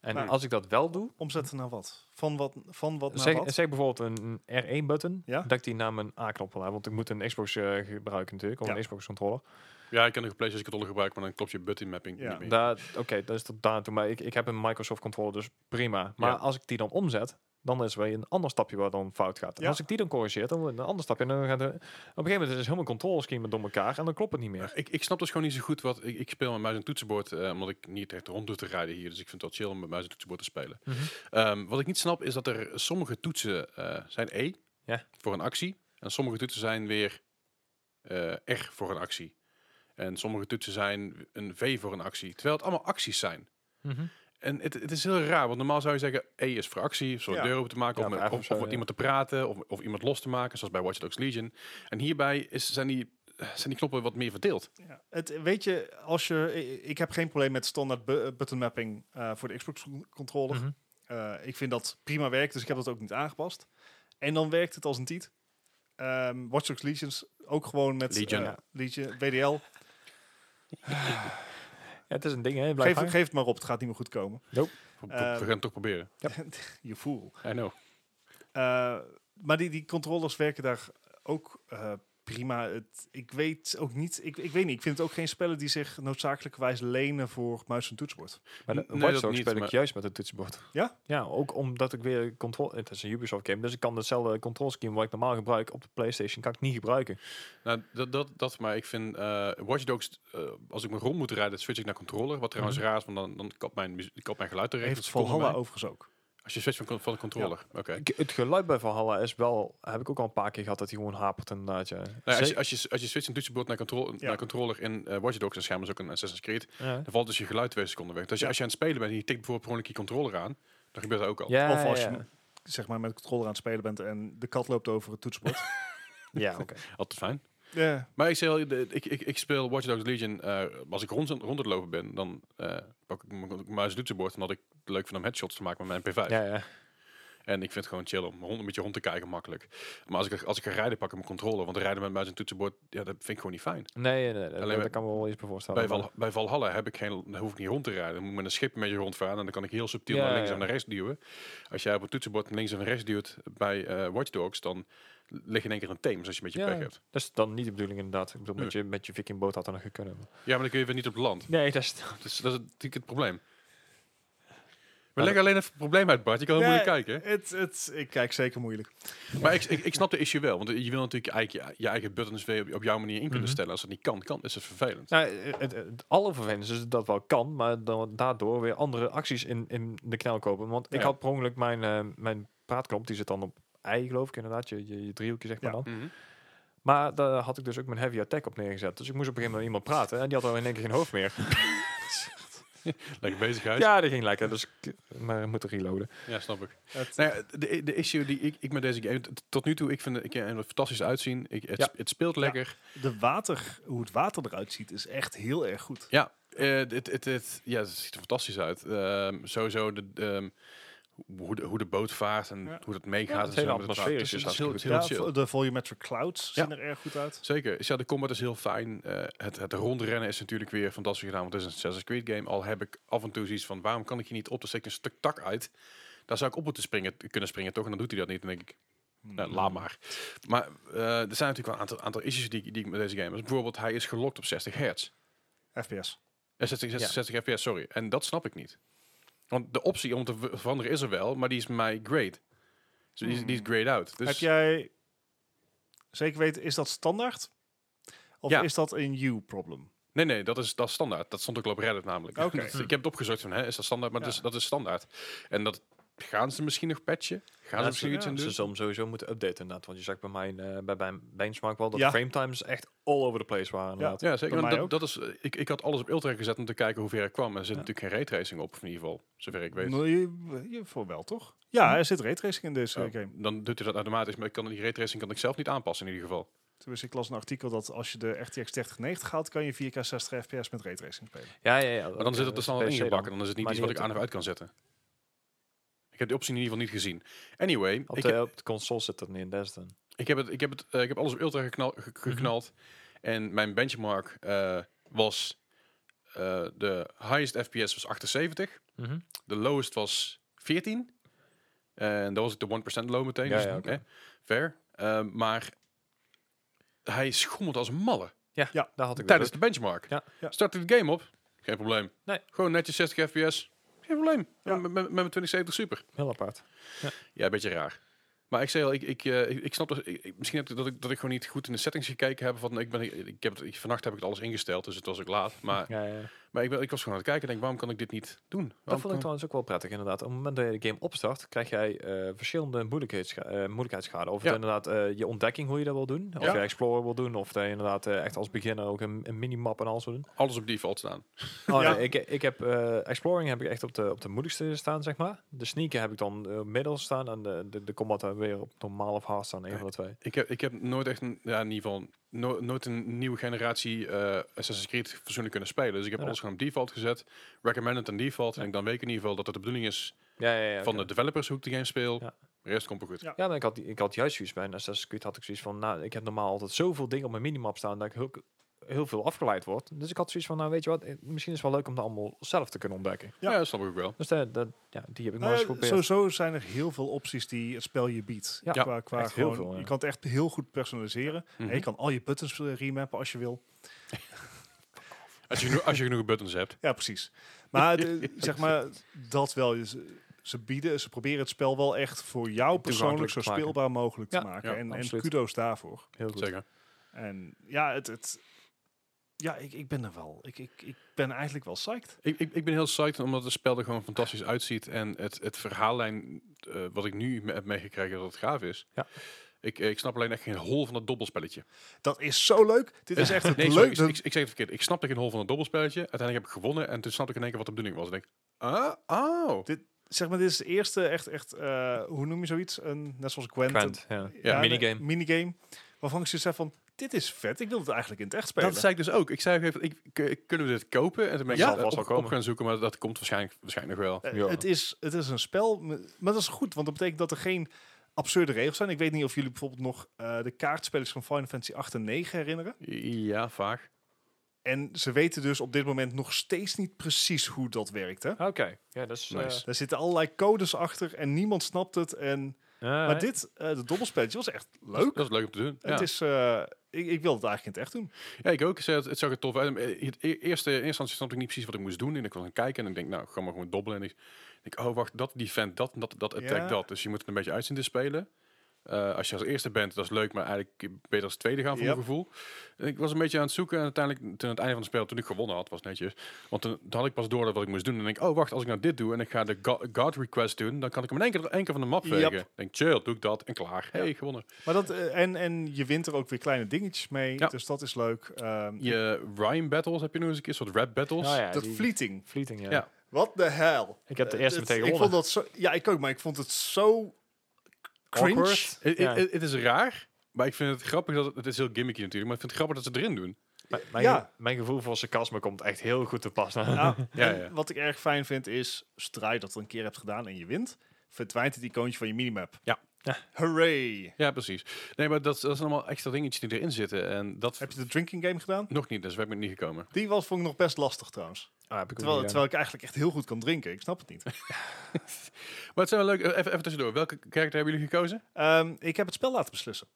S3: En
S2: Nee.
S3: als ik dat wel doe,
S2: Omzetten naar wat? Van wat, van wat naar
S3: zeg, eh,
S2: wat?
S3: zeg bijvoorbeeld een R1-button,
S2: Ja?
S3: dat ik die naar mijn A-knop wil hebben. Want ik moet een Xbox eh, gebruiken natuurlijk, of
S2: Ja.
S3: een Xbox-controller.
S1: Ja, ik kan een PlayStation controller gebruiken, maar dan klopt je button mapping
S2: Ja.
S1: niet meer.
S3: Daar- Oké, dat is tot daar toe. Maar ik, ik heb een Microsoft controller, dus prima. Maar
S1: Ja.
S3: als ik die dan omzet, dan is er weer een ander stapje waar dan fout gaat. En
S2: Ja.
S3: als ik die dan corrigeer, dan wordt het een ander stapje. En dan gaat er, op een gegeven moment is het helemaal control schema door elkaar en dan klopt het niet meer.
S1: Ik, ik snap dus gewoon niet zo goed wat... Ik, ik speel met muis en toetsenbord, eh, omdat ik niet echt rond doe te rijden hier. Dus ik vind het wel chill om met muis en toetsenbord te spelen.
S3: Mhm.
S1: Ehm, wat ik niet snap, is dat er sommige toetsen eh, zijn E
S3: Ja.
S1: voor een actie. En sommige toetsen zijn weer eh, R voor een actie. En sommige toetsen zijn een V voor een actie. Terwijl het allemaal acties zijn. Mhm. En het, het is heel raar, want normaal zou je zeggen... E is voor actie, zo'n
S2: Ja.
S1: deur open te maken...
S3: Ja,
S1: of, met,
S3: vraag
S1: of,
S3: of zo,
S1: of met
S3: ja.
S1: iemand te praten, of, of iemand los te maken... zoals bij Watch Dogs Legion. En hierbij is, zijn, die, eh, zijn die knoppen wat meer verdeeld.
S2: Ja. Het, weet je, als je, i- ik heb geen probleem met standaard bu- button mapping eh, voor de Xbox controller.
S3: Mhm.
S2: Eh, ik vind dat prima werkt, dus ik heb dat ook niet aangepast. En dan werkt het als een tiet. Ehm Watch Dogs Legions ook gewoon met
S1: Legion.
S2: eh, Legion, WDL.
S3: Ja, het is een ding, hè? Blijf
S2: Geef, geef het maar op, het gaat niet meer goed komen.
S1: We, we- we
S2: Ehm.
S1: gaan het toch proberen.
S2: Je voel.
S1: I know.
S2: Eh, maar die, die controllers werken daar ook eh, prima. Het, ik weet ook niet, ik, ik weet niet, ik vind het ook geen spellen die zich noodzakelijkerwijs lenen voor muis en toetsenbord.
S3: Maar de
S1: Nee,
S3: Watch
S1: dat
S3: Dogs
S1: niet,
S3: speel
S1: maar-
S3: ik juist met een toetsenbord.
S2: Ja?
S3: Ja, ook omdat ik weer controle... Het is een Ubisoft game, dus ik kan hetzelfde control scheme wat ik normaal gebruik op de Playstation, kan ik niet gebruiken.
S1: Nou, dat, dat, dat maar ik vind eh Watch Dogs, eh, als ik me rond moet rijden, switch ik naar controller. Wat trouwens
S3: Mhm.
S1: raar is, want dan, dan kapt mijn, muzie- kapt mijn geluid erin.
S2: Heeft
S1: dat
S2: het
S1: stoort me
S2: Valhalla
S1: bij.
S2: overigens ook.
S1: Als je switcht van, con- van de controller. Oké.
S3: Ik- Het geluid bij Valhalla is wel... Heb ik ook al een paar keer gehad dat hij gewoon hapert inderdaad, ja.
S1: Nou, als, je,
S3: Zeker-
S1: als, je, als je switcht van toetsenbord naar, controle
S2: Ja.
S1: naar controller in eh Watch Dogs, en schijnbaar is ook een Assassin's Creed,
S3: ja.
S1: dan valt dus je geluid twee seconden weg. Dus als je,
S2: Ja.
S1: als je aan het spelen bent en je tikt bijvoorbeeld per ongeluk je controller aan, dan gebeurt dat ook al.
S3: Ja,
S2: of als
S3: ja,
S2: je
S3: ja.
S2: zeg maar met de controller aan het spelen bent en de kat loopt over het toetsenbord.
S3: Ja, oké.
S1: Altijd fijn.
S2: ja.
S1: Maar ik, zeg, al, de- ik, ik, ik speel Watch Dogs Legion, eh, als ik rond, rond aan het lopen ben, dan eh, pak ik mijn mijn muis en toetsenbord en had ik het leuk van om headshots te maken met mijn P5.
S3: Ja, ja.
S1: En ik vind het gewoon chill om rond, een beetje rond te kijken, makkelijk. Maar als ik, als ik ga rijden, pak ik mijn controller. Want rijden met muis en toetsenbord, ja, dat vind ik gewoon niet fijn.
S3: Nee, nee, nee,
S1: bij-
S3: dat kan me wel iets bij voorstellen.
S1: Bij,
S3: maar-
S1: Val, bij Valhalla heb ik geen, dan hoef ik niet rond te rijden. Dan moet ik met een schip een beetje rondvaren. En dan kan ik heel subtiel
S3: Ja,
S1: naar links
S3: ja.
S1: en naar rechts duwen. Als jij op een toetsenbord naar links en naar rechts duwt bij eh Watch Dogs, dan lig je in één keer een Theems als je met je
S3: Ja.
S1: pech hebt.
S3: Dat is dan niet de bedoeling inderdaad. Ik bedoel, met je, met je vikingboot had dat nog gekund.
S1: Ja, maar dan kun je weer niet op het land.
S3: Nee, dat is...
S1: Dus dat is natuurlijk het probleem. We leggen alleen even het probleem uit, Bart. Je kan heel
S2: Nee,
S1: moeilijk kijken.
S2: Het, het, ik kijk zeker moeilijk.
S1: Maar ik, ik, ik snap de issue wel. Want je wil natuurlijk je eigen, je eigen buttons weer op, op jouw manier in kunnen
S3: Mhm.
S1: stellen. Als dat niet kan, kan is het vervelend.
S3: Nou, het, het, het allervervelendste is dat het wel kan, maar dan, daardoor weer andere acties in, in de knel kopen. Want ik
S1: Ja.
S3: had per ongeluk mijn, eh, mijn praatknop, die zit dan op I, geloof ik inderdaad, je, je, je driehoekje zeg maar
S2: Ja.
S3: dan.
S1: Mhm.
S3: Maar daar had ik dus ook mijn heavy attack op neergezet. Dus ik moest op een gegeven moment met iemand praten en die had al in één keer geen hoofd meer.
S1: Lekker bezig uit. Ja.
S3: Ja, dat ging lekker. Dus ik- maar we moeten reloaden.
S1: snap ik.
S2: Het-
S1: Nou ja, de, de issue die ik, ik met deze game... t- Tot nu toe, ik vind het, ik, ken er fantastisch uitzien. Ik, het,
S3: Ja.
S1: het speelt lekker.
S2: de water, hoe het water eruit ziet, is echt heel erg goed.
S1: Ja, eh, dit, het, het, ja, het ziet er fantastisch uit. Ehm, sowieso de, ehm, hoe, de, hoe de boot vaart en
S2: Ja.
S1: hoe dat
S3: Ja,
S1: meegaat. en
S3: het hele
S1: zo met het
S3: atmosfeer
S1: water.
S3: is
S1: Dus
S3: dus
S1: het heel,
S2: Ja,
S1: heel chill.
S2: vo- de volumetric clouds
S1: Ja.
S2: zien er erg goed uit.
S1: Zeker. Ja, de combat is heel fijn. Eh, het, het rondrennen is natuurlijk weer fantastisch gedaan, want het is een Assassin's Creed game. Al heb ik af en toe zoiets van, waarom kan ik je niet op? te steek een stuk tak uit. Daar zou ik op moeten springen, kunnen springen toch? En dan doet hij dat niet. Dan denk ik,
S2: Hmm.
S1: nou,
S2: Mm-hmm.
S1: laat maar. Maar eh, er zijn natuurlijk wel een aantal, aantal issues die, ik- die ik met deze game... Dus bijvoorbeeld, hij is gelokt op 60 hertz.
S2: FPS.
S1: Eh, 60, 60,
S3: Ja.
S1: 60 fps, sorry. En dat snap ik niet. Want de optie om te ver- veranderen is er wel, maar die is mij grade. Dus die, is, die is grade out. Dus
S2: Heb jij, zeker weten, is dat standaard? Of
S1: Ja.
S2: is dat een you-problem?
S1: Nee, nee, dat is, dat is standaard. Dat stond ook al op Reddit namelijk.
S2: Oké.
S1: Dat- ik heb het opgezocht van, hè, is dat standaard? Maar dat,
S2: Ja.
S1: is, dat is standaard. En dat gaan ze misschien nog patchen? Gaan ze
S3: Ja,
S1: misschien
S2: ze-
S1: iets
S2: ja,
S1: aan
S3: Ze
S1: doen?
S3: zullen hem sowieso moeten updaten inderdaad. Want je zag bij mijn, eh, bij mijn benchmark wel dat
S2: Ja.
S3: frame times echt all over the place waren inderdaad.
S1: Ja, zeker.
S2: Bij
S1: want
S2: mij
S1: dat, dat is, eh, ik, ik had alles op ultra gezet om te kijken hoe ver ik kwam. En er zit
S2: Ja.
S1: natuurlijk geen raytracing op, of in ieder geval, zover ik weet.
S2: Nou, je- je- Voor wel, toch? Ja, er zit raytracing in deze
S1: Oh,
S2: game.
S1: dan doet hij dat automatisch, maar ik kan die raytracing kan ik zelf niet aanpassen in ieder geval.
S2: Dus ik las een artikel dat als je de RTX 3090 haalt, kan je 4K 60 fps met raytracing spelen.
S3: Ja, ja, ja.
S1: Maar dan zit het dus er standaard ingebakken. Dan is het niet
S3: Maar
S1: iets
S3: niet
S1: wat ik aan
S3: op
S1: of
S3: de-
S1: uit kan zetten. Ik heb die optie in ieder geval niet gezien. Anyway,
S3: Op
S1: ik,
S3: de, op de console zit dat niet in des dan.
S1: ik, heb, het, ik, heb, het, eh, ik heb alles op ultra geknal- ge-
S3: Mhm.
S1: geknald. En mijn benchmark eh, was... eh, de highest FPS was 78. De lowest was 14. En dat was ik de 1% low meteen.
S3: Ja,
S1: dus,
S3: ja, oké.
S1: eh, fair. Eh, maar hij schommelt als een malle.
S3: Ja,
S2: Ja,
S3: daar had ik
S1: Tijdens
S3: dus
S1: de benchmark.
S3: Ja.
S2: Ja.
S1: Start de game op. Geen probleem.
S3: Nee.
S1: Gewoon netjes 60 fps. Geen probleem.
S2: Ja.
S1: Met, met, met mijn 2070 super.
S3: ook. heel apart.
S1: Ja, een beetje raar. Maar ik zei al, ik, ik, eh, ik, ik snap dat, ik- ik- misschien heb ik, dat, ik, dat ik gewoon niet goed in de settings gekeken heb. Van, ik ben, ik heb het, ik- vannacht heb ik het alles ingesteld, dus het was ook laat. Maar,
S3: Ja, ja.
S1: maar ik, ben, ik was gewoon aan het kijken en denk, waarom kan ik dit niet doen?
S3: Dat
S1: Waarom
S3: vond ik
S1: kan-
S3: trouwens ook wel prettig inderdaad. Op het moment dat je de game opstart, krijg jij eh, verschillende moeilijkheidsgra- eh, moeilijkheidsgraden. Of
S1: Ja.
S3: het inderdaad eh, je ontdekking hoe je dat wil doen. Of
S1: Ja.
S3: je explorer wil doen. Of dat je inderdaad eh, echt als beginner ook een, een minimap en alles wil doen.
S1: alles op default staan.
S3: Oh,
S2: Ja.
S3: nee, ik, ik heb eh, exploring heb ik echt op de, op de moeilijkste staan, zeg maar. De sneaken heb ik dan eh, middel staan. En de, de, de combat heb ik weer op normaal of hard staan. Een van de twee.
S1: Ik heb, ik heb nooit echt, een, ja, in ieder geval, no- nooit een nieuwe generatie eh Assassin's Creed verzoenlijk kunnen spelen. Dus ik heb
S3: Ja.
S1: alles gewoon op default gezet. Recommended en default. En ik dan weet ik in ieder geval dat het de bedoeling is
S3: Ja, ja, ja.
S1: van
S3: oké.
S1: de developers hoe ik de game speel.
S3: Ja.
S1: De rest komt wel goed.
S2: Ja.
S3: Ja, maar ik had, ik had juist zoiets bij een Assassin's Creed. Had ik zoiets van, nou, ik heb normaal altijd zoveel dingen op mijn minimap staan dat ik heel, heel veel afgeleid word. Dus ik had zoiets van, nou, weet je wat, eh, misschien is het wel leuk om dat allemaal zelf te kunnen ontdekken.
S1: Ja,
S2: Ja.
S1: dat snap ik ook wel.
S3: Dus eh, dat, ja, die heb ik maar
S2: Nou
S3: eens
S2: ja,
S3: geprobeerd.
S2: sowieso zijn er heel veel opties die het spel je biedt.
S3: Ja.
S2: qua, qua
S3: echt heel
S2: gewoon-
S3: veel, ja.
S2: Je kan het echt heel goed personaliseren.
S1: Mhm.
S2: En je kan al je buttons eh, remappen als je wil.
S1: Als, je genoeg, als je genoeg buttons hebt.
S2: Ja, precies. Maar de- zeg maar, dat wel. Je- Ze, ze bieden, ze proberen het spel wel echt voor jou persoonlijk zo
S3: te maken.
S2: speelbaar mogelijk
S3: Ja,
S2: te maken.
S1: ja,
S2: en, en
S3: absoluut.
S2: kudo's daarvoor.
S3: Heel goed.
S1: Zeker.
S2: En ja, het... het ja, ik, ik ben er wel. Ik, ik, ik ben eigenlijk wel psyched.
S1: Ik, ik, ik ben heel psyched omdat het spel er gewoon fantastisch uitziet. En het, het verhaallijn, eh, wat ik nu me- heb meegekregen, dat het gaaf is.
S3: Ja.
S1: Ik, eh, ik snap alleen echt geen hol van dat dobbelspelletje.
S2: Dat is zo leuk. Dit is echt het
S1: Nee, sorry,
S2: leuk.
S1: ik, ik, ik zeg het verkeerd. Ik snapte geen hol van dat dobbelspelletje. Uiteindelijk heb ik gewonnen en toen snapte ik in één keer wat de bedoeling was. Ik denk, ah, oh.
S2: Zeg maar, dit is de eerste echt, echt eh, hoe noem je zoiets? Een, net zoals Gwent. een-
S3: Quent, ja.
S1: Ja,
S2: een
S3: minigame.
S2: Minigame. Waarvan ik zoiets heb van, dit is vet. Ik wil het eigenlijk in het echt spelen.
S1: Dat zei ik dus ook. Ik zei ook even, ik, k- kunnen we dit kopen? En toen ben ik
S3: Ja.
S1: zelf
S3: Zal vast
S1: op,
S3: wel
S1: op
S3: komen.
S1: gaan zoeken, maar dat komt waarschijnlijk, waarschijnlijk nog wel.
S2: Eh,
S3: Ja.
S2: het, is, het is een spel, m- maar dat is goed, want dat betekent dat er geen absurde regels zijn. Ik weet niet of jullie bijvoorbeeld nog eh, de kaartspelers van Final Fantasy 8 en 9 herinneren.
S1: Ja, vaag.
S2: En ze weten dus op dit moment nog steeds niet precies hoe dat werkt. Hè?
S3: Oké, ja, dat is... eh,
S1: Nice.
S2: Daar zitten allerlei codes achter en niemand snapt het. En,
S3: eh,
S2: maar dit, eh de dobbelspelletje, was echt leuk.
S1: Dat is leuk om te doen. Ja.
S2: Het is, eh, ik, ik wil het eigenlijk in het echt doen.
S1: Ja, ik ook. Het, het zag er tof uit. Eh, Het, e- eerste, in eerste instantie snapte ik niet precies wat ik moest doen. En ik was aan het kijken en ik denk, nou, ga maar gewoon dobbelen. En ik denk, oh, wacht, dat, die vent, dat, dat, dat, attack,
S2: Ja.
S1: dat. Dus je moet het een beetje uitzien te spelen. Eh, als je als eerste bent, dat is leuk, maar eigenlijk beter als tweede gaan voor
S2: Yep.
S1: mijn gevoel. En ik was een beetje aan het zoeken en uiteindelijk, ten het einde van het spel, toen ik gewonnen had, was netjes. Want toen, toen had ik pas door dat wat ik moest doen. En dan denk ik, oh wacht, als ik nou dit doe en ik ga de go- God request doen, dan kan ik hem in één keer, één keer van de map
S2: Yep.
S1: vegen. Ik Denk, chill, doe ik dat en klaar. Hey, gewonnen.
S2: Maar dat, eh, en, en je wint er ook weer kleine dingetjes mee,
S1: Ja.
S2: dus dat is leuk. Ehm,
S1: Je rhyme battles heb je nog eens een keer, soort rap battles.
S3: Nou ja,
S2: dat
S3: die
S2: fleeting.
S3: fleeting, ja.
S1: Ja.
S2: What the hell?
S3: Ik heb de
S2: Eh,
S3: eerste
S2: dat-
S3: meteen
S2: ik vond
S3: gewonnen.
S2: dat zo, Ja, ik ook, maar ik vond het zo cringe.
S3: Awkward.
S1: Het,
S3: Ja.
S1: het- het is raar, maar ik vind het grappig dat het, het is heel gimmicky natuurlijk, maar ik vind het grappig dat ze erin doen.
S3: M- Mijn,
S2: Ja.
S3: mijn gevoel voor sarcasme komt echt heel goed te pas. na.
S2: Ja,
S1: Ja,
S2: en
S1: ja.
S2: Wat ik erg fijn vind is, zodra je dat een keer hebt gedaan en je wint, verdwijnt het icoontje van je minimap.
S1: Ja.
S3: Ja.
S2: Hooray!
S1: Ja, precies. Nee, maar dat, dat zijn allemaal extra dingetjes die erin zitten. En dat
S2: Heb je de drinking game gedaan?
S1: nog niet, dus we hebben niet gekomen.
S2: Die was, vond ik nog best lastig trouwens.
S3: Ah, heb ik
S2: Terwijl,
S3: ook niet gedaan.
S2: terwijl ik eigenlijk echt heel goed kan drinken. Ik snap het niet.
S1: Maar het zijn wel leuk. eh, Even, even tussendoor. Welke karakter hebben jullie gekozen?
S2: Ehm, ik heb het spel laten beslissen.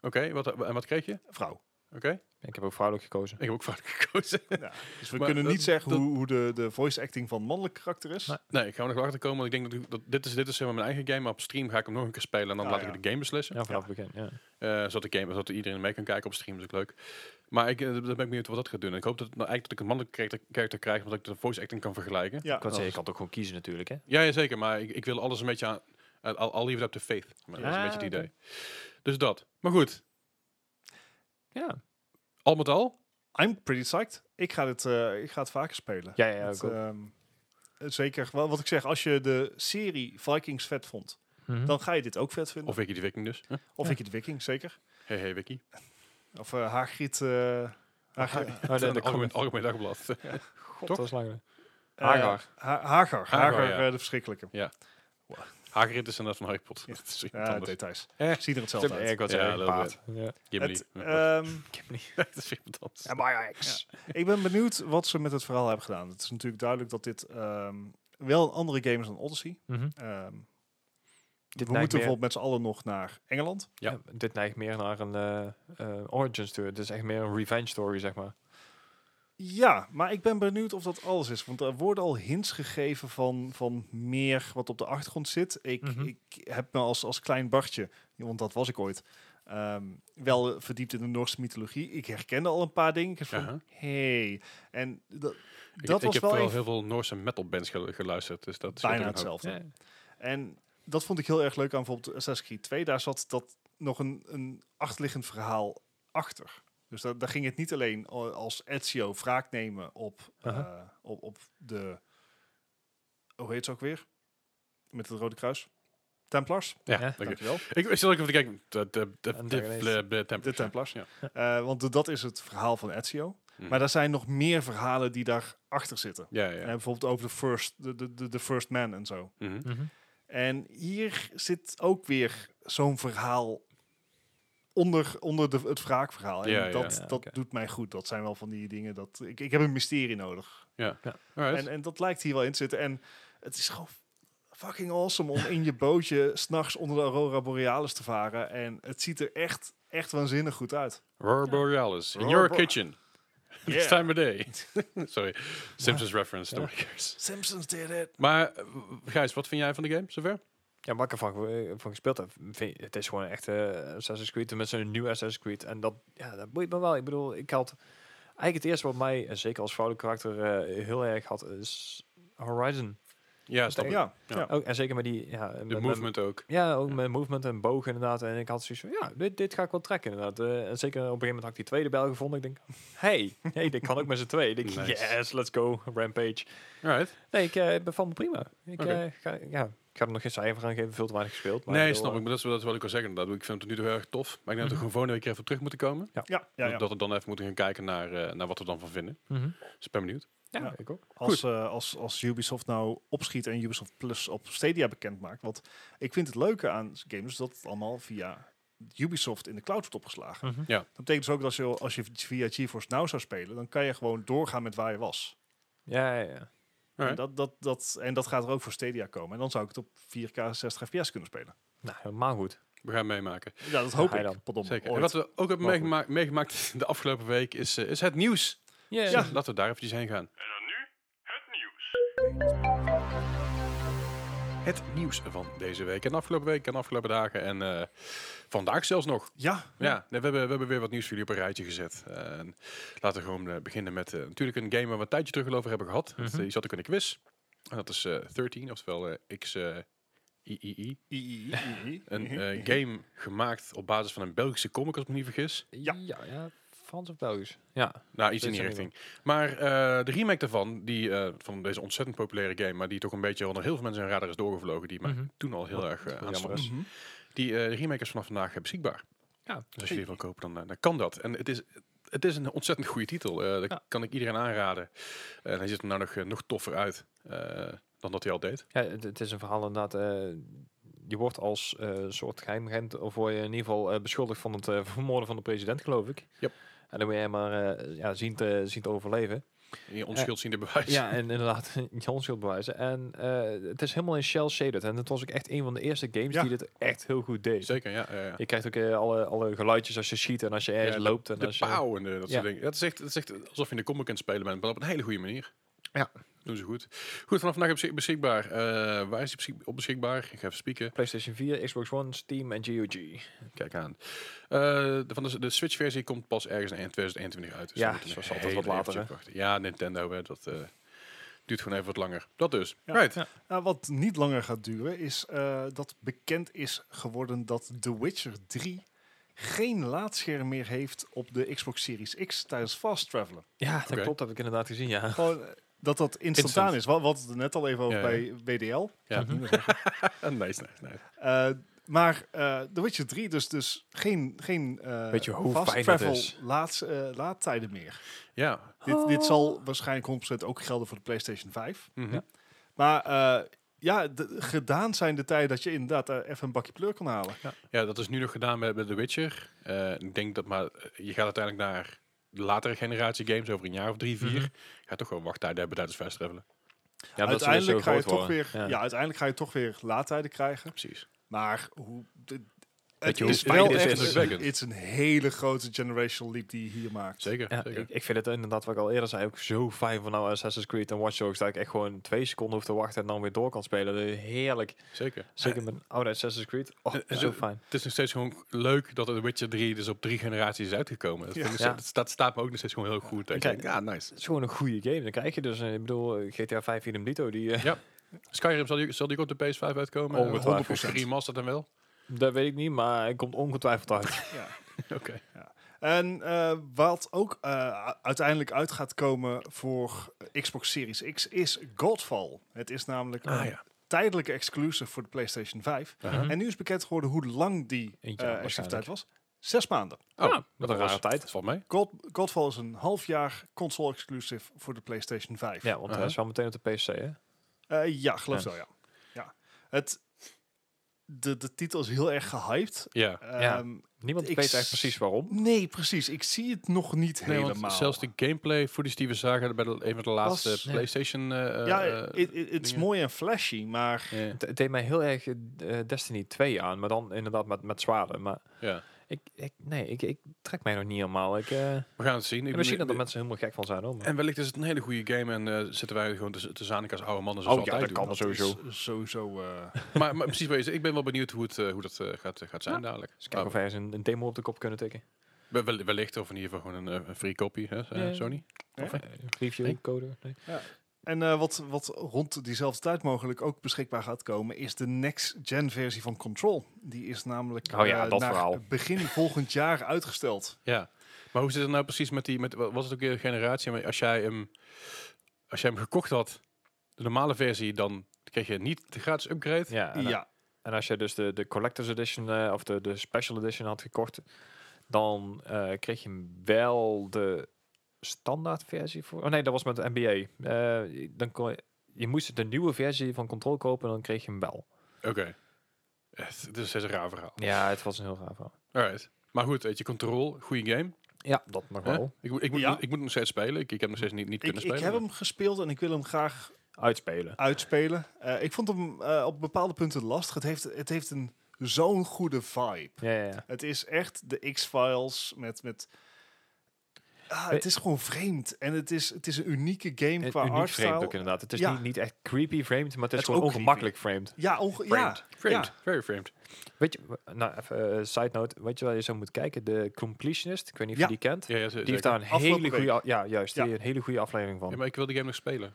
S1: Oké, wat, en wat kreeg je?
S2: Vrouw.
S1: Oké,
S3: Ik heb ook vrouwelijk gekozen.
S1: ik heb ook fout gekozen.
S2: Dus we
S1: Maar
S2: kunnen niet
S1: dat-
S2: zeggen
S1: dat-
S2: hoe, hoe de, de voice acting van mannelijk karakter is.
S3: Nee.
S1: nee, ik ga er nog wel achter komen. Want ik denk dat, ik- dat dit is, dit is helemaal mijn eigen game. Maar op stream ga ik hem nog een keer spelen. En dan
S2: Ah,
S1: laat
S2: ja.
S1: ik de game beslissen.
S3: Ja, vanaf het begin. Ja.
S1: Eh, zodat, de game, zodat iedereen mee kan kijken op stream. Dat is ook leuk. Maar ik eh, dan ben ik benieuwd wat dat gaat doen. En ik hoop dat, nou, eigenlijk dat ik een mannelijke karakter- karakter krijg. Omdat ik de voice acting kan vergelijken.
S2: Ja.
S3: Ik kan zeggen, je kan het ook gewoon kiezen natuurlijk, hè?
S1: Ja, ja, zeker. Maar ik, ik wil alles een beetje aan... Al, al, al leave it up to faith. Maar dat is een
S3: Ah,
S1: beetje het
S3: oké.
S1: idee. Dus dat. Maar goed.
S3: Ja.
S1: Al met al.
S2: I'm pretty psyched. Ik ga, dit, eh, ik ga het vaker spelen.
S3: Ja, ja,
S2: Het,
S3: ook.
S2: ehm, eh, zeker. Wa- Wat ik zeg, als je de serie Vikings vet vond,
S3: eh, Mhm.
S2: dan ga je dit ook vet vinden.
S1: Of Wiki de Viking dus. Huh?
S2: Of
S3: Hm? Ja.
S2: ik het Viking, zeker.
S1: Hey, hey, Wiki.
S2: Nou, Of eh Hagrid. eh Hagar.
S3: Oh,
S1: De,
S3: de,
S1: de algemeen, algemeen dagblad.
S3: God,
S2: toch?
S3: dat is langer.
S2: eh,
S3: Hagar.
S2: Ha- Hagar.
S1: Hagar,
S2: Hagar,
S1: ja.
S2: eh, de verschrikkelijke.
S1: Hagrid is inderdaad van Harry Potter.
S2: Ja.
S1: Dat is iets
S2: Ja,
S1: anders.
S2: details.
S1: Eh.
S2: Ziet er hetzelfde uit.
S3: ik was
S1: Ja,
S3: ja,
S1: a
S3: een
S1: little
S3: paard. Ja.
S1: Gimli.
S2: Het,
S1: Ja,
S2: ehm,
S1: dat is weer wat anders.
S3: En my ex.
S2: ik ben benieuwd wat ze met het verhaal hebben gedaan. Het is natuurlijk duidelijk dat dit ehm, wel een andere game is dan Odyssey.
S3: Mhm.
S2: Ehm,
S3: Dit
S2: we moeten
S3: neigt meer,
S2: bijvoorbeeld met z'n allen nog naar Engeland.
S1: Ja.
S3: ja, dit neigt meer naar een eh, eh, origin story. Dit is echt meer een revenge story, zeg maar.
S2: Ja, maar ik ben benieuwd of dat alles is. Want er worden al hints gegeven van, van meer wat op de achtergrond zit. Ik,
S3: Mhm.
S2: ik heb me als, als klein bartje, want dat was ik ooit, ehm, wel verdiept in de Noorse mythologie. Ik herkende al een paar dingen. Ik dacht van,
S1: Aha.
S2: hey. En dat,
S1: Ik,
S2: dat
S1: ik
S2: was
S1: heb
S2: wel
S1: wel
S2: even
S1: heel veel Noorse metal bands gelu- geluisterd. Dus dat scheelt
S2: bijna
S1: ook een hoop.
S2: hetzelfde.
S3: Ja.
S2: En dat vond ik heel erg leuk aan bijvoorbeeld Assassin's Creed 2. Daar zat dat nog een, een achterliggend verhaal achter. Dus daar, daar ging het niet alleen o- als Ezio wraak nemen op,
S3: Aha.
S2: eh, op, op de... Hoe heet ze ook weer? Met het Rode Kruis. Templars,
S1: Ja,
S3: Ja.
S1: dank je.
S2: dankjewel.
S1: Ik zit ook even te kijken. De, de, de, de,
S3: Een
S1: de,
S3: Dragon's.
S1: de, de
S2: De
S1: Templars.
S2: Templars.
S1: Ja.
S2: Eh, want dat is het verhaal van Ezio.
S1: Mhm.
S2: Maar daar zijn nog meer verhalen die daarachter zitten.
S1: Ja, ja.
S2: Eh,
S1: ja.
S2: bijvoorbeeld over de first, de, de, de, de first Man en zo.
S1: Mhm.
S3: Mhm.
S2: En hier zit ook weer zo'n verhaal onder, onder de, het wraakverhaal. En
S1: Ja, ja.
S2: dat,
S3: Ja,
S2: dat
S3: oké.
S2: doet mij goed. Dat zijn wel van die dingen. Dat, ik, ik heb een mysterie nodig.
S1: Alright.
S2: En, en dat lijkt hier wel in te zitten. En het is gewoon fucking awesome om in je bootje s'nachts onder de Aurora Borealis te varen. En het ziet er echt, echt waanzinnig goed uit.
S1: Aurora Borealis. In
S2: Aurora
S1: your
S2: Bo-
S1: kitchen. It's
S2: Yeah.
S1: time of day. Sorry. Simpsons reference.
S3: Ja.
S1: nobody cares.
S2: Simpsons did it.
S1: Maar eh, Gijs, wat vind jij van de game zover?
S3: Ja, wat ik ervan ge- eh, van gespeeld heb, vind, het is gewoon echt eh Assassin's Creed, met zo'n nieuw Assassin's Creed. En dat, ja, dat boeit me wel. Ik bedoel, ik had eigenlijk het eerste wat mij, eh, zeker als vrouwelijk karakter, eh, heel erg had, is Horizon.
S1: Ja, snap ik.
S2: Ja,
S1: Ja.
S2: ja.
S3: Ook, en zeker met die... Ja, met-
S1: De
S3: met-
S1: movement ook.
S3: Ja, ook
S1: Ja.
S3: met movement en boog inderdaad. En ik had zoiets van, ja, dit, dit ga ik wel trekken inderdaad. Eh, en zeker op een gegeven moment had ik die tweede bel gevonden. Ik denk, hey, hey dit kan ook met z'n tweeën. Ik denk,
S1: Nice.
S3: yes, let's go, rampage.
S1: Alright.
S3: Nee, ik eh, beval me prima. Ik,
S1: Oké.
S3: eh, ga, ja, ik ga er nog geen cijfer aan geven, veel te weinig gespeeld. Maar
S1: Nee,
S3: bedoel,
S1: snap ik.
S3: eh,
S1: Maar dat is, dat is wat ik wil zeggen. inderdaad. Ik vind het nu heel erg tof. Maar ik denk dat we gewoon een keer even op terug moeten komen.
S2: Mhm. ja, ja, ja.
S1: Dat we dan even moeten gaan kijken naar, eh, naar wat we dan van vinden.
S3: mhm.
S1: Dus ik ben benieuwd.
S3: Ja,
S2: Ja.
S3: ik ook.
S2: Als, eh, als, als Ubisoft nou opschiet en Ubisoft Plus op Stadia bekend maakt. Want ik vind het leuke aan games dat het allemaal via Ubisoft in de cloud wordt opgeslagen.
S3: Mhm.
S2: Dat betekent dus ook dat je, als je via GeForce Now zou spelen, dan kan je gewoon doorgaan met waar je was.
S3: Ja, ja, ja.
S2: En
S1: Alright.
S2: dat, dat, dat, en dat gaat er ook voor Stadia komen. En dan zou ik het op 4K 60 fps kunnen spelen.
S3: Nou, helemaal goed.
S1: We gaan meemaken.
S2: Ja, dat hoop
S3: Ja,
S2: ik.
S3: dan.
S2: Pardon,
S1: Zeker. En
S2: ooit.
S1: wat we ook hebben
S3: Maar goed.
S1: meegemaakt, meegemaakt de afgelopen week is, eh, is het nieuws.
S3: Yeah.
S1: Ja. Laten we daar eventjes heen gaan.
S4: En dan nu het nieuws.
S1: het nieuws van deze week. En afgelopen week en afgelopen dagen. En eh, vandaag zelfs nog.
S2: Ja,
S1: Ja, nee, we, hebben, we hebben weer wat nieuws voor jullie op een rijtje gezet. Eh, en laten we gewoon eh, beginnen met eh, natuurlijk een game waar we een tijdje terug al over hebben gehad.
S3: Mhm.
S1: Dat, eh, die zat ook in de quiz. En dat is eh 13, oftewel eh X... eh, III.
S2: I- I- I- I-
S1: Een
S3: Mhm.
S2: I-
S1: eh,
S2: I-
S1: game gemaakt op basis van een Belgische comic, als ik me niet vergis.
S2: Ja.
S3: ja, ja, Frans of Belgisch? Ja.
S1: Nou, iets in
S3: Dit
S1: die
S3: is
S1: richting. Maar eh, de remake daarvan, die, eh, van deze ontzettend populaire game, maar die toch een beetje onder heel veel mensen hun radar is doorgevlogen, die maar
S3: Mhm.
S1: toen al heel
S3: Wat
S1: erg eh
S3: wel
S1: aanstond.
S3: jammer is.
S2: Mhm.
S1: Die eh, remake is vanaf vandaag eh, beschikbaar.
S3: Ja,
S1: Dus als je die wil kopen, dan, eh, dan kan dat. En het is, het is een ontzettend goede titel. eh dat
S3: Ja.
S1: kan ik iedereen aanraden. en hij ziet er nou nog, eh, nog toffer uit eh, dan dat hij al deed.
S3: Ja, het, het is een verhaal inderdaad. eh, je wordt als eh, soort geheimagent, of word je in ieder geval eh, beschuldigd van het eh, vermoorden van de president, geloof ik.
S1: Yep.
S3: En dan moet jij maar eh, ja, zien, te, zien te overleven.
S1: In je onschuld ziende bewijs.
S3: Ja, eh, en inderdaad, je onschuld bewijzen. En eh, het is helemaal in Shell Shaded. En dat was ook echt een van de eerste games
S2: Ja.
S3: die dit echt heel goed deed.
S1: Zeker, ja. ja, ja.
S3: Je krijgt ook eh, alle, alle geluidjes als je schiet en als je ergens
S1: Ja, de-
S3: loopt. En
S1: de
S3: als je,
S1: pauw en de- dat
S3: Ja.
S1: soort dingen. Dat is, echt, dat is echt alsof je in de comic aan het spelen bent, maar op een hele goede manier.
S3: Ja.
S1: Doen ze goed. Goed, vanaf vandaag beschik- beschikbaar. Eh, waar is die beschik- op beschikbaar? Ik ga even spieken.
S3: PlayStation 4, Xbox One, Steam en GOG.
S1: Kijk aan. Eh, de, van de, de Switch versie komt pas ergens in eind 2021 uit. Dus
S3: Ja,
S1: we moeten
S3: dat
S1: nog
S3: is altijd
S1: heel
S3: wat later,
S1: eventjes
S3: hè?
S1: wachten. Ja, Nintendo, hè, dat eh, duurt gewoon even wat langer. Dat dus.
S2: Ja.
S1: Right.
S3: Ja.
S2: Nou, wat niet langer gaat duren is eh, dat bekend is geworden dat The Witcher 3 geen laadscherm meer heeft op de Xbox Series X tijdens fast travelen.
S3: Ja, dat
S1: Oké.
S3: klopt, dat heb ik inderdaad gezien, ja.
S2: Gewoon eh, dat dat
S1: Instant.
S2: instantaan is. Wat, wat we net al even over
S1: Ja,
S2: bij WDL.
S1: Ja.
S3: Mhm.
S2: Niet meer zeggen.
S1: nice, nice, nice.
S2: Eh, maar eh The Witcher 3 dus, dus geen, geen eh,
S3: Weet je hoe
S2: fast
S3: fijn dat
S2: travel
S3: is?
S2: laads, eh, laadtijden meer.
S1: Ja.
S2: Dit, dit zal waarschijnlijk 100% ook gelden voor de PlayStation 5.
S1: Mhm.
S3: Ja.
S2: Maar eh, ja, de- gedaan zijn de tijden dat je inderdaad eh, even een bakje pleur kon halen.
S1: Ja, dat is nu nog gedaan met, met The Witcher. Eh, ik denk dat maar, eh, je gaat uiteindelijk naar de latere generatie games over een jaar of drie, vier.
S3: Mhm.
S1: Gaat toch gewoon wachttijd hebben tijdens fast travelen.
S3: ja omdat ze dus zo
S2: uiteindelijk, ga je
S3: groot
S2: toch
S3: worden.
S2: weer, ja. uiteindelijk ga je toch weer laadtijden krijgen.
S1: Precies.
S2: Maar hoe... de- het
S3: Weet je hoe
S2: is
S3: fijn
S2: wel
S3: dit is?
S2: echt een,
S1: Indrukwekkend.
S2: het is een hele grote generational leap die je hier maakt.
S1: Zeker,
S3: Ja,
S1: zeker.
S3: ik, ik vind het inderdaad, wat ik al eerder zei, ook zo fijn van nou Assassin's Creed en Watch Dogs, dat ik echt gewoon twee seconden hoef te wachten en dan weer door kan spelen. Dat is Heerlijk.
S1: zeker.
S3: Zeker met een oude Assassin's Creed. Oh,
S1: Eh, eh,
S3: zo
S1: eh,
S3: fijn.
S1: Het is nog steeds gewoon leuk dat The Witcher 3 dus op drie generaties is uitgekomen. Dat,
S2: Ja.
S1: vind ik
S3: Ja.
S1: zo- dat staat, staat me ook nog steeds gewoon heel goed. Ik
S3: Kijk,
S1: denk, ja, nice.
S3: Het is gewoon een goede game. Dan kijk je dus, eh, ik bedoel, eh, GTA 5 in Dito, die, eh,
S1: Skyrim, zal die, zal die ook op de PS5
S2: Oh,
S1: uitkomen?
S3: Ongetwijfeld.
S1: 100%. Remastered dan wel?
S3: dat weet ik niet, maar hij komt ongetwijfeld uit.
S2: Ja.
S1: Oké.
S2: En eh, wat ook eh, u- uiteindelijk uit gaat komen voor Xbox Series X is Godfall. Het is namelijk
S1: Ah
S2: een
S1: ja.
S2: tijdelijke exclusive voor de PlayStation 5.
S1: Aha.
S2: En nu is bekend geworden hoe lang die
S3: Een
S2: eh
S3: Mhm. jaar
S2: exclusiviteit
S3: waarschijnlijk.
S2: was. Zes maanden.
S1: Oh,
S3: Ja, wat een
S1: was-
S3: rare tijd.
S1: Dat valt mee.
S2: God, Godfall is een half jaar console exclusive voor de PlayStation 5.
S3: Ja, want
S1: Aha.
S3: hij is wel meteen op de PC, hè?
S2: Eh, ja geloof
S3: Ja.
S2: zo, ja. ja. Het, de, de titel is heel erg gehyped.
S1: Ja.
S3: Ja.
S2: Ehm,
S3: Niemand
S2: Ik
S3: weet echt
S2: s-
S3: precies waarom.
S2: Nee, precies. Ik zie het nog niet
S1: Nee, want
S2: helemaal.
S1: zelfs de gameplay footage die we zagen bij de, een van de laatste
S3: Was- ja.
S1: PlayStation... eh,
S2: ja,
S1: eh,
S2: het- het- het is
S1: dingen.
S2: mooi en flashy, maar
S1: ja.
S3: Het, het deed mij heel erg eh, Destiny 2 aan, maar dan inderdaad met, met zwaarden. Maar
S1: ja.
S3: ik, ik, nee, ik, ik trek mij nog niet helemaal. Ik, eh,
S1: We gaan het zien. Ik
S3: En misschien
S1: bedoel-
S3: dat er mensen helemaal gek van zijn, hoor. maar-
S1: En wellicht is het een hele goede game en eh, zitten wij gewoon te, te zaniken als oude mannen
S3: Oh
S1: zoals
S3: ja,
S1: we altijd
S3: dat kan
S1: doen.
S3: er sowieso.
S2: is sowieso eh,
S1: Maar, maar precies, wat je zegt, ik ben wel benieuwd hoe, het, eh, hoe dat eh, gaat, gaat zijn
S3: Ja.
S1: dadelijk.
S3: Dus kijken of wij eens een, een demo op de kop kunnen tikken.
S1: We- wel- Wellicht, of in ieder geval gewoon een, eh, een free copy, hè, eh,
S3: Ja.
S1: Sony?
S2: Ja.
S3: Of Eh, een review
S1: Nee.
S3: code. Nee.
S2: En eh, wat, wat rond diezelfde tijd mogelijk ook beschikbaar gaat komen, is de next-gen versie van Control. Die is namelijk
S3: Oh ja,
S2: eh,
S3: dat
S2: naar
S3: verhaal.
S2: begin volgend jaar uitgesteld.
S1: Ja. Maar hoe zit het nou precies met die... Met, wa- was het ook een generatie? Maar als jij hem, als jij hem gekocht had, de normale versie, dan kreeg je niet de gratis upgrade.
S3: Ja, en, eh,
S2: ja,
S3: en als je dus de, de Collector's Edition eh, of de, de Special Edition had gekocht, dan eh, kreeg je hem wel de standaard versie voor. Oh nee, dat was met de NBA. Eh, dan kon je, je moest de nieuwe versie van Control kopen en dan kreeg je hem wel.
S1: Oké. Echt, dit is een raar verhaal.
S3: Ja, het was een heel raar verhaal.
S1: Alright. Maar goed, weet je, Control, goede game.
S3: Ja, dat nog
S1: hè?
S3: wel.
S1: Ik, moet- ik, moet,
S2: Ja.
S1: ik moet hem nog steeds spelen. Ik, ik heb nog steeds niet, niet
S2: ik,
S1: kunnen
S2: ik
S1: spelen.
S2: heb hem gespeeld en ik wil hem graag
S3: Uitspelen.
S2: uitspelen. Eh, ik vond hem eh, op bepaalde punten lastig. Het heeft, het heeft een zo'n goede vibe.
S3: Ja, ja, ja.
S2: Het is echt de X-Files met... met eh, ah, het is gewoon vreemd. En het is, het is een unieke game
S3: Een
S2: qua
S3: uniek framed
S2: artstyle.
S3: ook inderdaad. Het is
S2: Ja.
S3: niet, niet echt creepy framed, maar het
S2: Het
S3: is
S2: is
S3: gewoon
S2: ook creepy.
S3: ongemakkelijk framed.
S2: Ja, onge- ja,
S3: Framed.
S1: Framed, very framed.
S3: Weet je, w- nou even eh, side note, weet je waar je zo moet kijken? De Completionist, ik weet niet of
S2: Ja.
S3: je die kent.
S1: Ja, ja, ze-
S3: Die heeft
S1: zeker.
S3: daar een
S2: Afgelopen
S3: hele goede, ja juist, die
S2: Ja.
S3: een hele goede aflevering van.
S1: Ja,
S3: Ja,
S1: maar ik wil die game nog spelen.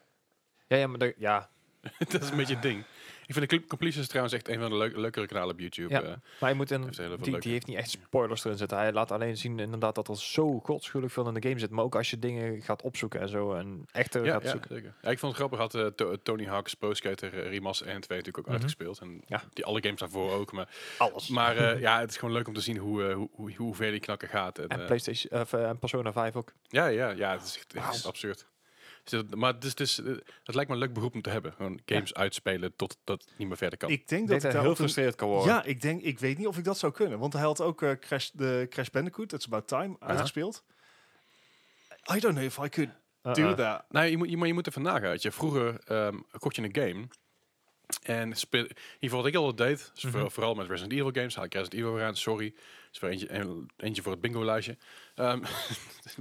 S3: ja, maar de- ja,
S1: dat is een beetje het ding. Ik vind de Club Completions trouwens echt een van de leuk- leukere kanalen op YouTube.
S3: Ja.
S1: eh.
S3: Maar je moet in,
S1: Heeft heel veel
S3: die,
S1: leuke-
S3: die heeft niet echt spoilers erin zitten. Hij laat alleen zien inderdaad dat er zo godschuwelijk veel in de game zit. Maar ook als je dingen gaat opzoeken en zo. En echte
S1: Ja,
S3: gaat
S1: ja,
S3: zoeken.
S1: zeker. Ja, ik vond het grappig, had eh, To- Tony Hawk's Pro Skater eh, Remaster en 2 natuurlijk ook
S3: Mhm.
S1: uitgespeeld. En
S3: Ja.
S1: die alle games daarvoor ook. Maar,
S3: Alles.
S1: maar eh, ja, het is gewoon leuk om te zien hoe, eh, hoe, hoe, hoe ver die knakker gaat. En,
S3: en
S1: eh,
S3: PlayStation of, eh, en Persona 5 ook.
S1: ja, ja, ja, het is echt, echt
S3: Wauw.
S1: absurd. Dus dat- maar het, is, het, is, eh, het lijkt me een leuk beroep om te hebben. Gewoon games uitspelen totdat het niet meer verder kan.
S2: Ik denk
S3: Ik
S2: dat
S3: denk
S2: ik
S3: dat
S2: daar
S3: hij
S2: heel
S3: heel
S2: veel
S3: frustreerd kan worden.
S2: Ja, ik denk, ik weet niet of ik dat zou kunnen. Want hij had ook eh, Crash, de Crash Bandicoot, That's About Time, uitgespeeld. I don't know if I could
S3: Uh-uh.
S2: do that.
S1: Nou, je moet, je, maar je moet er nagaan. Weet je. Vroeger ehm, kocht je een game. En speel, in ieder geval wat ik altijd deed, dus voor-
S3: Mhm.
S1: vooral met Resident Evil games, haal ik Resident Evil weer aan, sorry. Dus voor eentje, een- eentje voor het bingo-lijstje. Ehm,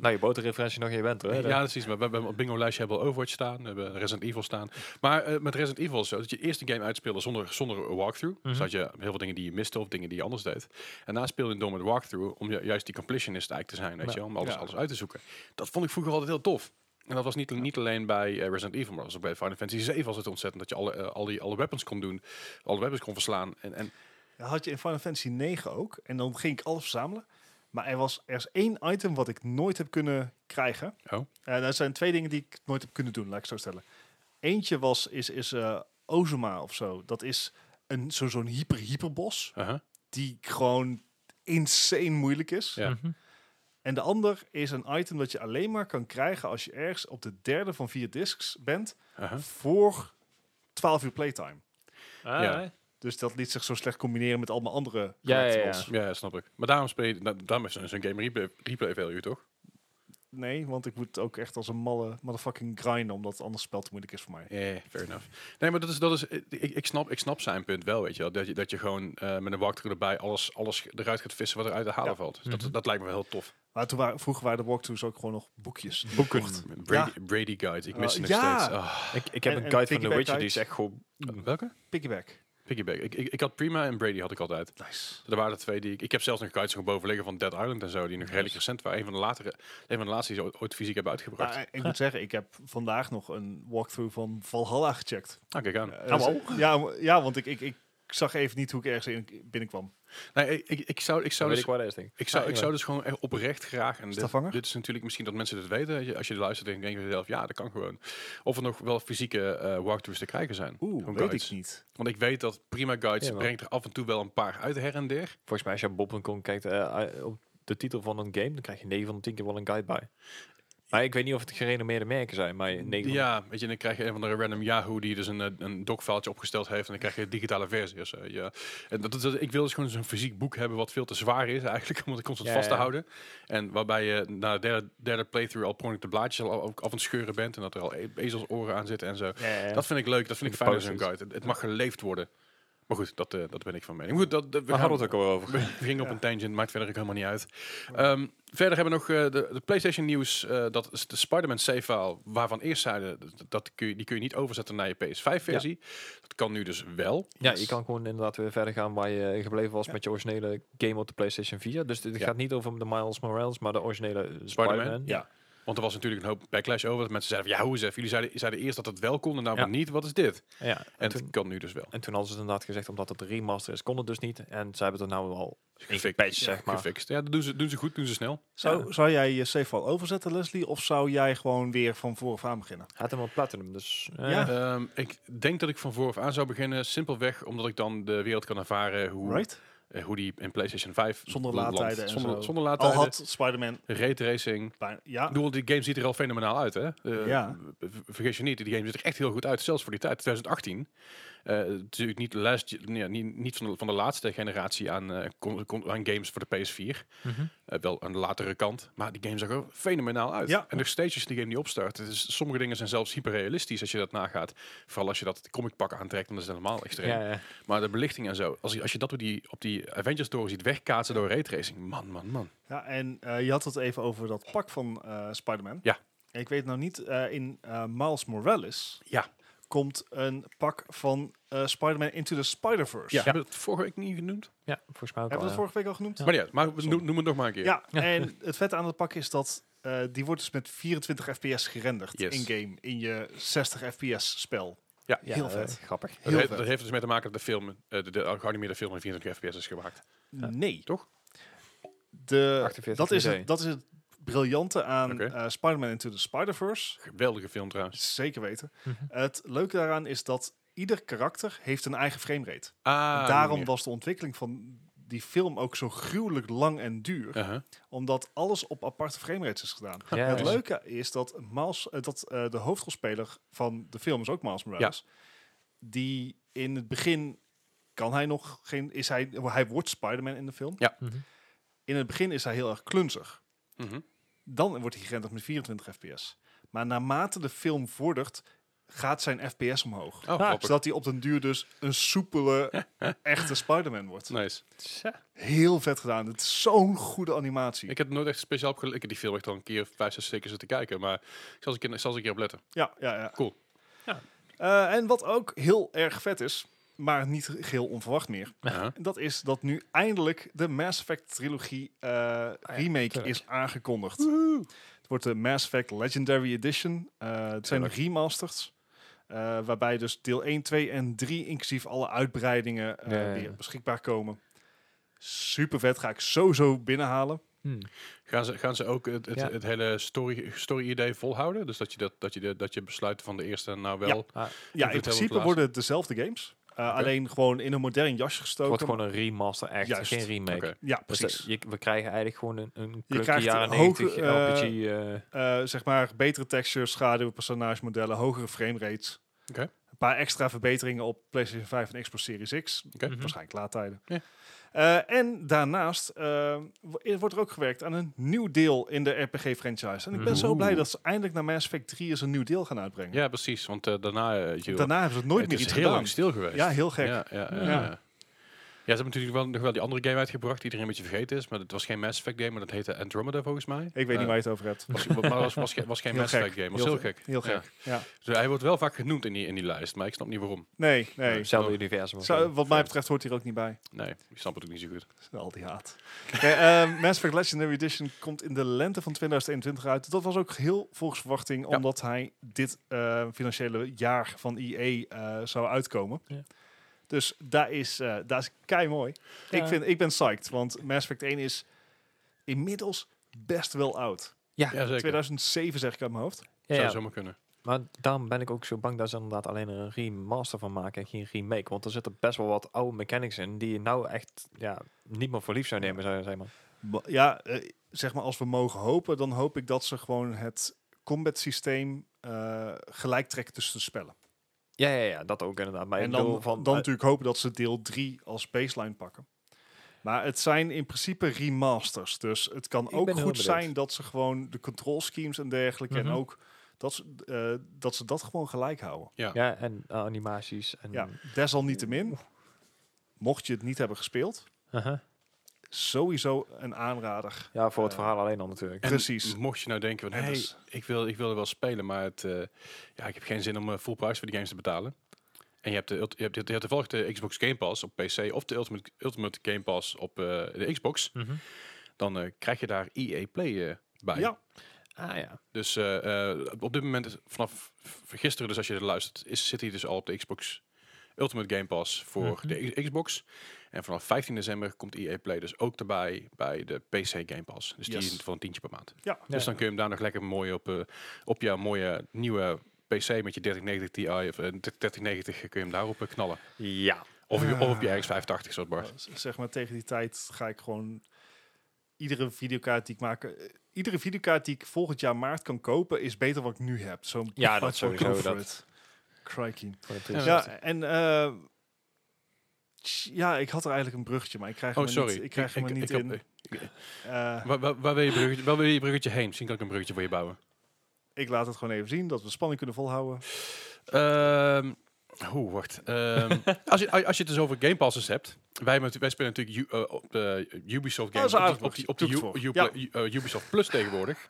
S3: Nou, je boterreferentie nog, je bent er. Hè?
S1: ja, precies. Maar we hebben op het bingo-lijstje hebben we Overwatch staan, we hebben Resident Evil staan. Maar eh, met Resident Evil is zo dat je eerst de game uitspeelde zonder, zonder een walkthrough. Dus
S3: Mhm.
S1: had je heel veel dingen die je miste of dingen die je anders deed. En daarna speelde je door met walkthrough om ju- juist die completionist eigenlijk te zijn, weet
S3: Ja.
S1: je wel, Om alles,
S2: Ja.
S1: alles uit te zoeken. Dat vond ik vroeger altijd heel tof. En dat was niet, niet alleen bij eh, Resident Evil, maar dat was ook bij Final Fantasy 7 was het ontzettend dat je alle, eh, al die, alle weapons kon doen, alle weapons kon verslaan. En, en
S2: Dat had je in Final Fantasy 9 ook. En dan ging ik alles verzamelen. Maar er, was, er is één item wat ik nooit heb kunnen krijgen.
S1: Oh.
S2: Eh, dat zijn twee dingen die ik nooit heb kunnen doen, laat ik het zo stellen. Eentje was, is, is eh, Ozuma of zo. Dat is een, zo, zo'n hyper-hyperbos
S1: uh-huh.
S2: die gewoon insane moeilijk is.
S1: Ja.
S3: Mhm.
S2: En de ander is een item dat je alleen maar kan krijgen als je ergens op de derde van vier discs bent
S1: uh-huh.
S2: voor 12 uur playtime.
S3: Ah,
S1: Ja.
S3: hè?
S2: Dus dat liet zich zo slecht combineren met allemaal andere
S3: Ja, ja, ja.
S2: collectibles.
S1: ja, snap ik. Maar daarom speel je, da- daarom is zo'n zo'n game replay, replay value, toch?
S2: Nee, want ik moet ook echt als een malle motherfucking grinden, omdat het anders spel te moeilijk is voor mij.
S1: Ja, ja, Eh, fair enough. Nee, maar dat is, dat is ik, ik, snap, ik snap zijn punt wel, weet je wel. Dat je, dat je gewoon eh, met een walkthrough erbij alles, alles eruit gaat vissen wat er uit te halen
S2: Ja.
S1: valt. Dus dat,
S3: Mhm.
S1: dat lijkt me wel heel tof.
S2: Maar toen waren, vroeger waren de walkthroughs ook gewoon nog boekjes. die je
S3: Boeken.
S2: kocht.
S1: Mm, Brady, Brady Guides, ik mis
S2: Oh,
S1: ze nog
S2: ja. Mm.
S1: steeds. Ah.
S3: Ik, ik heb
S2: En-
S3: een
S2: en
S3: guide van The
S2: piggyback
S3: Witcher, die is
S2: guides.
S3: echt gewoon...
S1: Welke?
S2: Piggyback.
S1: Piggyback. Ik, ik, ik had Prima en Brady had ik altijd. Dus
S2: Nice.
S1: Er waren er twee die ik... Ik heb zelfs nog guides nog boven liggen van Dead Island en zo, die nog redelijk recent waren. Een van de latere, een van de laatste die ze ooit, ooit fysiek hebben uitgebracht.
S2: Maar, eh, ik moet zeggen, ik heb vandaag nog een walkthrough van Valhalla gecheckt.
S1: Ah, kijk aan.
S2: Eh, ja, w- ja, want ik, ik, ik zag even niet hoe ik ergens in, binnenkwam.
S1: Nee, ik, ik, ik zou, ik zou
S3: weet
S1: dus
S3: ik waar dat is, denk
S1: Ik zou,
S3: Ah,
S1: ik zou dus gewoon echt oprecht graag... En dit,
S2: Stavanger?
S1: dit is natuurlijk misschien dat mensen dit weten. Je- Als je luistert, denk je zelf, ja, dat kan gewoon. Of er nog wel fysieke eh walkthroughs te krijgen zijn.
S2: Oeh,
S1: Gewoon
S2: weet
S1: guides.
S2: ik niet.
S1: Want ik weet dat Prima Guides
S3: Jawel.
S1: brengt er af en toe wel een paar uit her en der.
S3: Volgens mij, als je op bol.com kijkt eh, eh, op de titel van een game, dan krijg je 9 van de 10 keer wel een guide bij. Maar ik weet niet of het gerenommeerde merken zijn, maar 9 van de
S1: Ja, weet je, en dan krijg je een van de random Yahoo die dus een, eh, een docfiletje opgesteld heeft. En dan krijg je een digitale versie of zo. Ja. En dat, is dat, ik wil dus gewoon zo'n fysiek boek hebben wat veel te zwaar is eigenlijk, om het constant
S3: Ja,
S1: vast te
S3: ja.
S1: houden. En waarbij je na de derde, derde playthrough al per ongeluk de blaadjes al af af aan het scheuren bent. En dat er al e- ezelsoren aan zitten en zo.
S3: Ja, ja.
S1: Dat vind ik leuk, dat vind ik
S3: De
S1: fijn aan zo'n
S3: posters.
S1: guide. Het, het mag geleefd worden. Maar goed, dat, eh, dat ben ik van mening. Goed, dat, dat- we
S3: Daar
S1: gaan-
S3: hadden we het ook al over.
S1: we gingen op een tangent, maakt verder ook helemaal niet uit. Ehm, verder hebben we nog eh, de, de PlayStation nieuws. eh, dat is de Spider-Man save-file, waarvan eerst zeiden, dat, dat kun je, die kun je niet overzetten naar je PS5-versie. Dat kan nu dus wel.
S3: Ja, je kan gewoon inderdaad weer verder gaan waar je gebleven was
S2: Ja.
S3: met je originele game op de PlayStation 4. Dus dit
S1: Ja.
S3: gaat niet over de Miles Morales, maar de originele eh, Spider-Man.
S1: Spider-Man.
S2: Ja.
S1: Want er was natuurlijk een hoop backlash over. Dat mensen zeiden, van, ja, hoe is het? Jullie zeiden, zeiden eerst dat het wel kon en nou
S3: Ja.
S1: maar niet. Wat is dit?
S3: Ja. En,
S1: En
S3: toen,
S1: het kan nu dus wel.
S3: en toen hadden ze het inderdaad gezegd, omdat het een remaster is, kon het dus niet. En ze hebben het er nou wel
S1: Gefixt.
S3: patch, zeg maar.
S1: Gefixt. Ja, dat doen ze, doen ze goed, doen ze snel.
S2: Zou, zou jij je save al overzetten, Leslie? Of zou jij gewoon weer van vooraf aan beginnen?
S3: Hij had helemaal platinum, dus... eh,
S2: Ja.
S1: Ehm, ik denk dat ik van vooraf aan zou beginnen. Simpelweg omdat ik dan de wereld kan ervaren hoe,
S2: Right?
S1: eh, hoe die in PlayStation 5
S2: Zonder
S1: landt.
S2: laadtijden en zo.
S1: Zonder, zonder
S2: Al
S1: laadtijden.
S2: had Spider-Man
S1: Raytracing.
S2: bijna... Ja,
S1: Ik bedoel, die game ziet er al fenomenaal uit, hè? Eh,
S2: Ja.
S1: v- v- Vergis je niet, die game ziet er echt heel goed uit, zelfs voor die tijd, 2018. Eh, natuurlijk niet, last, ja, niet, niet van, de, van de laatste generatie aan, eh, con- con- aan games voor de PS4.
S3: mhm.
S1: Eh, wel een latere kant. Maar die game zag er fenomenaal uit.
S2: Ja.
S1: En nog steeds als je die game niet opstart. Het is, sommige dingen zijn zelfs hyperrealistisch als je dat nagaat. Vooral als je dat comic pak aantrekt, dan is het helemaal extreem.
S3: Ja, ja.
S1: Maar de belichting en zo. Als je, als je dat op die, op die Avengers Toren ziet wegkaatsen door raytracing. Man, man, man.
S2: Ja, en eh, je had het even over dat pak van eh Spider-Man.
S1: Ja.
S2: Ik weet nou niet, eh, in eh, Miles Morales
S1: Ja.
S2: komt een pak van eh, Spider-Man Into the Spider-Verse.
S1: Ja. Hebben we het vorige week niet genoemd?
S3: ja, volgens mij
S2: Hebben
S3: ook
S2: we
S3: al,
S2: dat
S3: ja.
S2: vorige week al genoemd?
S1: Maar ja, maar we- noem, noem het nog maar een keer.
S2: Ja, en het vette aan dat pak is dat eh, die wordt dus met 24 fps gerenderd
S1: Yes.
S2: in-game in je 60 fps spel.
S1: Ja.
S3: Ja,
S2: Heel
S3: eh,
S2: vet.
S3: grappig.
S1: Dat,
S2: Heel
S1: heeft,
S2: vet.
S1: dat heeft dus mee te maken dat de film, eh, de, de geanimeerde film in 24 fps is gemaakt.
S3: Ja.
S2: Nee.
S1: Toch?
S2: De,
S3: 48
S2: dat, is
S3: idee.
S2: het, dat is het briljante aan
S1: Oké.
S2: eh, Spider-Man Into the Spider-Verse.
S1: Geweldige film trouwens.
S2: Zeker weten.
S3: Mhm.
S2: Het leuke daaraan is dat ieder karakter heeft een eigen framerate.
S1: Ah,
S2: En
S1: die
S2: daarom
S1: manier.
S2: was de ontwikkeling van die film ook zo gruwelijk lang en duur.
S1: Uh-huh.
S2: Omdat alles op aparte framerates is gedaan.
S3: Ja,
S2: het
S3: ja.
S1: dus-
S2: leuke is dat, Miles, eh, dat eh, de hoofdrolspeler van de film is ook Miles Morales. Die in het begin kan hij nog geen... Is hij, hij wordt Spider-Man in de film.
S3: Mhm.
S2: In het begin is hij heel erg klunzig.
S1: Mhm.
S2: Dan wordt hij gerenderd met 24 fps. Maar naarmate de film vordert, gaat zijn fps omhoog.
S1: Oh, grappig.
S2: Zodat hij op den duur dus een soepele, echte Spider-Man wordt.
S1: Nice.
S3: Tja.
S2: Heel vet gedaan. Het is zo'n goede animatie.
S1: Ik heb nooit echt speciaal opgelet. Ik heb die film echt al een keer of vijf, zes zeker zitten kijken. Maar ik zal eens een keer, ik zal eens een keer op letten.
S2: Ja, ja, ja.
S1: Cool.
S3: Ja.
S2: Eh, en wat ook heel erg vet is, maar niet geheel onverwacht meer.
S1: Uh-huh.
S2: Dat is dat nu eindelijk de Mass Effect trilogie eh, remake
S3: Ah tuurlijk.
S2: is aangekondigd. Het wordt de Mass Effect Legendary Edition. Eh, het zijn remasters. eh, waarbij dus deel 1, 2 en 3, inclusief alle uitbreidingen, eh,
S3: Ja, ja, ja.
S2: weer beschikbaar komen. Super vet, ga ik sowieso binnenhalen.
S3: Hm.
S1: Gaan, ze, gaan ze ook het, het,
S3: Ja.
S1: het hele story- story-idee volhouden? Dus dat je, dat, dat, je de, dat je besluiten van de eerste nou wel...
S2: Ja,
S3: Ah,
S1: het
S2: in
S1: heel
S2: principe
S1: laatst.
S2: worden het dezelfde games. Eh, Alleen gewoon in een modern jasje
S3: het
S2: gestoken.
S3: wordt gewoon een remaster, echt.
S2: Juist.
S3: Geen remake.
S1: Oké.
S2: Ja,
S3: Dus
S2: precies.
S3: dat- je, we krijgen eigenlijk gewoon een, een clunky
S2: krijgt
S3: jaren
S2: een hoge,
S3: 90
S2: eh,
S3: RPG. eh,
S2: eh, zeg maar betere textures, schaduwen, personagemodellen, hogere frame rates.
S1: Oké.
S2: Een paar extra verbeteringen op PlayStation 5 en Xbox Series X.
S1: Oké.
S3: Mhm.
S2: Waarschijnlijk laadtijden.
S1: Ja.
S2: Eh, en daarnaast eh, wo- er wordt er ook gewerkt aan een nieuw deel in de RPG-franchise. En ik ben zo
S1: Mhm. Oeh.
S2: blij dat ze eindelijk naar Mass Effect 3 eens een nieuw deel gaan uitbrengen.
S1: Ja, precies. Want eh, daarna... eh, je-
S2: Daarna hebben ze het nooit
S1: het
S2: meer
S1: is
S2: iets
S1: heel
S2: gedaan.
S1: lang stil geweest.
S2: Ja, heel gek.
S1: Ja, ja, ja,
S3: Ja.
S1: ja. Ja, ze hebben natuurlijk wel, nog wel die andere game uitgebracht die iedereen een beetje vergeten is. Maar het was geen Mass Effect game, maar dat heette Andromeda volgens mij.
S2: Ik weet
S1: Eh,
S2: niet waar je het over hebt.
S1: was, maar was, was, ge- was geen
S2: Heel
S1: Mass
S2: gek.
S1: Effect game. was heel,
S2: ve-
S1: gek.
S2: Heel
S1: Ja.
S2: gek. Ja.
S1: Dus hij wordt wel vaak genoemd in die, in die lijst, maar ik snap niet waarom.
S2: Nee, nee.
S3: Hetzelfde universum. of
S2: Zou-
S3: zo.
S2: wat mij betreft hoort hier ook niet bij.
S1: Nee, ik snap het ook niet zo goed.
S2: Al die haat. Oké, eh, Mass Effect Legendary Edition komt in de lente van 2021 uit. Dat was ook heel volgens verwachting,
S1: Ja.
S2: omdat hij dit eh, financiële jaar van EA eh, zou uitkomen.
S3: Ja.
S2: Dus daar is, eh daar is kei mooi.
S3: Ja.
S2: Ik, vind, ik ben psyched, want Mass Effect 1 is inmiddels best wel oud.
S3: Ja,
S1: Ja, zeker.
S2: 2007 zeg ik uit mijn hoofd.
S3: ja,
S1: Zou
S3: ja.
S1: zomaar kunnen.
S3: Maar daarom ben ik ook zo bang dat ze inderdaad alleen er een remaster van maken en geen remake. Want er zitten best wel wat oude mechanics in die je nou echt ja, niet meer voor lief zou nemen, zou- zeg maar.
S2: Ba- Ja, eh, zeg maar als we mogen hopen, dan hoop ik dat ze gewoon het combat systeem eh, gelijk trekken tussen de spellen.
S3: Ja, ja, ja, dat ook inderdaad. Maar
S2: en dan,
S3: van,
S2: dan
S3: eh,
S2: natuurlijk hopen dat ze deel 3 als baseline pakken. Maar het zijn in principe remasters. Dus het kan
S3: Ik ben
S2: ook
S3: heel
S2: goed
S3: benieuwd.
S2: zijn dat ze gewoon de control schemes en dergelijke.
S3: Mhm.
S2: En ook dat ze, eh, dat ze dat gewoon gelijk houden.
S3: ja, en eh, animaties. En,
S2: Ja, desalniettemin. Mocht je het niet hebben gespeeld,
S3: Aha.
S2: sowieso een aanrader.
S3: Ja, voor het
S2: Eh,
S3: verhaal alleen al natuurlijk.
S1: En
S2: Precies.
S1: mocht je nou denken van,
S2: Ja,
S1: hey,
S2: dus-
S1: ik, wil, ik wil er wel spelen, maar het, eh, ja, ik heb geen zin om eh, full price voor die games te betalen. En je hebt, de, ult- je hebt, je hebt toevallig de Xbox Game Pass op PC of de Ultimate, Ultimate Game Pass op eh, de Xbox.
S3: Mhm.
S1: Dan eh, krijg je daar EA Play eh, bij.
S2: Ja,
S3: Ah ja.
S1: Dus eh, eh, op dit moment, is- vanaf v- gisteren dus als je er luistert, is, zit hij dus al op de Xbox Ultimate Game Pass voor
S2: Mhm.
S1: de I- Xbox. En vanaf 15 december komt EA Play dus ook erbij bij de PC Game Pass. Dus die
S2: Yes.
S1: is voor een tientje per maand.
S2: ja.
S1: Dus
S3: Ja.
S1: dan kun je hem daar nog lekker mooi op, eh, op jouw mooie nieuwe PC met je 3090 Ti of eh, 3090 kun je hem daarop eh, knallen.
S3: Ja.
S1: Of, je- of op je
S2: Ah.
S1: RX 85 zoals Bart.
S2: Z- Zeg maar tegen die tijd ga ik gewoon iedere videokaart die ik maak. eh, Iedere videokaart die ik volgend jaar maart kan kopen, is beter wat ik nu heb. Zo'n
S3: Ja, dat
S2: fuck, fuck,
S3: sowieso,
S2: go for
S3: dat-
S2: it. Crikey.
S3: Voor de
S1: Ja.
S2: Ja,
S3: 360.
S2: en eh, Tj, Ja, ik had er eigenlijk een bruggetje, maar ik krijg
S1: Oh,
S2: hem er
S1: sorry.
S2: Niet, ik krijg hem er niet
S1: heb-
S2: in.
S1: eh,
S2: Eh,
S1: Waar, waar, waar wil je bruggetje, waar wil je bruggetje heen? Misschien kan ik een bruggetje voor je bouwen.
S2: ik laat het gewoon even zien, dat we spanning kunnen volhouden.
S1: Ehm Oeh, wacht. Ehm, als, je, als je het dus over Game Passes hebt. Wij, hebben natu- wij spelen natuurlijk U- eh, op de Ubisoft
S2: Oh,
S1: games.
S2: zo
S1: op, die, op die,
S2: uitgepakt.
S1: op die
S2: Doe
S1: U-
S2: het voor.
S1: U- eh, Ubisoft Plus tegenwoordig.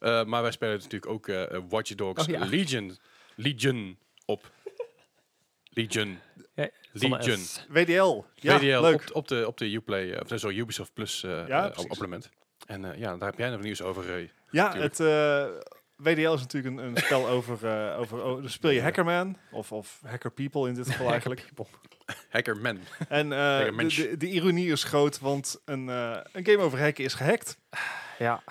S1: Eh, maar wij spelen natuurlijk ook eh, eh, Watch Dogs
S3: Oh, ja.
S1: Legion. Legion op. Legion.
S3: Ja, zonder
S1: Legion.
S3: S.
S2: WDL. Ja,
S1: WDL
S2: leuk.
S1: Op, op de, op de Uplay, eh, of nee, sorry, Ubisoft Plus eh
S2: Ja,
S1: eh,
S2: precies.
S1: abonnement. En eh, ja, daar heb jij nog nieuws over. eh.
S2: Ja,
S1: Tuurlijk.
S2: het eh, WDL is natuurlijk een, een spel over... eh, over oh, dan speel je Hackerman, of, of Hacker People in dit geval eigenlijk.
S1: Hacker Man.
S2: En eh, de,
S1: Hackermensch.
S2: de, de ironie is groot, want een, eh, een game over hacken is gehackt.
S3: Ja,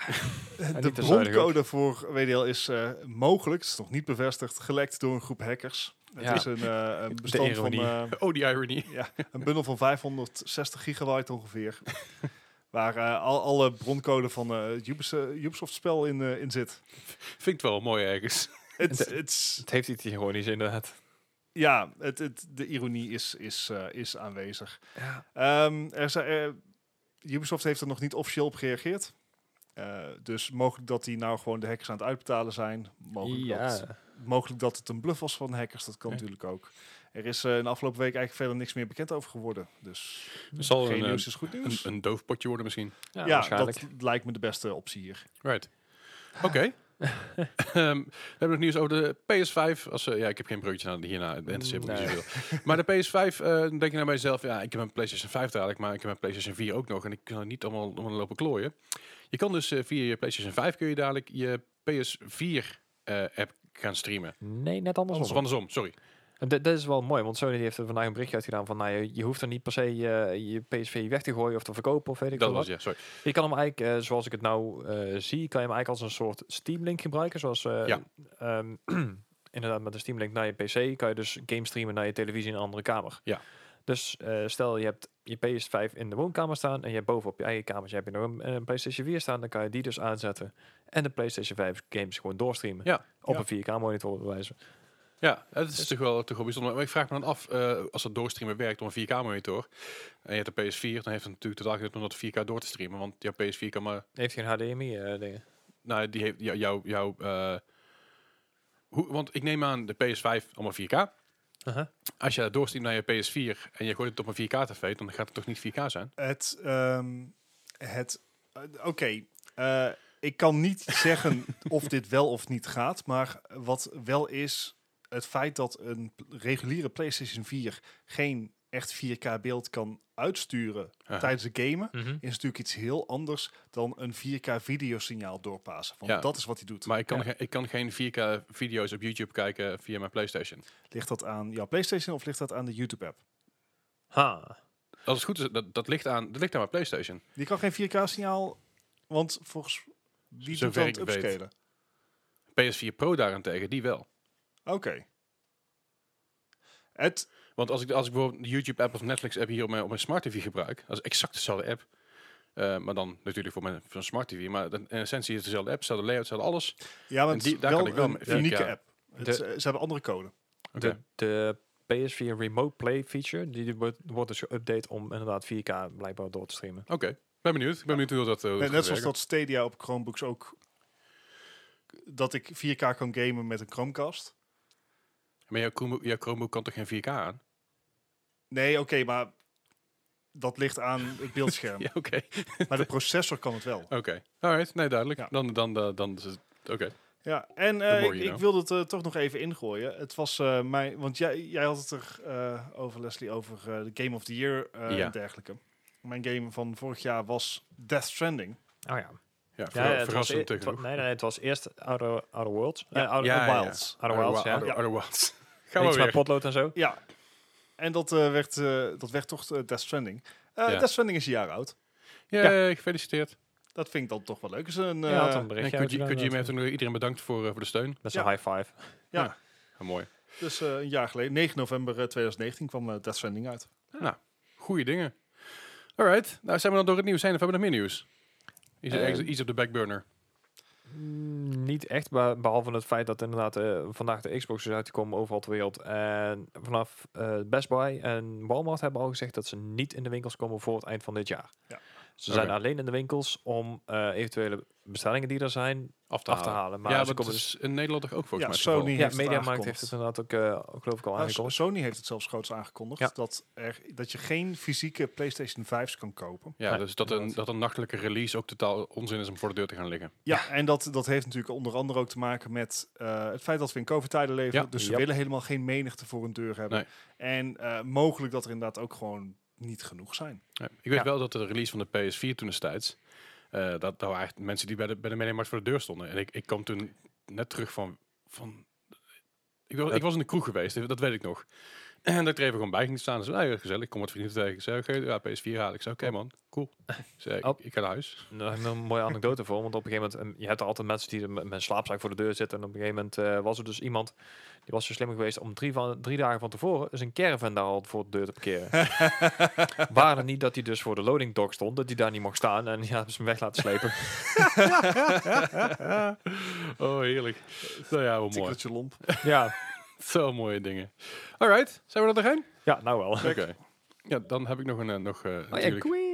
S2: de
S3: niet te zuinig
S2: broncode voor WDL is eh, mogelijk, het is nog niet bevestigd, gelekt door een groep hackers.
S3: Ja.
S2: Het is een, eh, een bestand van...
S1: ironie.
S2: eh,
S1: Oh, die irony.
S2: ja, een bundel van 560 gigabyte ongeveer. Waar eh, al, alle broncode van eh, het Ubisoft-spel in, eh, in zit.
S1: Vind ik het wel mooi ergens.
S2: Het,
S3: Het-
S2: het,
S3: het heeft iets ironisch inderdaad.
S2: ja, het, het, de ironie is, is, eh, is aanwezig.
S3: Ja.
S2: Ehm, er zijn, eh, Ubisoft heeft er nog niet officieel op gereageerd. Eh, dus mogelijk dat die nou gewoon de hackers aan het uitbetalen zijn. Mogelijk, dat,
S3: Ja.
S2: mogelijk dat het een bluff was van hackers, dat kan
S1: Ja.
S2: natuurlijk ook. Er is eh, in de afgelopen week eigenlijk verder niks meer bekend over geworden. Dus
S1: Het zal
S2: geen
S1: een, eh,
S2: nieuws is goed
S1: een,
S2: nieuws.
S1: een doof potje worden misschien.
S3: Ja,
S2: ja,
S3: waarschijnlijk.
S2: dat lijkt me de beste optie hier.
S1: Right. Oké. Ehm, we hebben nog nieuws over de PS5. Als, eh, ja, ik heb geen broodje aan hierna. Het interesseert me
S3: Nee.
S1: niet zoveel. Maar de PS5, eh, dan denk je nou bij jezelf... Ja, ik heb een PlayStation 5 dadelijk, maar ik heb een PlayStation 4 ook nog. En ik kan het niet allemaal, allemaal lopen klooien. Je kan dus eh, via je PlayStation 5 kun je dadelijk je PS4-app eh, gaan streamen.
S3: Nee, net
S1: Of
S3: andersom.
S1: andersom, sorry.
S3: En dit- dit is wel mooi, want Sony die heeft er vandaag een berichtje uitgedaan van... Nou, je, je hoeft er niet per se je, je PSV weg te gooien of te verkopen of weet ik
S1: Dat
S3: veel wat.
S1: was ja, sorry.
S3: Je kan hem eigenlijk, eh, zoals ik het nou eh, zie, kan je hem eigenlijk als een soort Steam Link gebruiken. Zoals eh,
S1: Ja.
S3: ehm, inderdaad met een Steam Link naar je PC kan je dus game streamen naar je televisie in een andere kamer.
S1: Ja.
S3: Dus eh, stel je hebt je PS5 in de woonkamer staan en je hebt bovenop je eigen kamertje heb je nog een, een PlayStation 4 staan, dan kan je die dus aanzetten en de PlayStation 5 games gewoon doorstreamen.
S1: Ja.
S3: Op
S2: Ja.
S3: een 4K monitor bij wijze.
S1: Ja, het is toch wel, toch wel bijzonder. Maar ik vraag me dan af, eh, als dat doorstreamen werkt op een 4K-monitor... en je hebt een PS4, dan heeft het natuurlijk totaal geen nut om dat 4K door te streamen. Want jouw PS4 kan maar...
S3: Heeft geen HDMI eh, dingen.
S1: Nou, die heeft jou- jouw... jouw eh, hoe, want ik neem aan de PS5 allemaal 4K. Als je dat doorstreamt naar je PS4 en je gooit het op een 4K-tv... dan gaat het toch niet 4K zijn?
S2: Het, ehm, het, eh, oké, eh, ik kan niet zeggen of dit wel of niet gaat, maar wat wel is het feit dat een p- reguliere PlayStation 4 geen echt 4K beeld kan uitsturen
S1: Aha.
S2: tijdens het gamen,
S3: Mhm.
S2: is natuurlijk iets heel anders dan een 4K videosignaal doorpassen. Want
S1: Ja.
S2: dat is wat hij doet.
S1: Maar ik kan,
S3: Ja.
S1: geen- ik kan geen 4K-video's op YouTube kijken via mijn PlayStation.
S2: Ligt dat aan jouw PlayStation of ligt dat aan de YouTube-app?
S3: Ha.
S1: Als het goed is, dat, dat, ligt, aan, dat ligt aan mijn PlayStation.
S2: Je kan geen 4K-signaal, want volgens wie doet
S1: Zover
S2: dat
S1: ik weet.
S2: upscalen?
S1: PS4 Pro daarentegen, die wel.
S2: Oké. Het,
S1: Want als ik, als ik bijvoorbeeld de YouTube-app of Netflix-app hier op mijn, op mijn smart TV gebruik, dat is exact dezelfde app. Eh, maar dan natuurlijk voor mijn voor een smart TV. Maar dan- in essentie is het dezelfde app, dezelfde layout, dezelfde alles.
S2: Ja, maar
S1: En
S2: het
S1: die-
S2: is
S1: daar
S2: wel
S1: kan ik wel
S2: een
S1: mee- ja,
S2: unieke
S1: ja.
S2: app. Het
S3: De-
S2: is, eh, ze hebben andere code.
S1: Oké.
S3: De, de PS4 Remote Play feature, die wordt, wordt dus geüpdate om inderdaad 4K blijkbaar door te streamen.
S1: Oké, ben benieuwd. Ik ben benieuwd hoe dat eh, hoe
S2: Net,
S1: dat
S2: net
S1: gaat
S2: zoals
S1: werken.
S2: dat Stadia op Chromebooks ook... Dat ik 4K kan gamen met een Chromecast.
S1: Maar jouw Chromebook, jouw Chromebook kan toch geen 4K aan?
S2: Nee, oké, maar dat ligt aan het beeldscherm.
S1: Ja, oké.
S2: Maar de processor kan het wel.
S1: Oké, alright. Nee, duidelijk.
S2: Ja.
S1: Dan, dan, dan, dan is het... Oké.
S2: Ja, en eh,
S1: The more
S2: ik,
S1: you
S2: ik
S1: know.
S2: wilde het eh, toch nog even ingooien. Het was eh mijn... Want jij, jij had het er eh, over, Leslie, over eh, de Game of the Year eh,
S1: Ja.
S2: en dergelijke. Mijn game van vorig jaar was Death Stranding.
S3: Oh ja.
S1: Ja,
S3: Ja,
S1: verra-
S3: het was
S1: verrassend
S3: e- het wa-
S1: tegenoeg.
S3: Nee, nee, het was eerst Outer, Outer Worlds. Eh, Outer,
S1: Ja, ja, ja.
S3: Wilds. Outer Wilds, ja.
S1: Outer- Outer Wilds. Gaan we
S3: Niks met
S1: weer. Eh,
S3: potlood en zo.
S2: Ja. En dat, eh, werd, eh, dat werd toch eh, Death Stranding. Eh,
S1: Ja.
S2: Death Stranding is een jaar oud.
S1: Ja, gefeliciteerd.
S2: Dat vind ik dan toch wel leuk. Is een,
S3: ja, had
S2: eh,
S3: een
S1: En
S3: berichtje
S1: Koji-
S3: uitgedaan
S1: Kojima heeft
S3: inderdaad.
S1: ook nog iedereen bedankt voor, eh, voor de steun.
S3: Met zo'n
S2: Ja.
S3: high five.
S2: ja.
S1: Ja. Ah, mooi.
S2: Dus eh, een jaar geleden, 9 november eh, 2019, kwam eh, Death Stranding uit.
S1: Nou, goede dingen. Alright, nou zijn we dan door het nieuws heen of hebben we nog meer nieuws? Is er
S3: Eh,
S1: ergens iets op de backburner?
S3: Mm, Niet echt, beh- behalve het feit dat inderdaad eh, vandaag de Xbox is uitgekomen overal ter wereld. En vanaf eh, Best Buy en Walmart hebben al gezegd dat ze niet in de winkels komen voor het eind van dit jaar.
S2: Ja.
S3: Ze
S1: Oké.
S3: zijn alleen in de winkels om eh, eventuele bestellingen die er zijn
S1: af te
S2: Ah.
S3: af te
S1: halen.
S3: halen. Maar
S1: ja,
S3: ze
S1: maar dat
S3: komen dus-
S1: is in Nederland toch ook volgens
S2: Ja,
S1: mij het
S2: Sony.
S1: geval?
S2: Die
S3: ja,
S2: heeft het
S3: Mediamarkt
S2: aangekondigd.
S3: heeft het inderdaad ook, eh, geloof ik, al
S2: Nou,
S3: aangekondigd.
S2: Sony heeft het zelfs groots aangekondigd
S3: Ja.
S2: dat, er, dat je geen fysieke PlayStation 5's kan kopen.
S1: Ja,
S3: Nee,
S1: dus dat een,
S3: inderdaad.
S1: dat een nachtelijke release ook totaal onzin is om voor de deur te gaan liggen.
S2: Ja, en dat, dat heeft natuurlijk onder andere ook te maken met eh, het feit dat we in COVID-tijden leven.
S1: Ja.
S2: Dus ze
S3: Yep.
S2: willen helemaal geen menigte voor hun deur hebben. En eh, mogelijk dat er inderdaad ook gewoon niet genoeg zijn.
S1: Ja. Ik weet
S3: Ja.
S1: wel dat de release van de PS4 toen destijds, eh dat, dat waren echt mensen die bij de, bij de Mediamarkt voor de deur stonden. En ik, ik kwam toen net terug van... van ik, was,
S3: Het-
S1: ik was in de kroeg geweest, dat weet ik nog. En dat ik er even gewoon bij ging staan. Dus, nou, gezellig, ik kom wat vrienden tegen. Ik zei, oké, ja, PS4 haal ik. Ik zei, oké man, cool. Ik zei, ik,
S3: Oh.
S1: ik ga naar huis.
S3: Daar heb ik nog een mooie anekdote voor. Want op een gegeven moment, ehm, je hebt er altijd mensen die er met met een slaapzak voor de deur zitten. En op een gegeven moment eh, was er dus iemand, die was zo slim geweest om drie, van, drie dagen van tevoren dus een caravan daar al voor de deur te parkeren. Waren niet dat hij dus voor de loading dock stond, dat hij daar niet mocht staan. En ja, hebben ze hem weg laten slepen.
S1: oh, heerlijk. Nou ja, hoe mooi.
S2: Tikkeltje lomp.
S3: ja.
S1: Zo mooie dingen. Alright, zijn we er doorheen?
S3: ja, nou wel.
S1: Oké. Ja, dan heb ik nog een... eh, nog, eh,
S3: Oh ja,
S1: natuurlijk-
S3: quiz.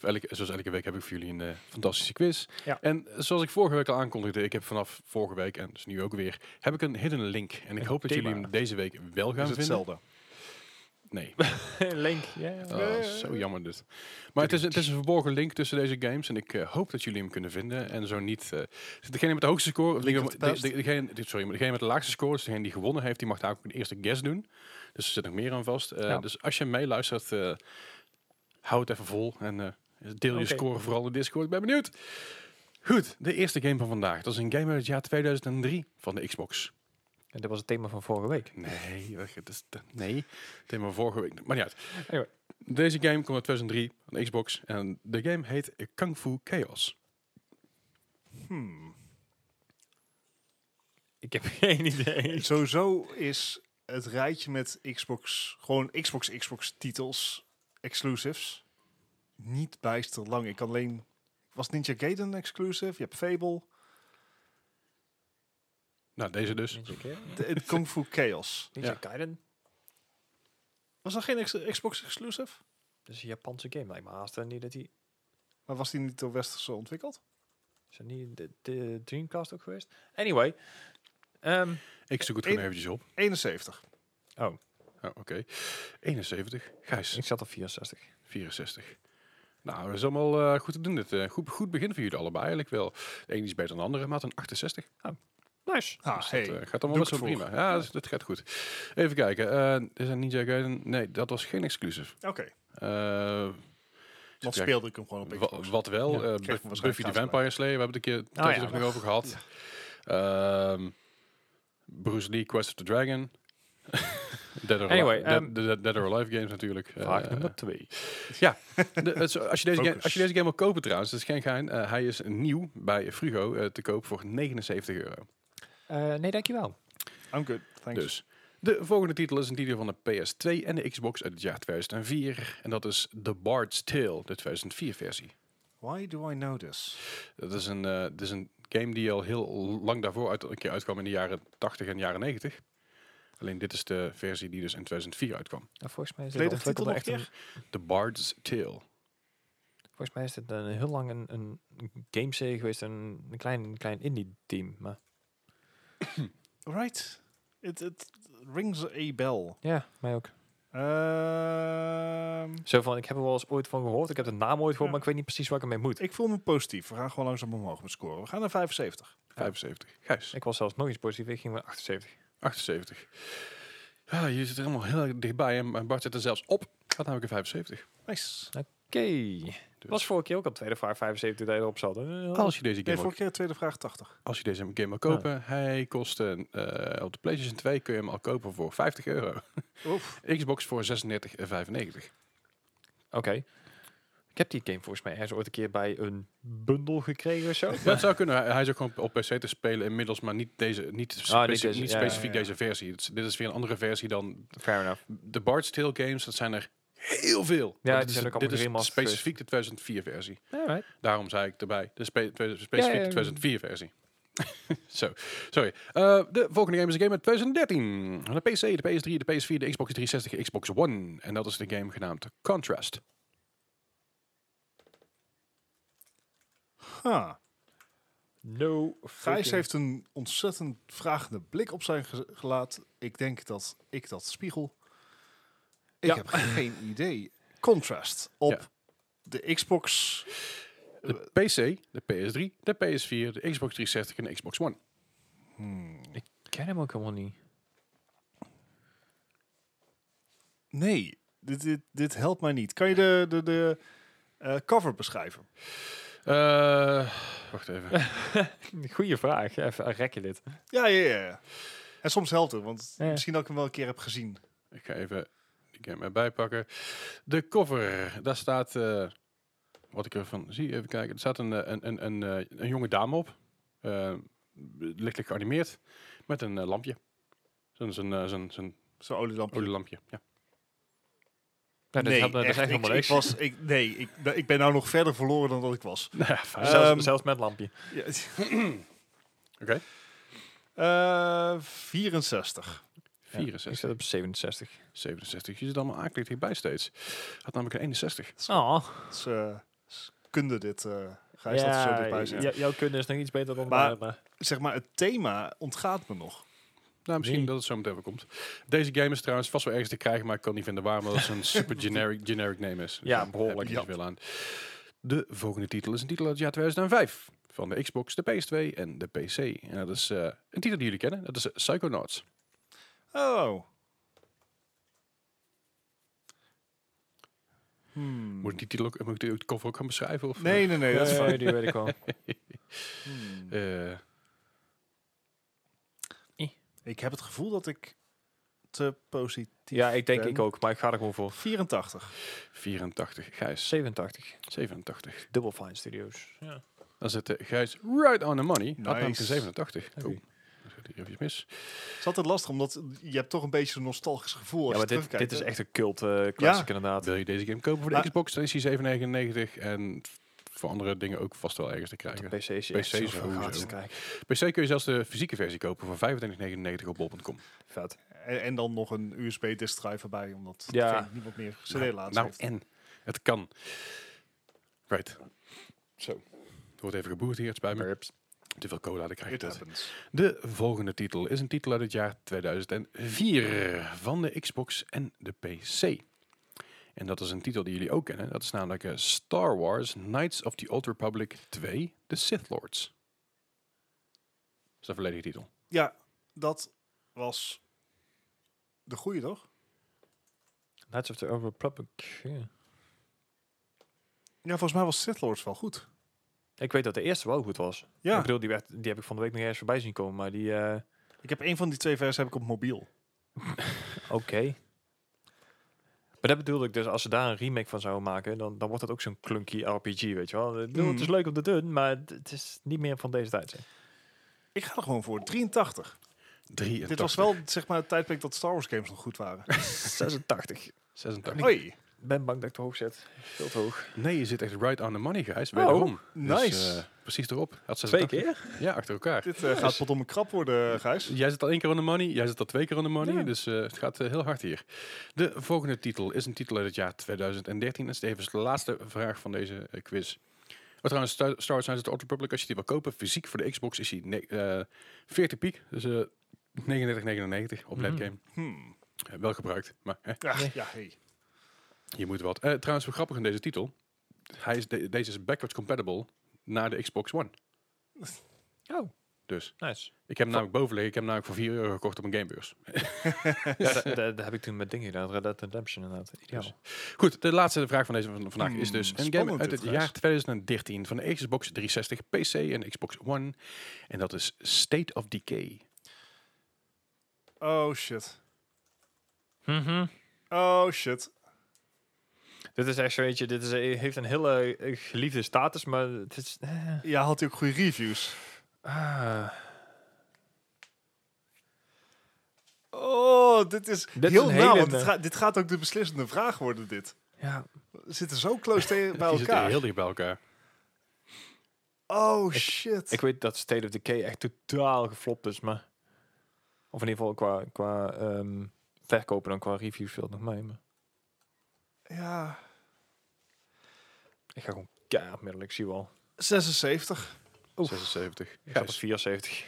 S1: Elke, zoals elke week heb ik voor jullie een eh, fantastische quiz.
S3: Ja.
S1: En zoals ik vorige week al aankondigde, ik heb vanaf vorige week en dus nu ook weer, heb ik een hidden link. En ik
S3: Een
S1: hoop dat
S3: thema.
S1: jullie hem deze week wel gaan
S2: Is
S1: vinden.
S2: hetzelfde.
S1: Nee,
S3: Link. ja.
S1: Oh, zo jammer dus. Maar het is, het is een verborgen link tussen deze games en ik eh, hoop dat jullie hem kunnen vinden. En zo niet, eh, degene met de hoogste score, of
S2: Link
S1: degene,
S2: of the
S1: de-
S2: past.
S1: de- degene- dit- sorry, maar degene met de laagste score, dus degene die gewonnen heeft, die mag daar ook een eerste guess doen. Dus er zit nog meer aan vast. Eh,
S3: Ja.
S1: Dus als je meeluistert, eh, hou het even vol en eh, deel je
S3: Oké.
S1: score vooral in Discord. Ik ben benieuwd. Goed, de eerste game van vandaag. Dat is een game uit het jaar 2003 van de Xbox.
S3: En dat was het thema van vorige week.
S1: Nee, dat is, dat- nee. Thema vorige week. Maar niet uit.
S3: Anyway.
S1: Deze game kwam uit 2003 aan de Xbox en de game heet Kung Fu Chaos.
S2: Hmm.
S3: Ik heb geen idee.
S2: Sowieso is het rijtje met Xbox, gewoon Xbox, Xbox titels, exclusives, niet bijster lang. Ik kan alleen, was Ninja Gaiden exclusive? Je hebt Fable,
S1: Nou, deze dus.
S3: Ninja Gaiden?
S2: de, het Kung Fu Chaos.
S3: Ninja
S1: Ja.
S3: Gaiden?
S2: Was dat geen ex- Xbox exclusive?
S3: Dat is een Japanse game, lijkt me haast. En niet dat die...
S2: Maar was die niet door Westerse ontwikkeld?
S3: Is dat niet de, de Dreamcast ook geweest? Anyway. ehm,
S1: Ik zoek het gewoon
S2: Eén-
S1: eventjes op.
S2: 71.
S1: Oh, Oké. 71. Gijs,
S3: ik zat op 64.
S1: 64. Nou, dat is allemaal eh, goed te doen dit. eh. goed, goed begin voor jullie allebei eigenlijk wel. De ene is beter dan de andere, maar het een 68.
S3: Nice.
S2: Ah,
S1: Dus
S2: hey.
S1: dat eh, gaat allemaal
S2: doe
S1: best wel
S2: ik het
S1: prima. Ja, dat, dat gaat goed. Even kijken. eh is dat Ninja Gaiden? Nee, dat was geen exclusive.
S2: Oké,
S1: Eh,
S2: dan
S1: Kijk,
S2: speelde ik hem gewoon op
S1: Wa-
S2: Xbox.
S1: Wat wel,
S3: Ja,
S1: eh,
S2: krijg
S1: Buff-
S2: me waarschijnlijk
S1: Buffy the
S2: thuis
S1: Vampire Slayer, we hebben het een keer
S3: Oh
S1: oh,
S3: ja.
S1: nog over gehad. Ehm, Bruce Lee, Quest of the Dragon. Dead or, Alive,
S3: Anyway,
S1: Dead-
S3: ehm,
S1: de- de- Dead or Alive games natuurlijk.
S3: Vraag
S1: Eh,
S3: nummer 2.
S1: de- het is- als, je deze game,
S2: Focus.
S1: als je deze game wil kopen trouwens, dat is geen gein. eh, hij is nieuw bij Frigo eh, te koop voor 79 euro.
S3: Eh, nee, dankjewel.
S2: I'm good, thanks.
S1: Dus. De volgende titel is een titel van de PS2 en de Xbox uit het jaar 2004. En dat is The Bard's Tale, de 2004 versie.
S2: Why do I know this?
S1: Dat is een, eh, dat is een game die al heel lang daarvoor uit, een keer uitkwam in de jaren 80 en jaren 90. Alleen dit is de versie die dus in 2004 uitkwam.
S3: Nou, volgens mij is
S2: Volledige
S3: dit ontwikkeld
S2: titel
S3: echt
S2: nog
S3: een,
S1: The Bard's Tale.
S3: volgens mij is dit een heel lang een, een gameserie geweest, een, een klein, een klein indie team. Maar
S2: Right, it, it rings a bell.
S3: ja, mij ook.
S2: Ehm,
S3: Zo van, ik heb er wel eens ooit van gehoord. Ik heb de naam ooit gehoord,
S2: Ja.
S3: maar ik weet niet precies waar ik ermee moet.
S2: ik voel me positief. We gaan gewoon langzaam omhoog met scoren. We gaan naar 75.
S1: 75. Gijs.
S3: Ik was zelfs nog iets positief. Ik ging met 78.
S1: 78. Ja, je zit er helemaal heel erg dichtbij. En en Bart zit er zelfs op. nou, Gaat namelijk een 75.
S2: Nice.
S3: Oké. Was vorige keer ook al tweede vraag 75 dat je erop zat. Eh,
S1: Dus Als je deze game,
S2: Nee,
S1: wil-
S2: vorige keer tweede vraag 80.
S1: als je deze game wil kopen, hij kost een, eh, op de PlayStation 2 kun je hem al kopen voor 50 euro.
S2: Oef.
S1: Xbox voor 36,95.
S3: Oké. Ik heb die game volgens mij ergens ooit een keer bij een bundel gekregen of zo.
S1: Dat zou kunnen. Hij- Hij is ook gewoon op PC te spelen inmiddels, maar niet, deze, niet, speci-
S3: Ah, niet deze,
S1: niet
S3: ja,
S1: specifiek
S2: ja, ja.
S1: deze versie. Het is- dit is weer een andere versie dan
S3: Fair enough.
S1: de Bard's Tale games. Dat zijn er heel veel.
S3: die
S1: dit
S3: zijn ook
S1: dit
S3: allemaal
S1: is
S3: geremasterd.
S1: specifiek de 2004 versie.
S3: Alright.
S1: Daarom zei ik erbij. De spe- twe- specifiek
S3: ja, ja.
S1: de 2004 versie. Zo, sorry. Eh, de volgende game is een game uit 2013. Van De PC, de PS3, de PS4, de Xbox 360, de Xbox One. En dat is de game genaamd Contrast.
S2: Huh.
S3: No.
S2: Gijs heeft een ontzettend vragende blik op zijn ge- gelaat. Ik denk dat ik dat spiegel. Ik
S1: Ja.
S2: heb geen idee. Contrast op
S1: Ja.
S2: de Xbox.
S1: De PC, de PS3, de PS4, de Xbox 360 en de Xbox One.
S2: Hmm.
S3: Ik ken hem ook helemaal niet.
S2: Nee, dit, dit, dit helpt mij niet. Kan je de, de, de eh, cover beschrijven?
S1: Eh, wacht even.
S3: Goeie vraag. Even een rekje dit.
S2: Ja, ja, ja, ja. En soms helpt het, want
S3: Ja.
S2: misschien dat ik hem wel een keer heb gezien.
S1: Ik ga even die game erbij pakken. De cover, daar staat... eh, wat ik ervan zie, even kijken. Er staat een, eh, een, een, een, eh, een jonge dame op. Eh, lichtelijk geanimeerd. Met een eh, lampje. Zo'n zo'n eh, zo'n- zo'n
S2: Zo'n olielampje.
S1: olielampje. Ja.
S3: Nou, dat, helpt, dat is echt
S2: ik,
S3: helemaal
S2: ik
S3: niks.
S2: was, ik, nee, ik, ik ben nou nog verder verloren dan dat ik was.
S1: Nou ja, fijn.
S2: Eh,
S3: zelfs,
S2: Ehm,
S3: zelfs met lampje.
S2: Ja.
S1: Oké.
S2: Eh, 64.
S3: Ik
S1: 64,
S3: zit op 67.
S1: 67. Je zit allemaal akelig hierbij steeds. Had namelijk een 61.
S3: Oh.
S2: Dat is, eh, is kunde dit. eh Gijs dat er zo dichtbij zit.
S3: jouw kunde is nog iets beter dan
S2: Maar-
S3: mijn. eh. maar-
S2: Zeg maar, het thema ontgaat me nog.
S1: Nou, misschien
S3: Nee.
S1: dat het zo meteen wel komt. Deze game is trouwens vast wel ergens te krijgen, maar ik kan niet vinden waar, maar dat is een super generic, generic name is. Dus
S3: Ja,
S1: daar
S3: behoorlijk.
S1: Heb je niet veel aan. De volgende titel is een titel uit het jaar 2005. Van de Xbox, de PS2 en de PC. En dat is eh, een titel die jullie kennen. Dat is eh, Psychonauts.
S2: Oh. Hmm.
S1: Moet ik die titel ook, moet ik die ook- de cover ook gaan beschrijven? Of,
S2: Nee, nee, nee, dat is
S3: Eh,
S2: fijn.
S3: die weet ik wel.
S2: Hmm.
S1: eh, eh,
S2: Ik heb het gevoel dat ik te positief
S3: Ja, ik denk
S2: Ben.
S3: ik ook, maar ik ga er gewoon voor.
S2: 84.
S1: 84. Gijs,
S3: 87.
S1: 87.
S3: Double Fine Studios. Ja.
S1: Dan zit eh, Gijs right on the money. Had namelijk een
S2: Nice.
S1: 87.
S3: Oké.
S1: Oeh, dat gaat hier even mis.
S2: Het is altijd lastig, omdat je hebt toch een beetje een nostalgisch gevoel als
S3: maar
S2: je
S3: dit,
S2: terugkijkt.
S3: dit is echt een cult eh classic inderdaad.
S1: Wil je deze game kopen voor de
S2: Maar-
S1: Xbox, dan is die 7,99 en voor andere dingen ook vast wel ergens te
S3: De
S1: krijgen.
S3: PC is
S1: PC is
S3: echt zoveel
S1: sowieso.
S3: gratis te krijgen.
S1: PC kun je zelfs de fysieke versie kopen voor 25,99 op bol.com.
S3: Vet.
S2: En, en dan nog een USB-disk drive erbij, omdat
S3: Ja.
S2: geen- niemand meer cd
S1: Nou,
S2: laatst
S1: nou
S2: heeft.
S1: en, het kan. Right. Zo. Er wordt even geboerd hier, het spijt me. Te veel cola, dan krijg je
S2: It
S1: dat.
S2: happens.
S1: De volgende titel is een titel uit het jaar 2004 van de Xbox en de PC. En dat is een titel die jullie ook kennen. Dat is namelijk eh, Star Wars Knights of the Old Republic 2, The Sith Lords. Dat is de volledige titel.
S2: Ja, dat was de goede, toch?
S3: Knights of the Old Republic. ja.
S2: Ja, volgens mij was Sith Lords wel goed.
S3: Ik weet dat de eerste wel goed was.
S2: Ja,
S3: Ik bedoel, die, werd, die heb ik van de week nog eens voorbij zien komen, maar die... eh,
S2: ik heb een van die twee versies heb ik op mobiel.
S3: Oké. Maar dat bedoelde ik dus, als ze daar een remake van zouden maken, dan, dan wordt dat ook zo'n clunky RPG, weet je wel. Ik bedoel, Het is
S2: Mhm.
S3: leuk om te doen, maar het- het is niet meer van deze tijd. zeg.
S2: Ik ga er gewoon voor, 83.
S1: 83.
S2: Dit was wel zeg maar het tijdperk dat Star Wars games nog goed waren.
S3: 86.
S1: 86.
S2: Hoi,
S3: Ik ben bang dat ik te hoog zet. Veel te hoog.
S1: Nee, je zit echt right on the money, guys. Wederom.
S2: Oh, nice.
S1: Dus, eh, precies erop. Had
S3: Twee
S1: 86.
S3: keer?
S1: Ja, achter elkaar.
S2: dit eh, gaat potdomme krap worden, Gijs.
S1: Jij zit al één keer on the money, jij zit al twee keer on the money,
S3: Ja.
S1: dus eh, het gaat eh, heel hard hier. De volgende titel is een titel uit het jaar 2013. Dat is tevens de laatste vraag van deze eh, quiz. Oh, trouwens, Star Star Wars Knights of the Old Republic, als je die wil kopen, fysiek voor de Xbox is die ne- eh, 40 piek, dus eh 39,99 op
S3: Mhm.
S1: Netgame.
S2: Hmm.
S1: Eh, wel gebruikt, maar eh,
S2: Ja,
S3: Nee.
S2: ja, hey.
S1: je moet wat. Eh, trouwens, wel grappig aan deze titel, hij is de- deze is backwards compatible naar de Xbox One.
S3: Oh,
S1: Dus
S3: nice.
S1: ik heb hem namelijk boven liggen, ik heb hem namelijk voor 4 euro gekocht op een gamebeurs.
S3: Ja, dat, dat- dat heb ik toen met dingen gedaan. Red Dead Redemption inderdaad. Ideaal.
S1: Dus- Goed, de laatste vraag van deze van vandaag is
S2: Hmm,
S1: dus een game
S2: spannend
S1: uit
S2: dit,
S1: het
S2: Gijs.
S1: jaar 2013 van de Xbox 360, PC en Xbox One. En dat is State of Decay.
S2: Oh shit. Oh shit.
S3: Mhm. Dit is echt zo, weet je, dit is, eh, heeft een hele eh, geliefde status, maar het is... eh,
S2: Ja, had hij ook goede reviews.
S3: ah.
S2: Oh, dit is
S3: Dit is
S2: heel
S3: een
S2: nauw.
S3: hele-
S2: want dit, gaat- dit gaat ook de beslissende vraag worden, dit.
S3: ja,
S2: We zitten zo close tegen bij
S1: Die zitten
S2: elkaar.
S1: heel dicht bij elkaar.
S2: Oh shit.
S3: Ik weet dat State of Decay echt totaal geflopt is, maar... Of in ieder geval qua, qua ehm, verkopen dan qua reviews veel nog mee. Maar
S2: ja,
S3: ik ga gewoon keihard middel, ik zie wel.
S2: 76.
S1: 76.
S3: Ik ga
S1: Ja,
S2: dus-
S3: op 74.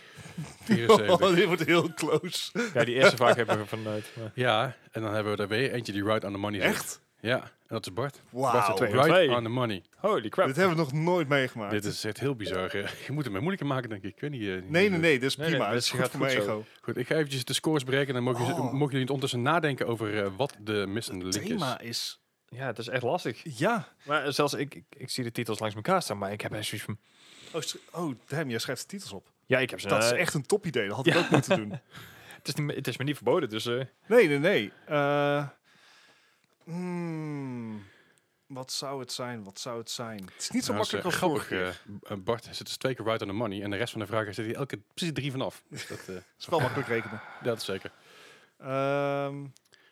S1: 74.
S2: Oh, dit wordt heel close.
S3: Ja, die eerste vraag hebben we vanuit. Maar.
S1: Ja, en dan hebben we er weer eentje die right on the money zit.
S2: Echt?
S1: Ja, en dat is Bart. Bart
S2: Wauw.
S1: zit
S3: twee.
S2: Dit
S1: right
S3: Twee.
S1: on the money.
S3: Holy crap.
S2: hebben we nog nooit meegemaakt.
S1: Dit is echt heel bizar. eh. Je moet het me moeilijker maken, denk ik. Ik weet niet. eh,
S2: Ah, nee,
S1: niet
S2: nee,
S1: hoe-
S2: nee. Dit is
S3: Nee,
S2: prima.
S3: nee,
S2: dit is
S3: dit
S2: goed
S3: gaat
S2: voor mijn
S3: goed zo.
S2: ego.
S1: Goed, ik ga eventjes de scores breken. En dan mogen, jullie-
S2: Oh.
S1: mogen jullie ondertussen nadenken over eh, wat de missende link is.
S2: is...
S3: Ja, het is echt lastig.
S2: Ja.
S3: Maar zelfs ik, ik, ik zie de titels langs elkaar staan, maar ik heb echt zoiets van...
S2: Oh, sch- oh, damn. Jij schrijft de titels op.
S3: Ja, ik heb ze...
S2: Dat is
S3: eh,
S2: echt een topidee. Dat had ik ook moeten doen.
S3: het, is niet, me- het is me niet verboden, dus... eh,
S2: Nee, nee, nee. Eh, hmm, wat zou het zijn? Wat zou het zijn? Het is niet zo
S1: Nou, is, eh,
S2: makkelijk als
S1: grappig.
S2: vorige keer.
S1: eh, B- Bart zit dus twee keer right on the money. En de rest van de vragen zit hij elke precies drie vanaf. Dus dat, eh,
S2: Het is wel makkelijk rekenen.
S1: dat is zeker.
S2: Ehm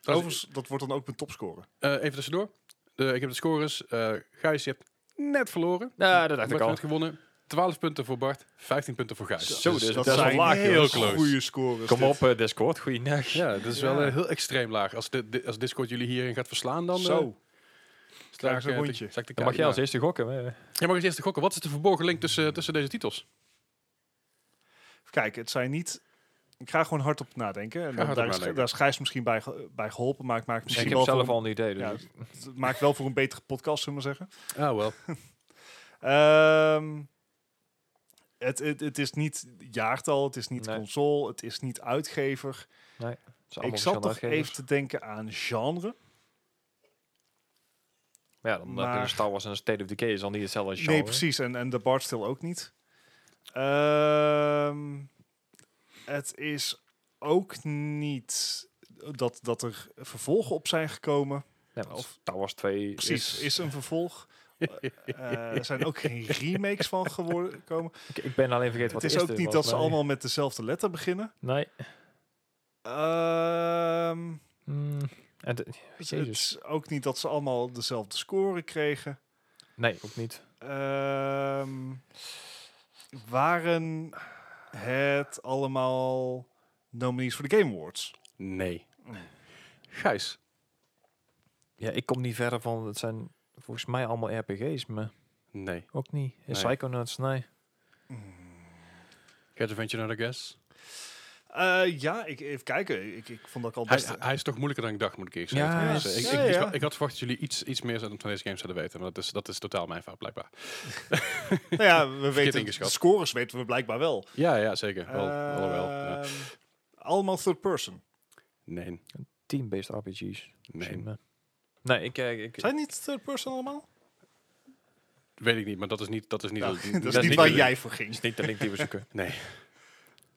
S1: Overigens,
S2: overigens, dat wordt dan ook mijn topscore.
S1: eh, even tussendoor. De, ik heb de scores. Eh Gijs, je hebt net verloren.
S3: nou, dat dacht ik
S1: Bart
S3: al.
S1: net gewonnen. 12 punten voor Bart, 15 punten voor Gijs.
S3: Zo, dus dat is wel
S2: zijn
S3: laag,
S2: heel
S1: jongens. Heel close.
S2: goede scores. Dus
S3: Kom
S2: dit.
S3: op, eh, Discord, goeiedag.
S1: Ja, dat is wel
S2: Ja.
S1: eh, heel extreem laag. Als, de, di- als Discord jullie hierin gaat verslaan, dan... eh,
S2: Zo.
S1: sta
S2: krijgen ze een
S1: eh, te-
S2: rondje.
S1: sta ik te
S3: Dan mag jij als
S1: kijken.
S3: eerste gokken. hè.
S1: Jij mag eens eerst gokken. Wat is de verborgen link tussen, eh, tussen deze titels?
S2: Kijk, het zijn niet... Ik ga gewoon hardop nadenken. En
S1: Ga hardop
S2: daar, is,
S1: nadenken.
S2: daar is Gijs misschien bij, ge- bij geholpen, maar ik maak
S3: ik
S2: misschien
S3: heb
S2: wel
S3: zelf
S2: voor,
S3: al een idee. Dus
S2: Ja, het maakt wel voor een betere podcast, zullen we maar zeggen.
S1: Ah, wel.
S2: Ehm, het, het, het is niet jaartal, het is niet
S3: Nee.
S2: console, het is niet uitgever.
S3: het zijn
S2: Ik
S3: allemaal
S2: zat
S3: verschillende
S2: toch
S3: uitgevers.
S2: even te denken aan genre.
S3: Ja, dan heb je
S2: maar-
S3: een Star Wars en een State of Decay is al niet hetzelfde als genre.
S2: Nee, precies. En, en de Bard Still ook niet. Ehm, het is ook niet dat, dat er vervolgen op zijn gekomen.
S3: Nee, want
S2: Of-
S3: Star Wars 2
S2: Precies,
S3: is...
S2: is een vervolg. Eh, er zijn ook geen remakes van geworden gekomen.
S3: Ik, ik ben alleen vergeten
S2: Het
S3: wat
S2: is
S3: de
S2: ook
S3: eerste
S2: niet dat
S3: was,
S2: ze
S3: maar-
S2: allemaal met dezelfde letter beginnen.
S3: Nee.
S2: Ehm,
S3: Mm, en de-
S2: het
S3: Jezus.
S2: is ook niet dat ze allemaal dezelfde score kregen.
S3: Nee, ook niet.
S2: Ehm, waren het allemaal nominees voor de Game Awards?
S1: Nee. Gijs.
S3: Ja, ik kom niet verder van... Het zijn volgens mij allemaal RPG's, maar
S1: Nee.
S3: ook niet. En
S1: Nee.
S3: Psychonauts, nee.
S1: Get a venture another nou guess.
S2: Eh, ja, ik, even kijken. Ik, ik vond dat ik al
S1: Hij,
S2: best...
S1: hij is toch moeilijker dan ik dacht, moet ik eerlijk zeggen.
S3: Ja,
S1: Dus, eh, ik,
S2: ja,
S1: ik, ik-
S2: ja.
S1: ik had verwacht dat jullie iets, iets meer zouden- van deze games zouden weten. Maar dat is, dat is totaal mijn fout, blijkbaar.
S2: nou ja, we weten, de
S1: ingeschat.
S2: scores weten we blijkbaar wel.
S1: Ja, ja, zeker. Wel,
S3: Eh,
S1: alhoewel. ja.
S2: Ehm, Allemaal third person.
S1: Nee.
S3: Team-based RPG's.
S1: Nee.
S3: misschien, maar- Nee, ik... eh, ik
S2: Zijn niet third person allemaal?
S1: Weet ik niet, maar dat is niet... Dat is niet,
S2: Nou,
S1: die-
S2: dat is
S1: die-
S2: niet
S1: die-
S2: waar
S1: die-
S2: jij voor ging.
S3: is niet de link die we zoeken.
S1: Nee.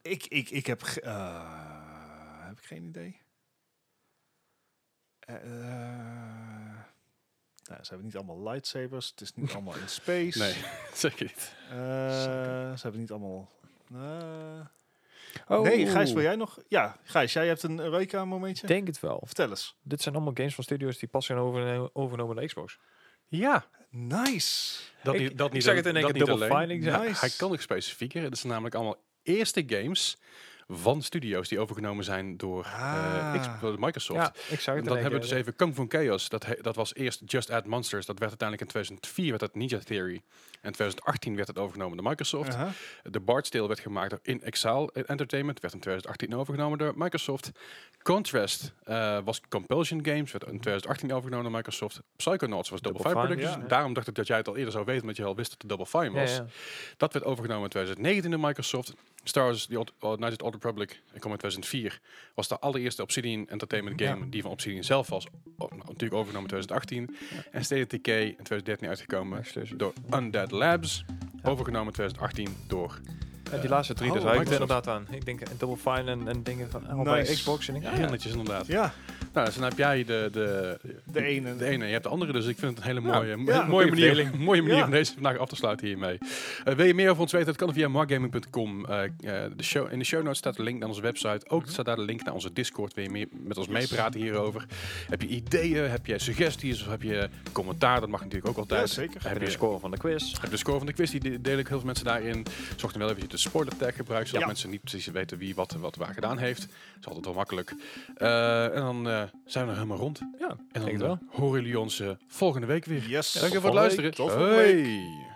S2: Ik, ik, ik heb... ge- eh, heb ik geen idee. Eh, eh, nou, ze hebben niet allemaal lightsabers. Het is niet allemaal in space.
S1: Nee, zeker niet.
S2: Eh, ze hebben niet allemaal... Eh,
S1: Oh.
S3: Oh,
S2: Nee, Gijs, wil jij nog... Ja, Gijs, jij hebt een Eureka-momentje.
S3: Ik denk het wel.
S2: Vertel eens.
S3: Dit zijn allemaal games van studios die pas zijn over, overgenomen naar Xbox.
S1: Ja.
S2: Nice.
S1: Dat
S3: Ik-
S1: niet, dat
S3: ik
S1: niet,
S3: zag
S1: al-
S3: het in één
S1: dat
S3: keer
S1: niet
S3: Double
S1: alleen. Nou,
S3: Fine, ik zei-
S2: Nice.
S1: Hij kan nog specifieker. Het zijn namelijk allemaal eerste games van studio's die overgenomen zijn door eh,
S2: Ah.
S1: X- door Microsoft.
S3: Ja, ik zag
S1: En
S3: het
S1: dan hebben we dus even Kung Fu Chaos. Dat, he- dat was eerst Just Add Monsters. Dat werd uiteindelijk in 2004 werd dat Ninja Theory. En 2018 werd het overgenomen door Microsoft.
S2: Aha.
S1: De Bard's Tale werd gemaakt door In Exile Entertainment. Werd in 2018 overgenomen door Microsoft. Contrast eh, was Compulsion Games. Werd in 2018 overgenomen door Microsoft. Psychonauts was Double,
S3: Double
S1: Fine
S3: Fine,
S1: Productions.
S2: ja.
S1: Daarom dacht ik dat jij het al eerder zou weten. Omdat je al wist dat het Double Fine was. Dat werd overgenomen in 2019 door Microsoft. Star Wars The Old, uh, Knights of the Old Republic eh, kwam in 2004. Was de allereerste Obsidian Entertainment game die van Obsidian zelf was. O- nou, natuurlijk overgenomen in 2018. En State of Decay in 2013 uitgekomen
S3: Exclusive.
S1: door Undead Labs. Overgenomen in 2018 door...
S3: die laatste drie,
S2: oh,
S3: daar zag ik
S1: Microsoft.
S3: inderdaad aan. Ik denk eh, Double Fine en, en dingen van allemaal bij
S2: Nice.
S3: Xbox. En ik,
S1: Heel netjes inderdaad.
S2: Ja,
S1: Nou, dus dan heb jij de, de,
S2: De ene.
S1: de ene en je hebt de andere. Dus ik vind het een hele
S3: Ja,
S1: mooie,
S2: ja,
S1: mooie
S3: goede
S1: manier, mooie manier
S3: Ja.
S1: om deze vandaag af te sluiten hiermee. Eh, wil je meer over ons weten? Dat kan via markgaming.com. Eh, eh, de show, in de show notes staat de link naar onze website.
S3: Mhm.
S1: Ook staat daar de link naar onze Discord. Wil je meer met ons meepraten hierover? Heb je ideeën? Heb je suggesties? Of heb je commentaar? Dat mag natuurlijk ook altijd.
S2: zeker.
S1: Heb
S3: Heb je
S1: je
S3: de score van de quiz?
S1: heb de score van de quiz, die de- deel ik heel veel mensen daarin. Zorg dan wel even dat je de spoiler tag gebruikt, zodat
S2: Ja.
S1: mensen niet precies weten wie wat, wat waar gedaan heeft. Dat is altijd wel makkelijk. Eh, en dan eh, zijn we er helemaal rond.
S3: Ja,
S1: En dan
S3: denk het wel.
S1: eh, horen jullie ons eh, volgende week weer.
S2: Yes.
S1: Dank je voor het
S3: volgende
S1: luisteren.
S2: week. Tot volgende week.
S1: Hoi.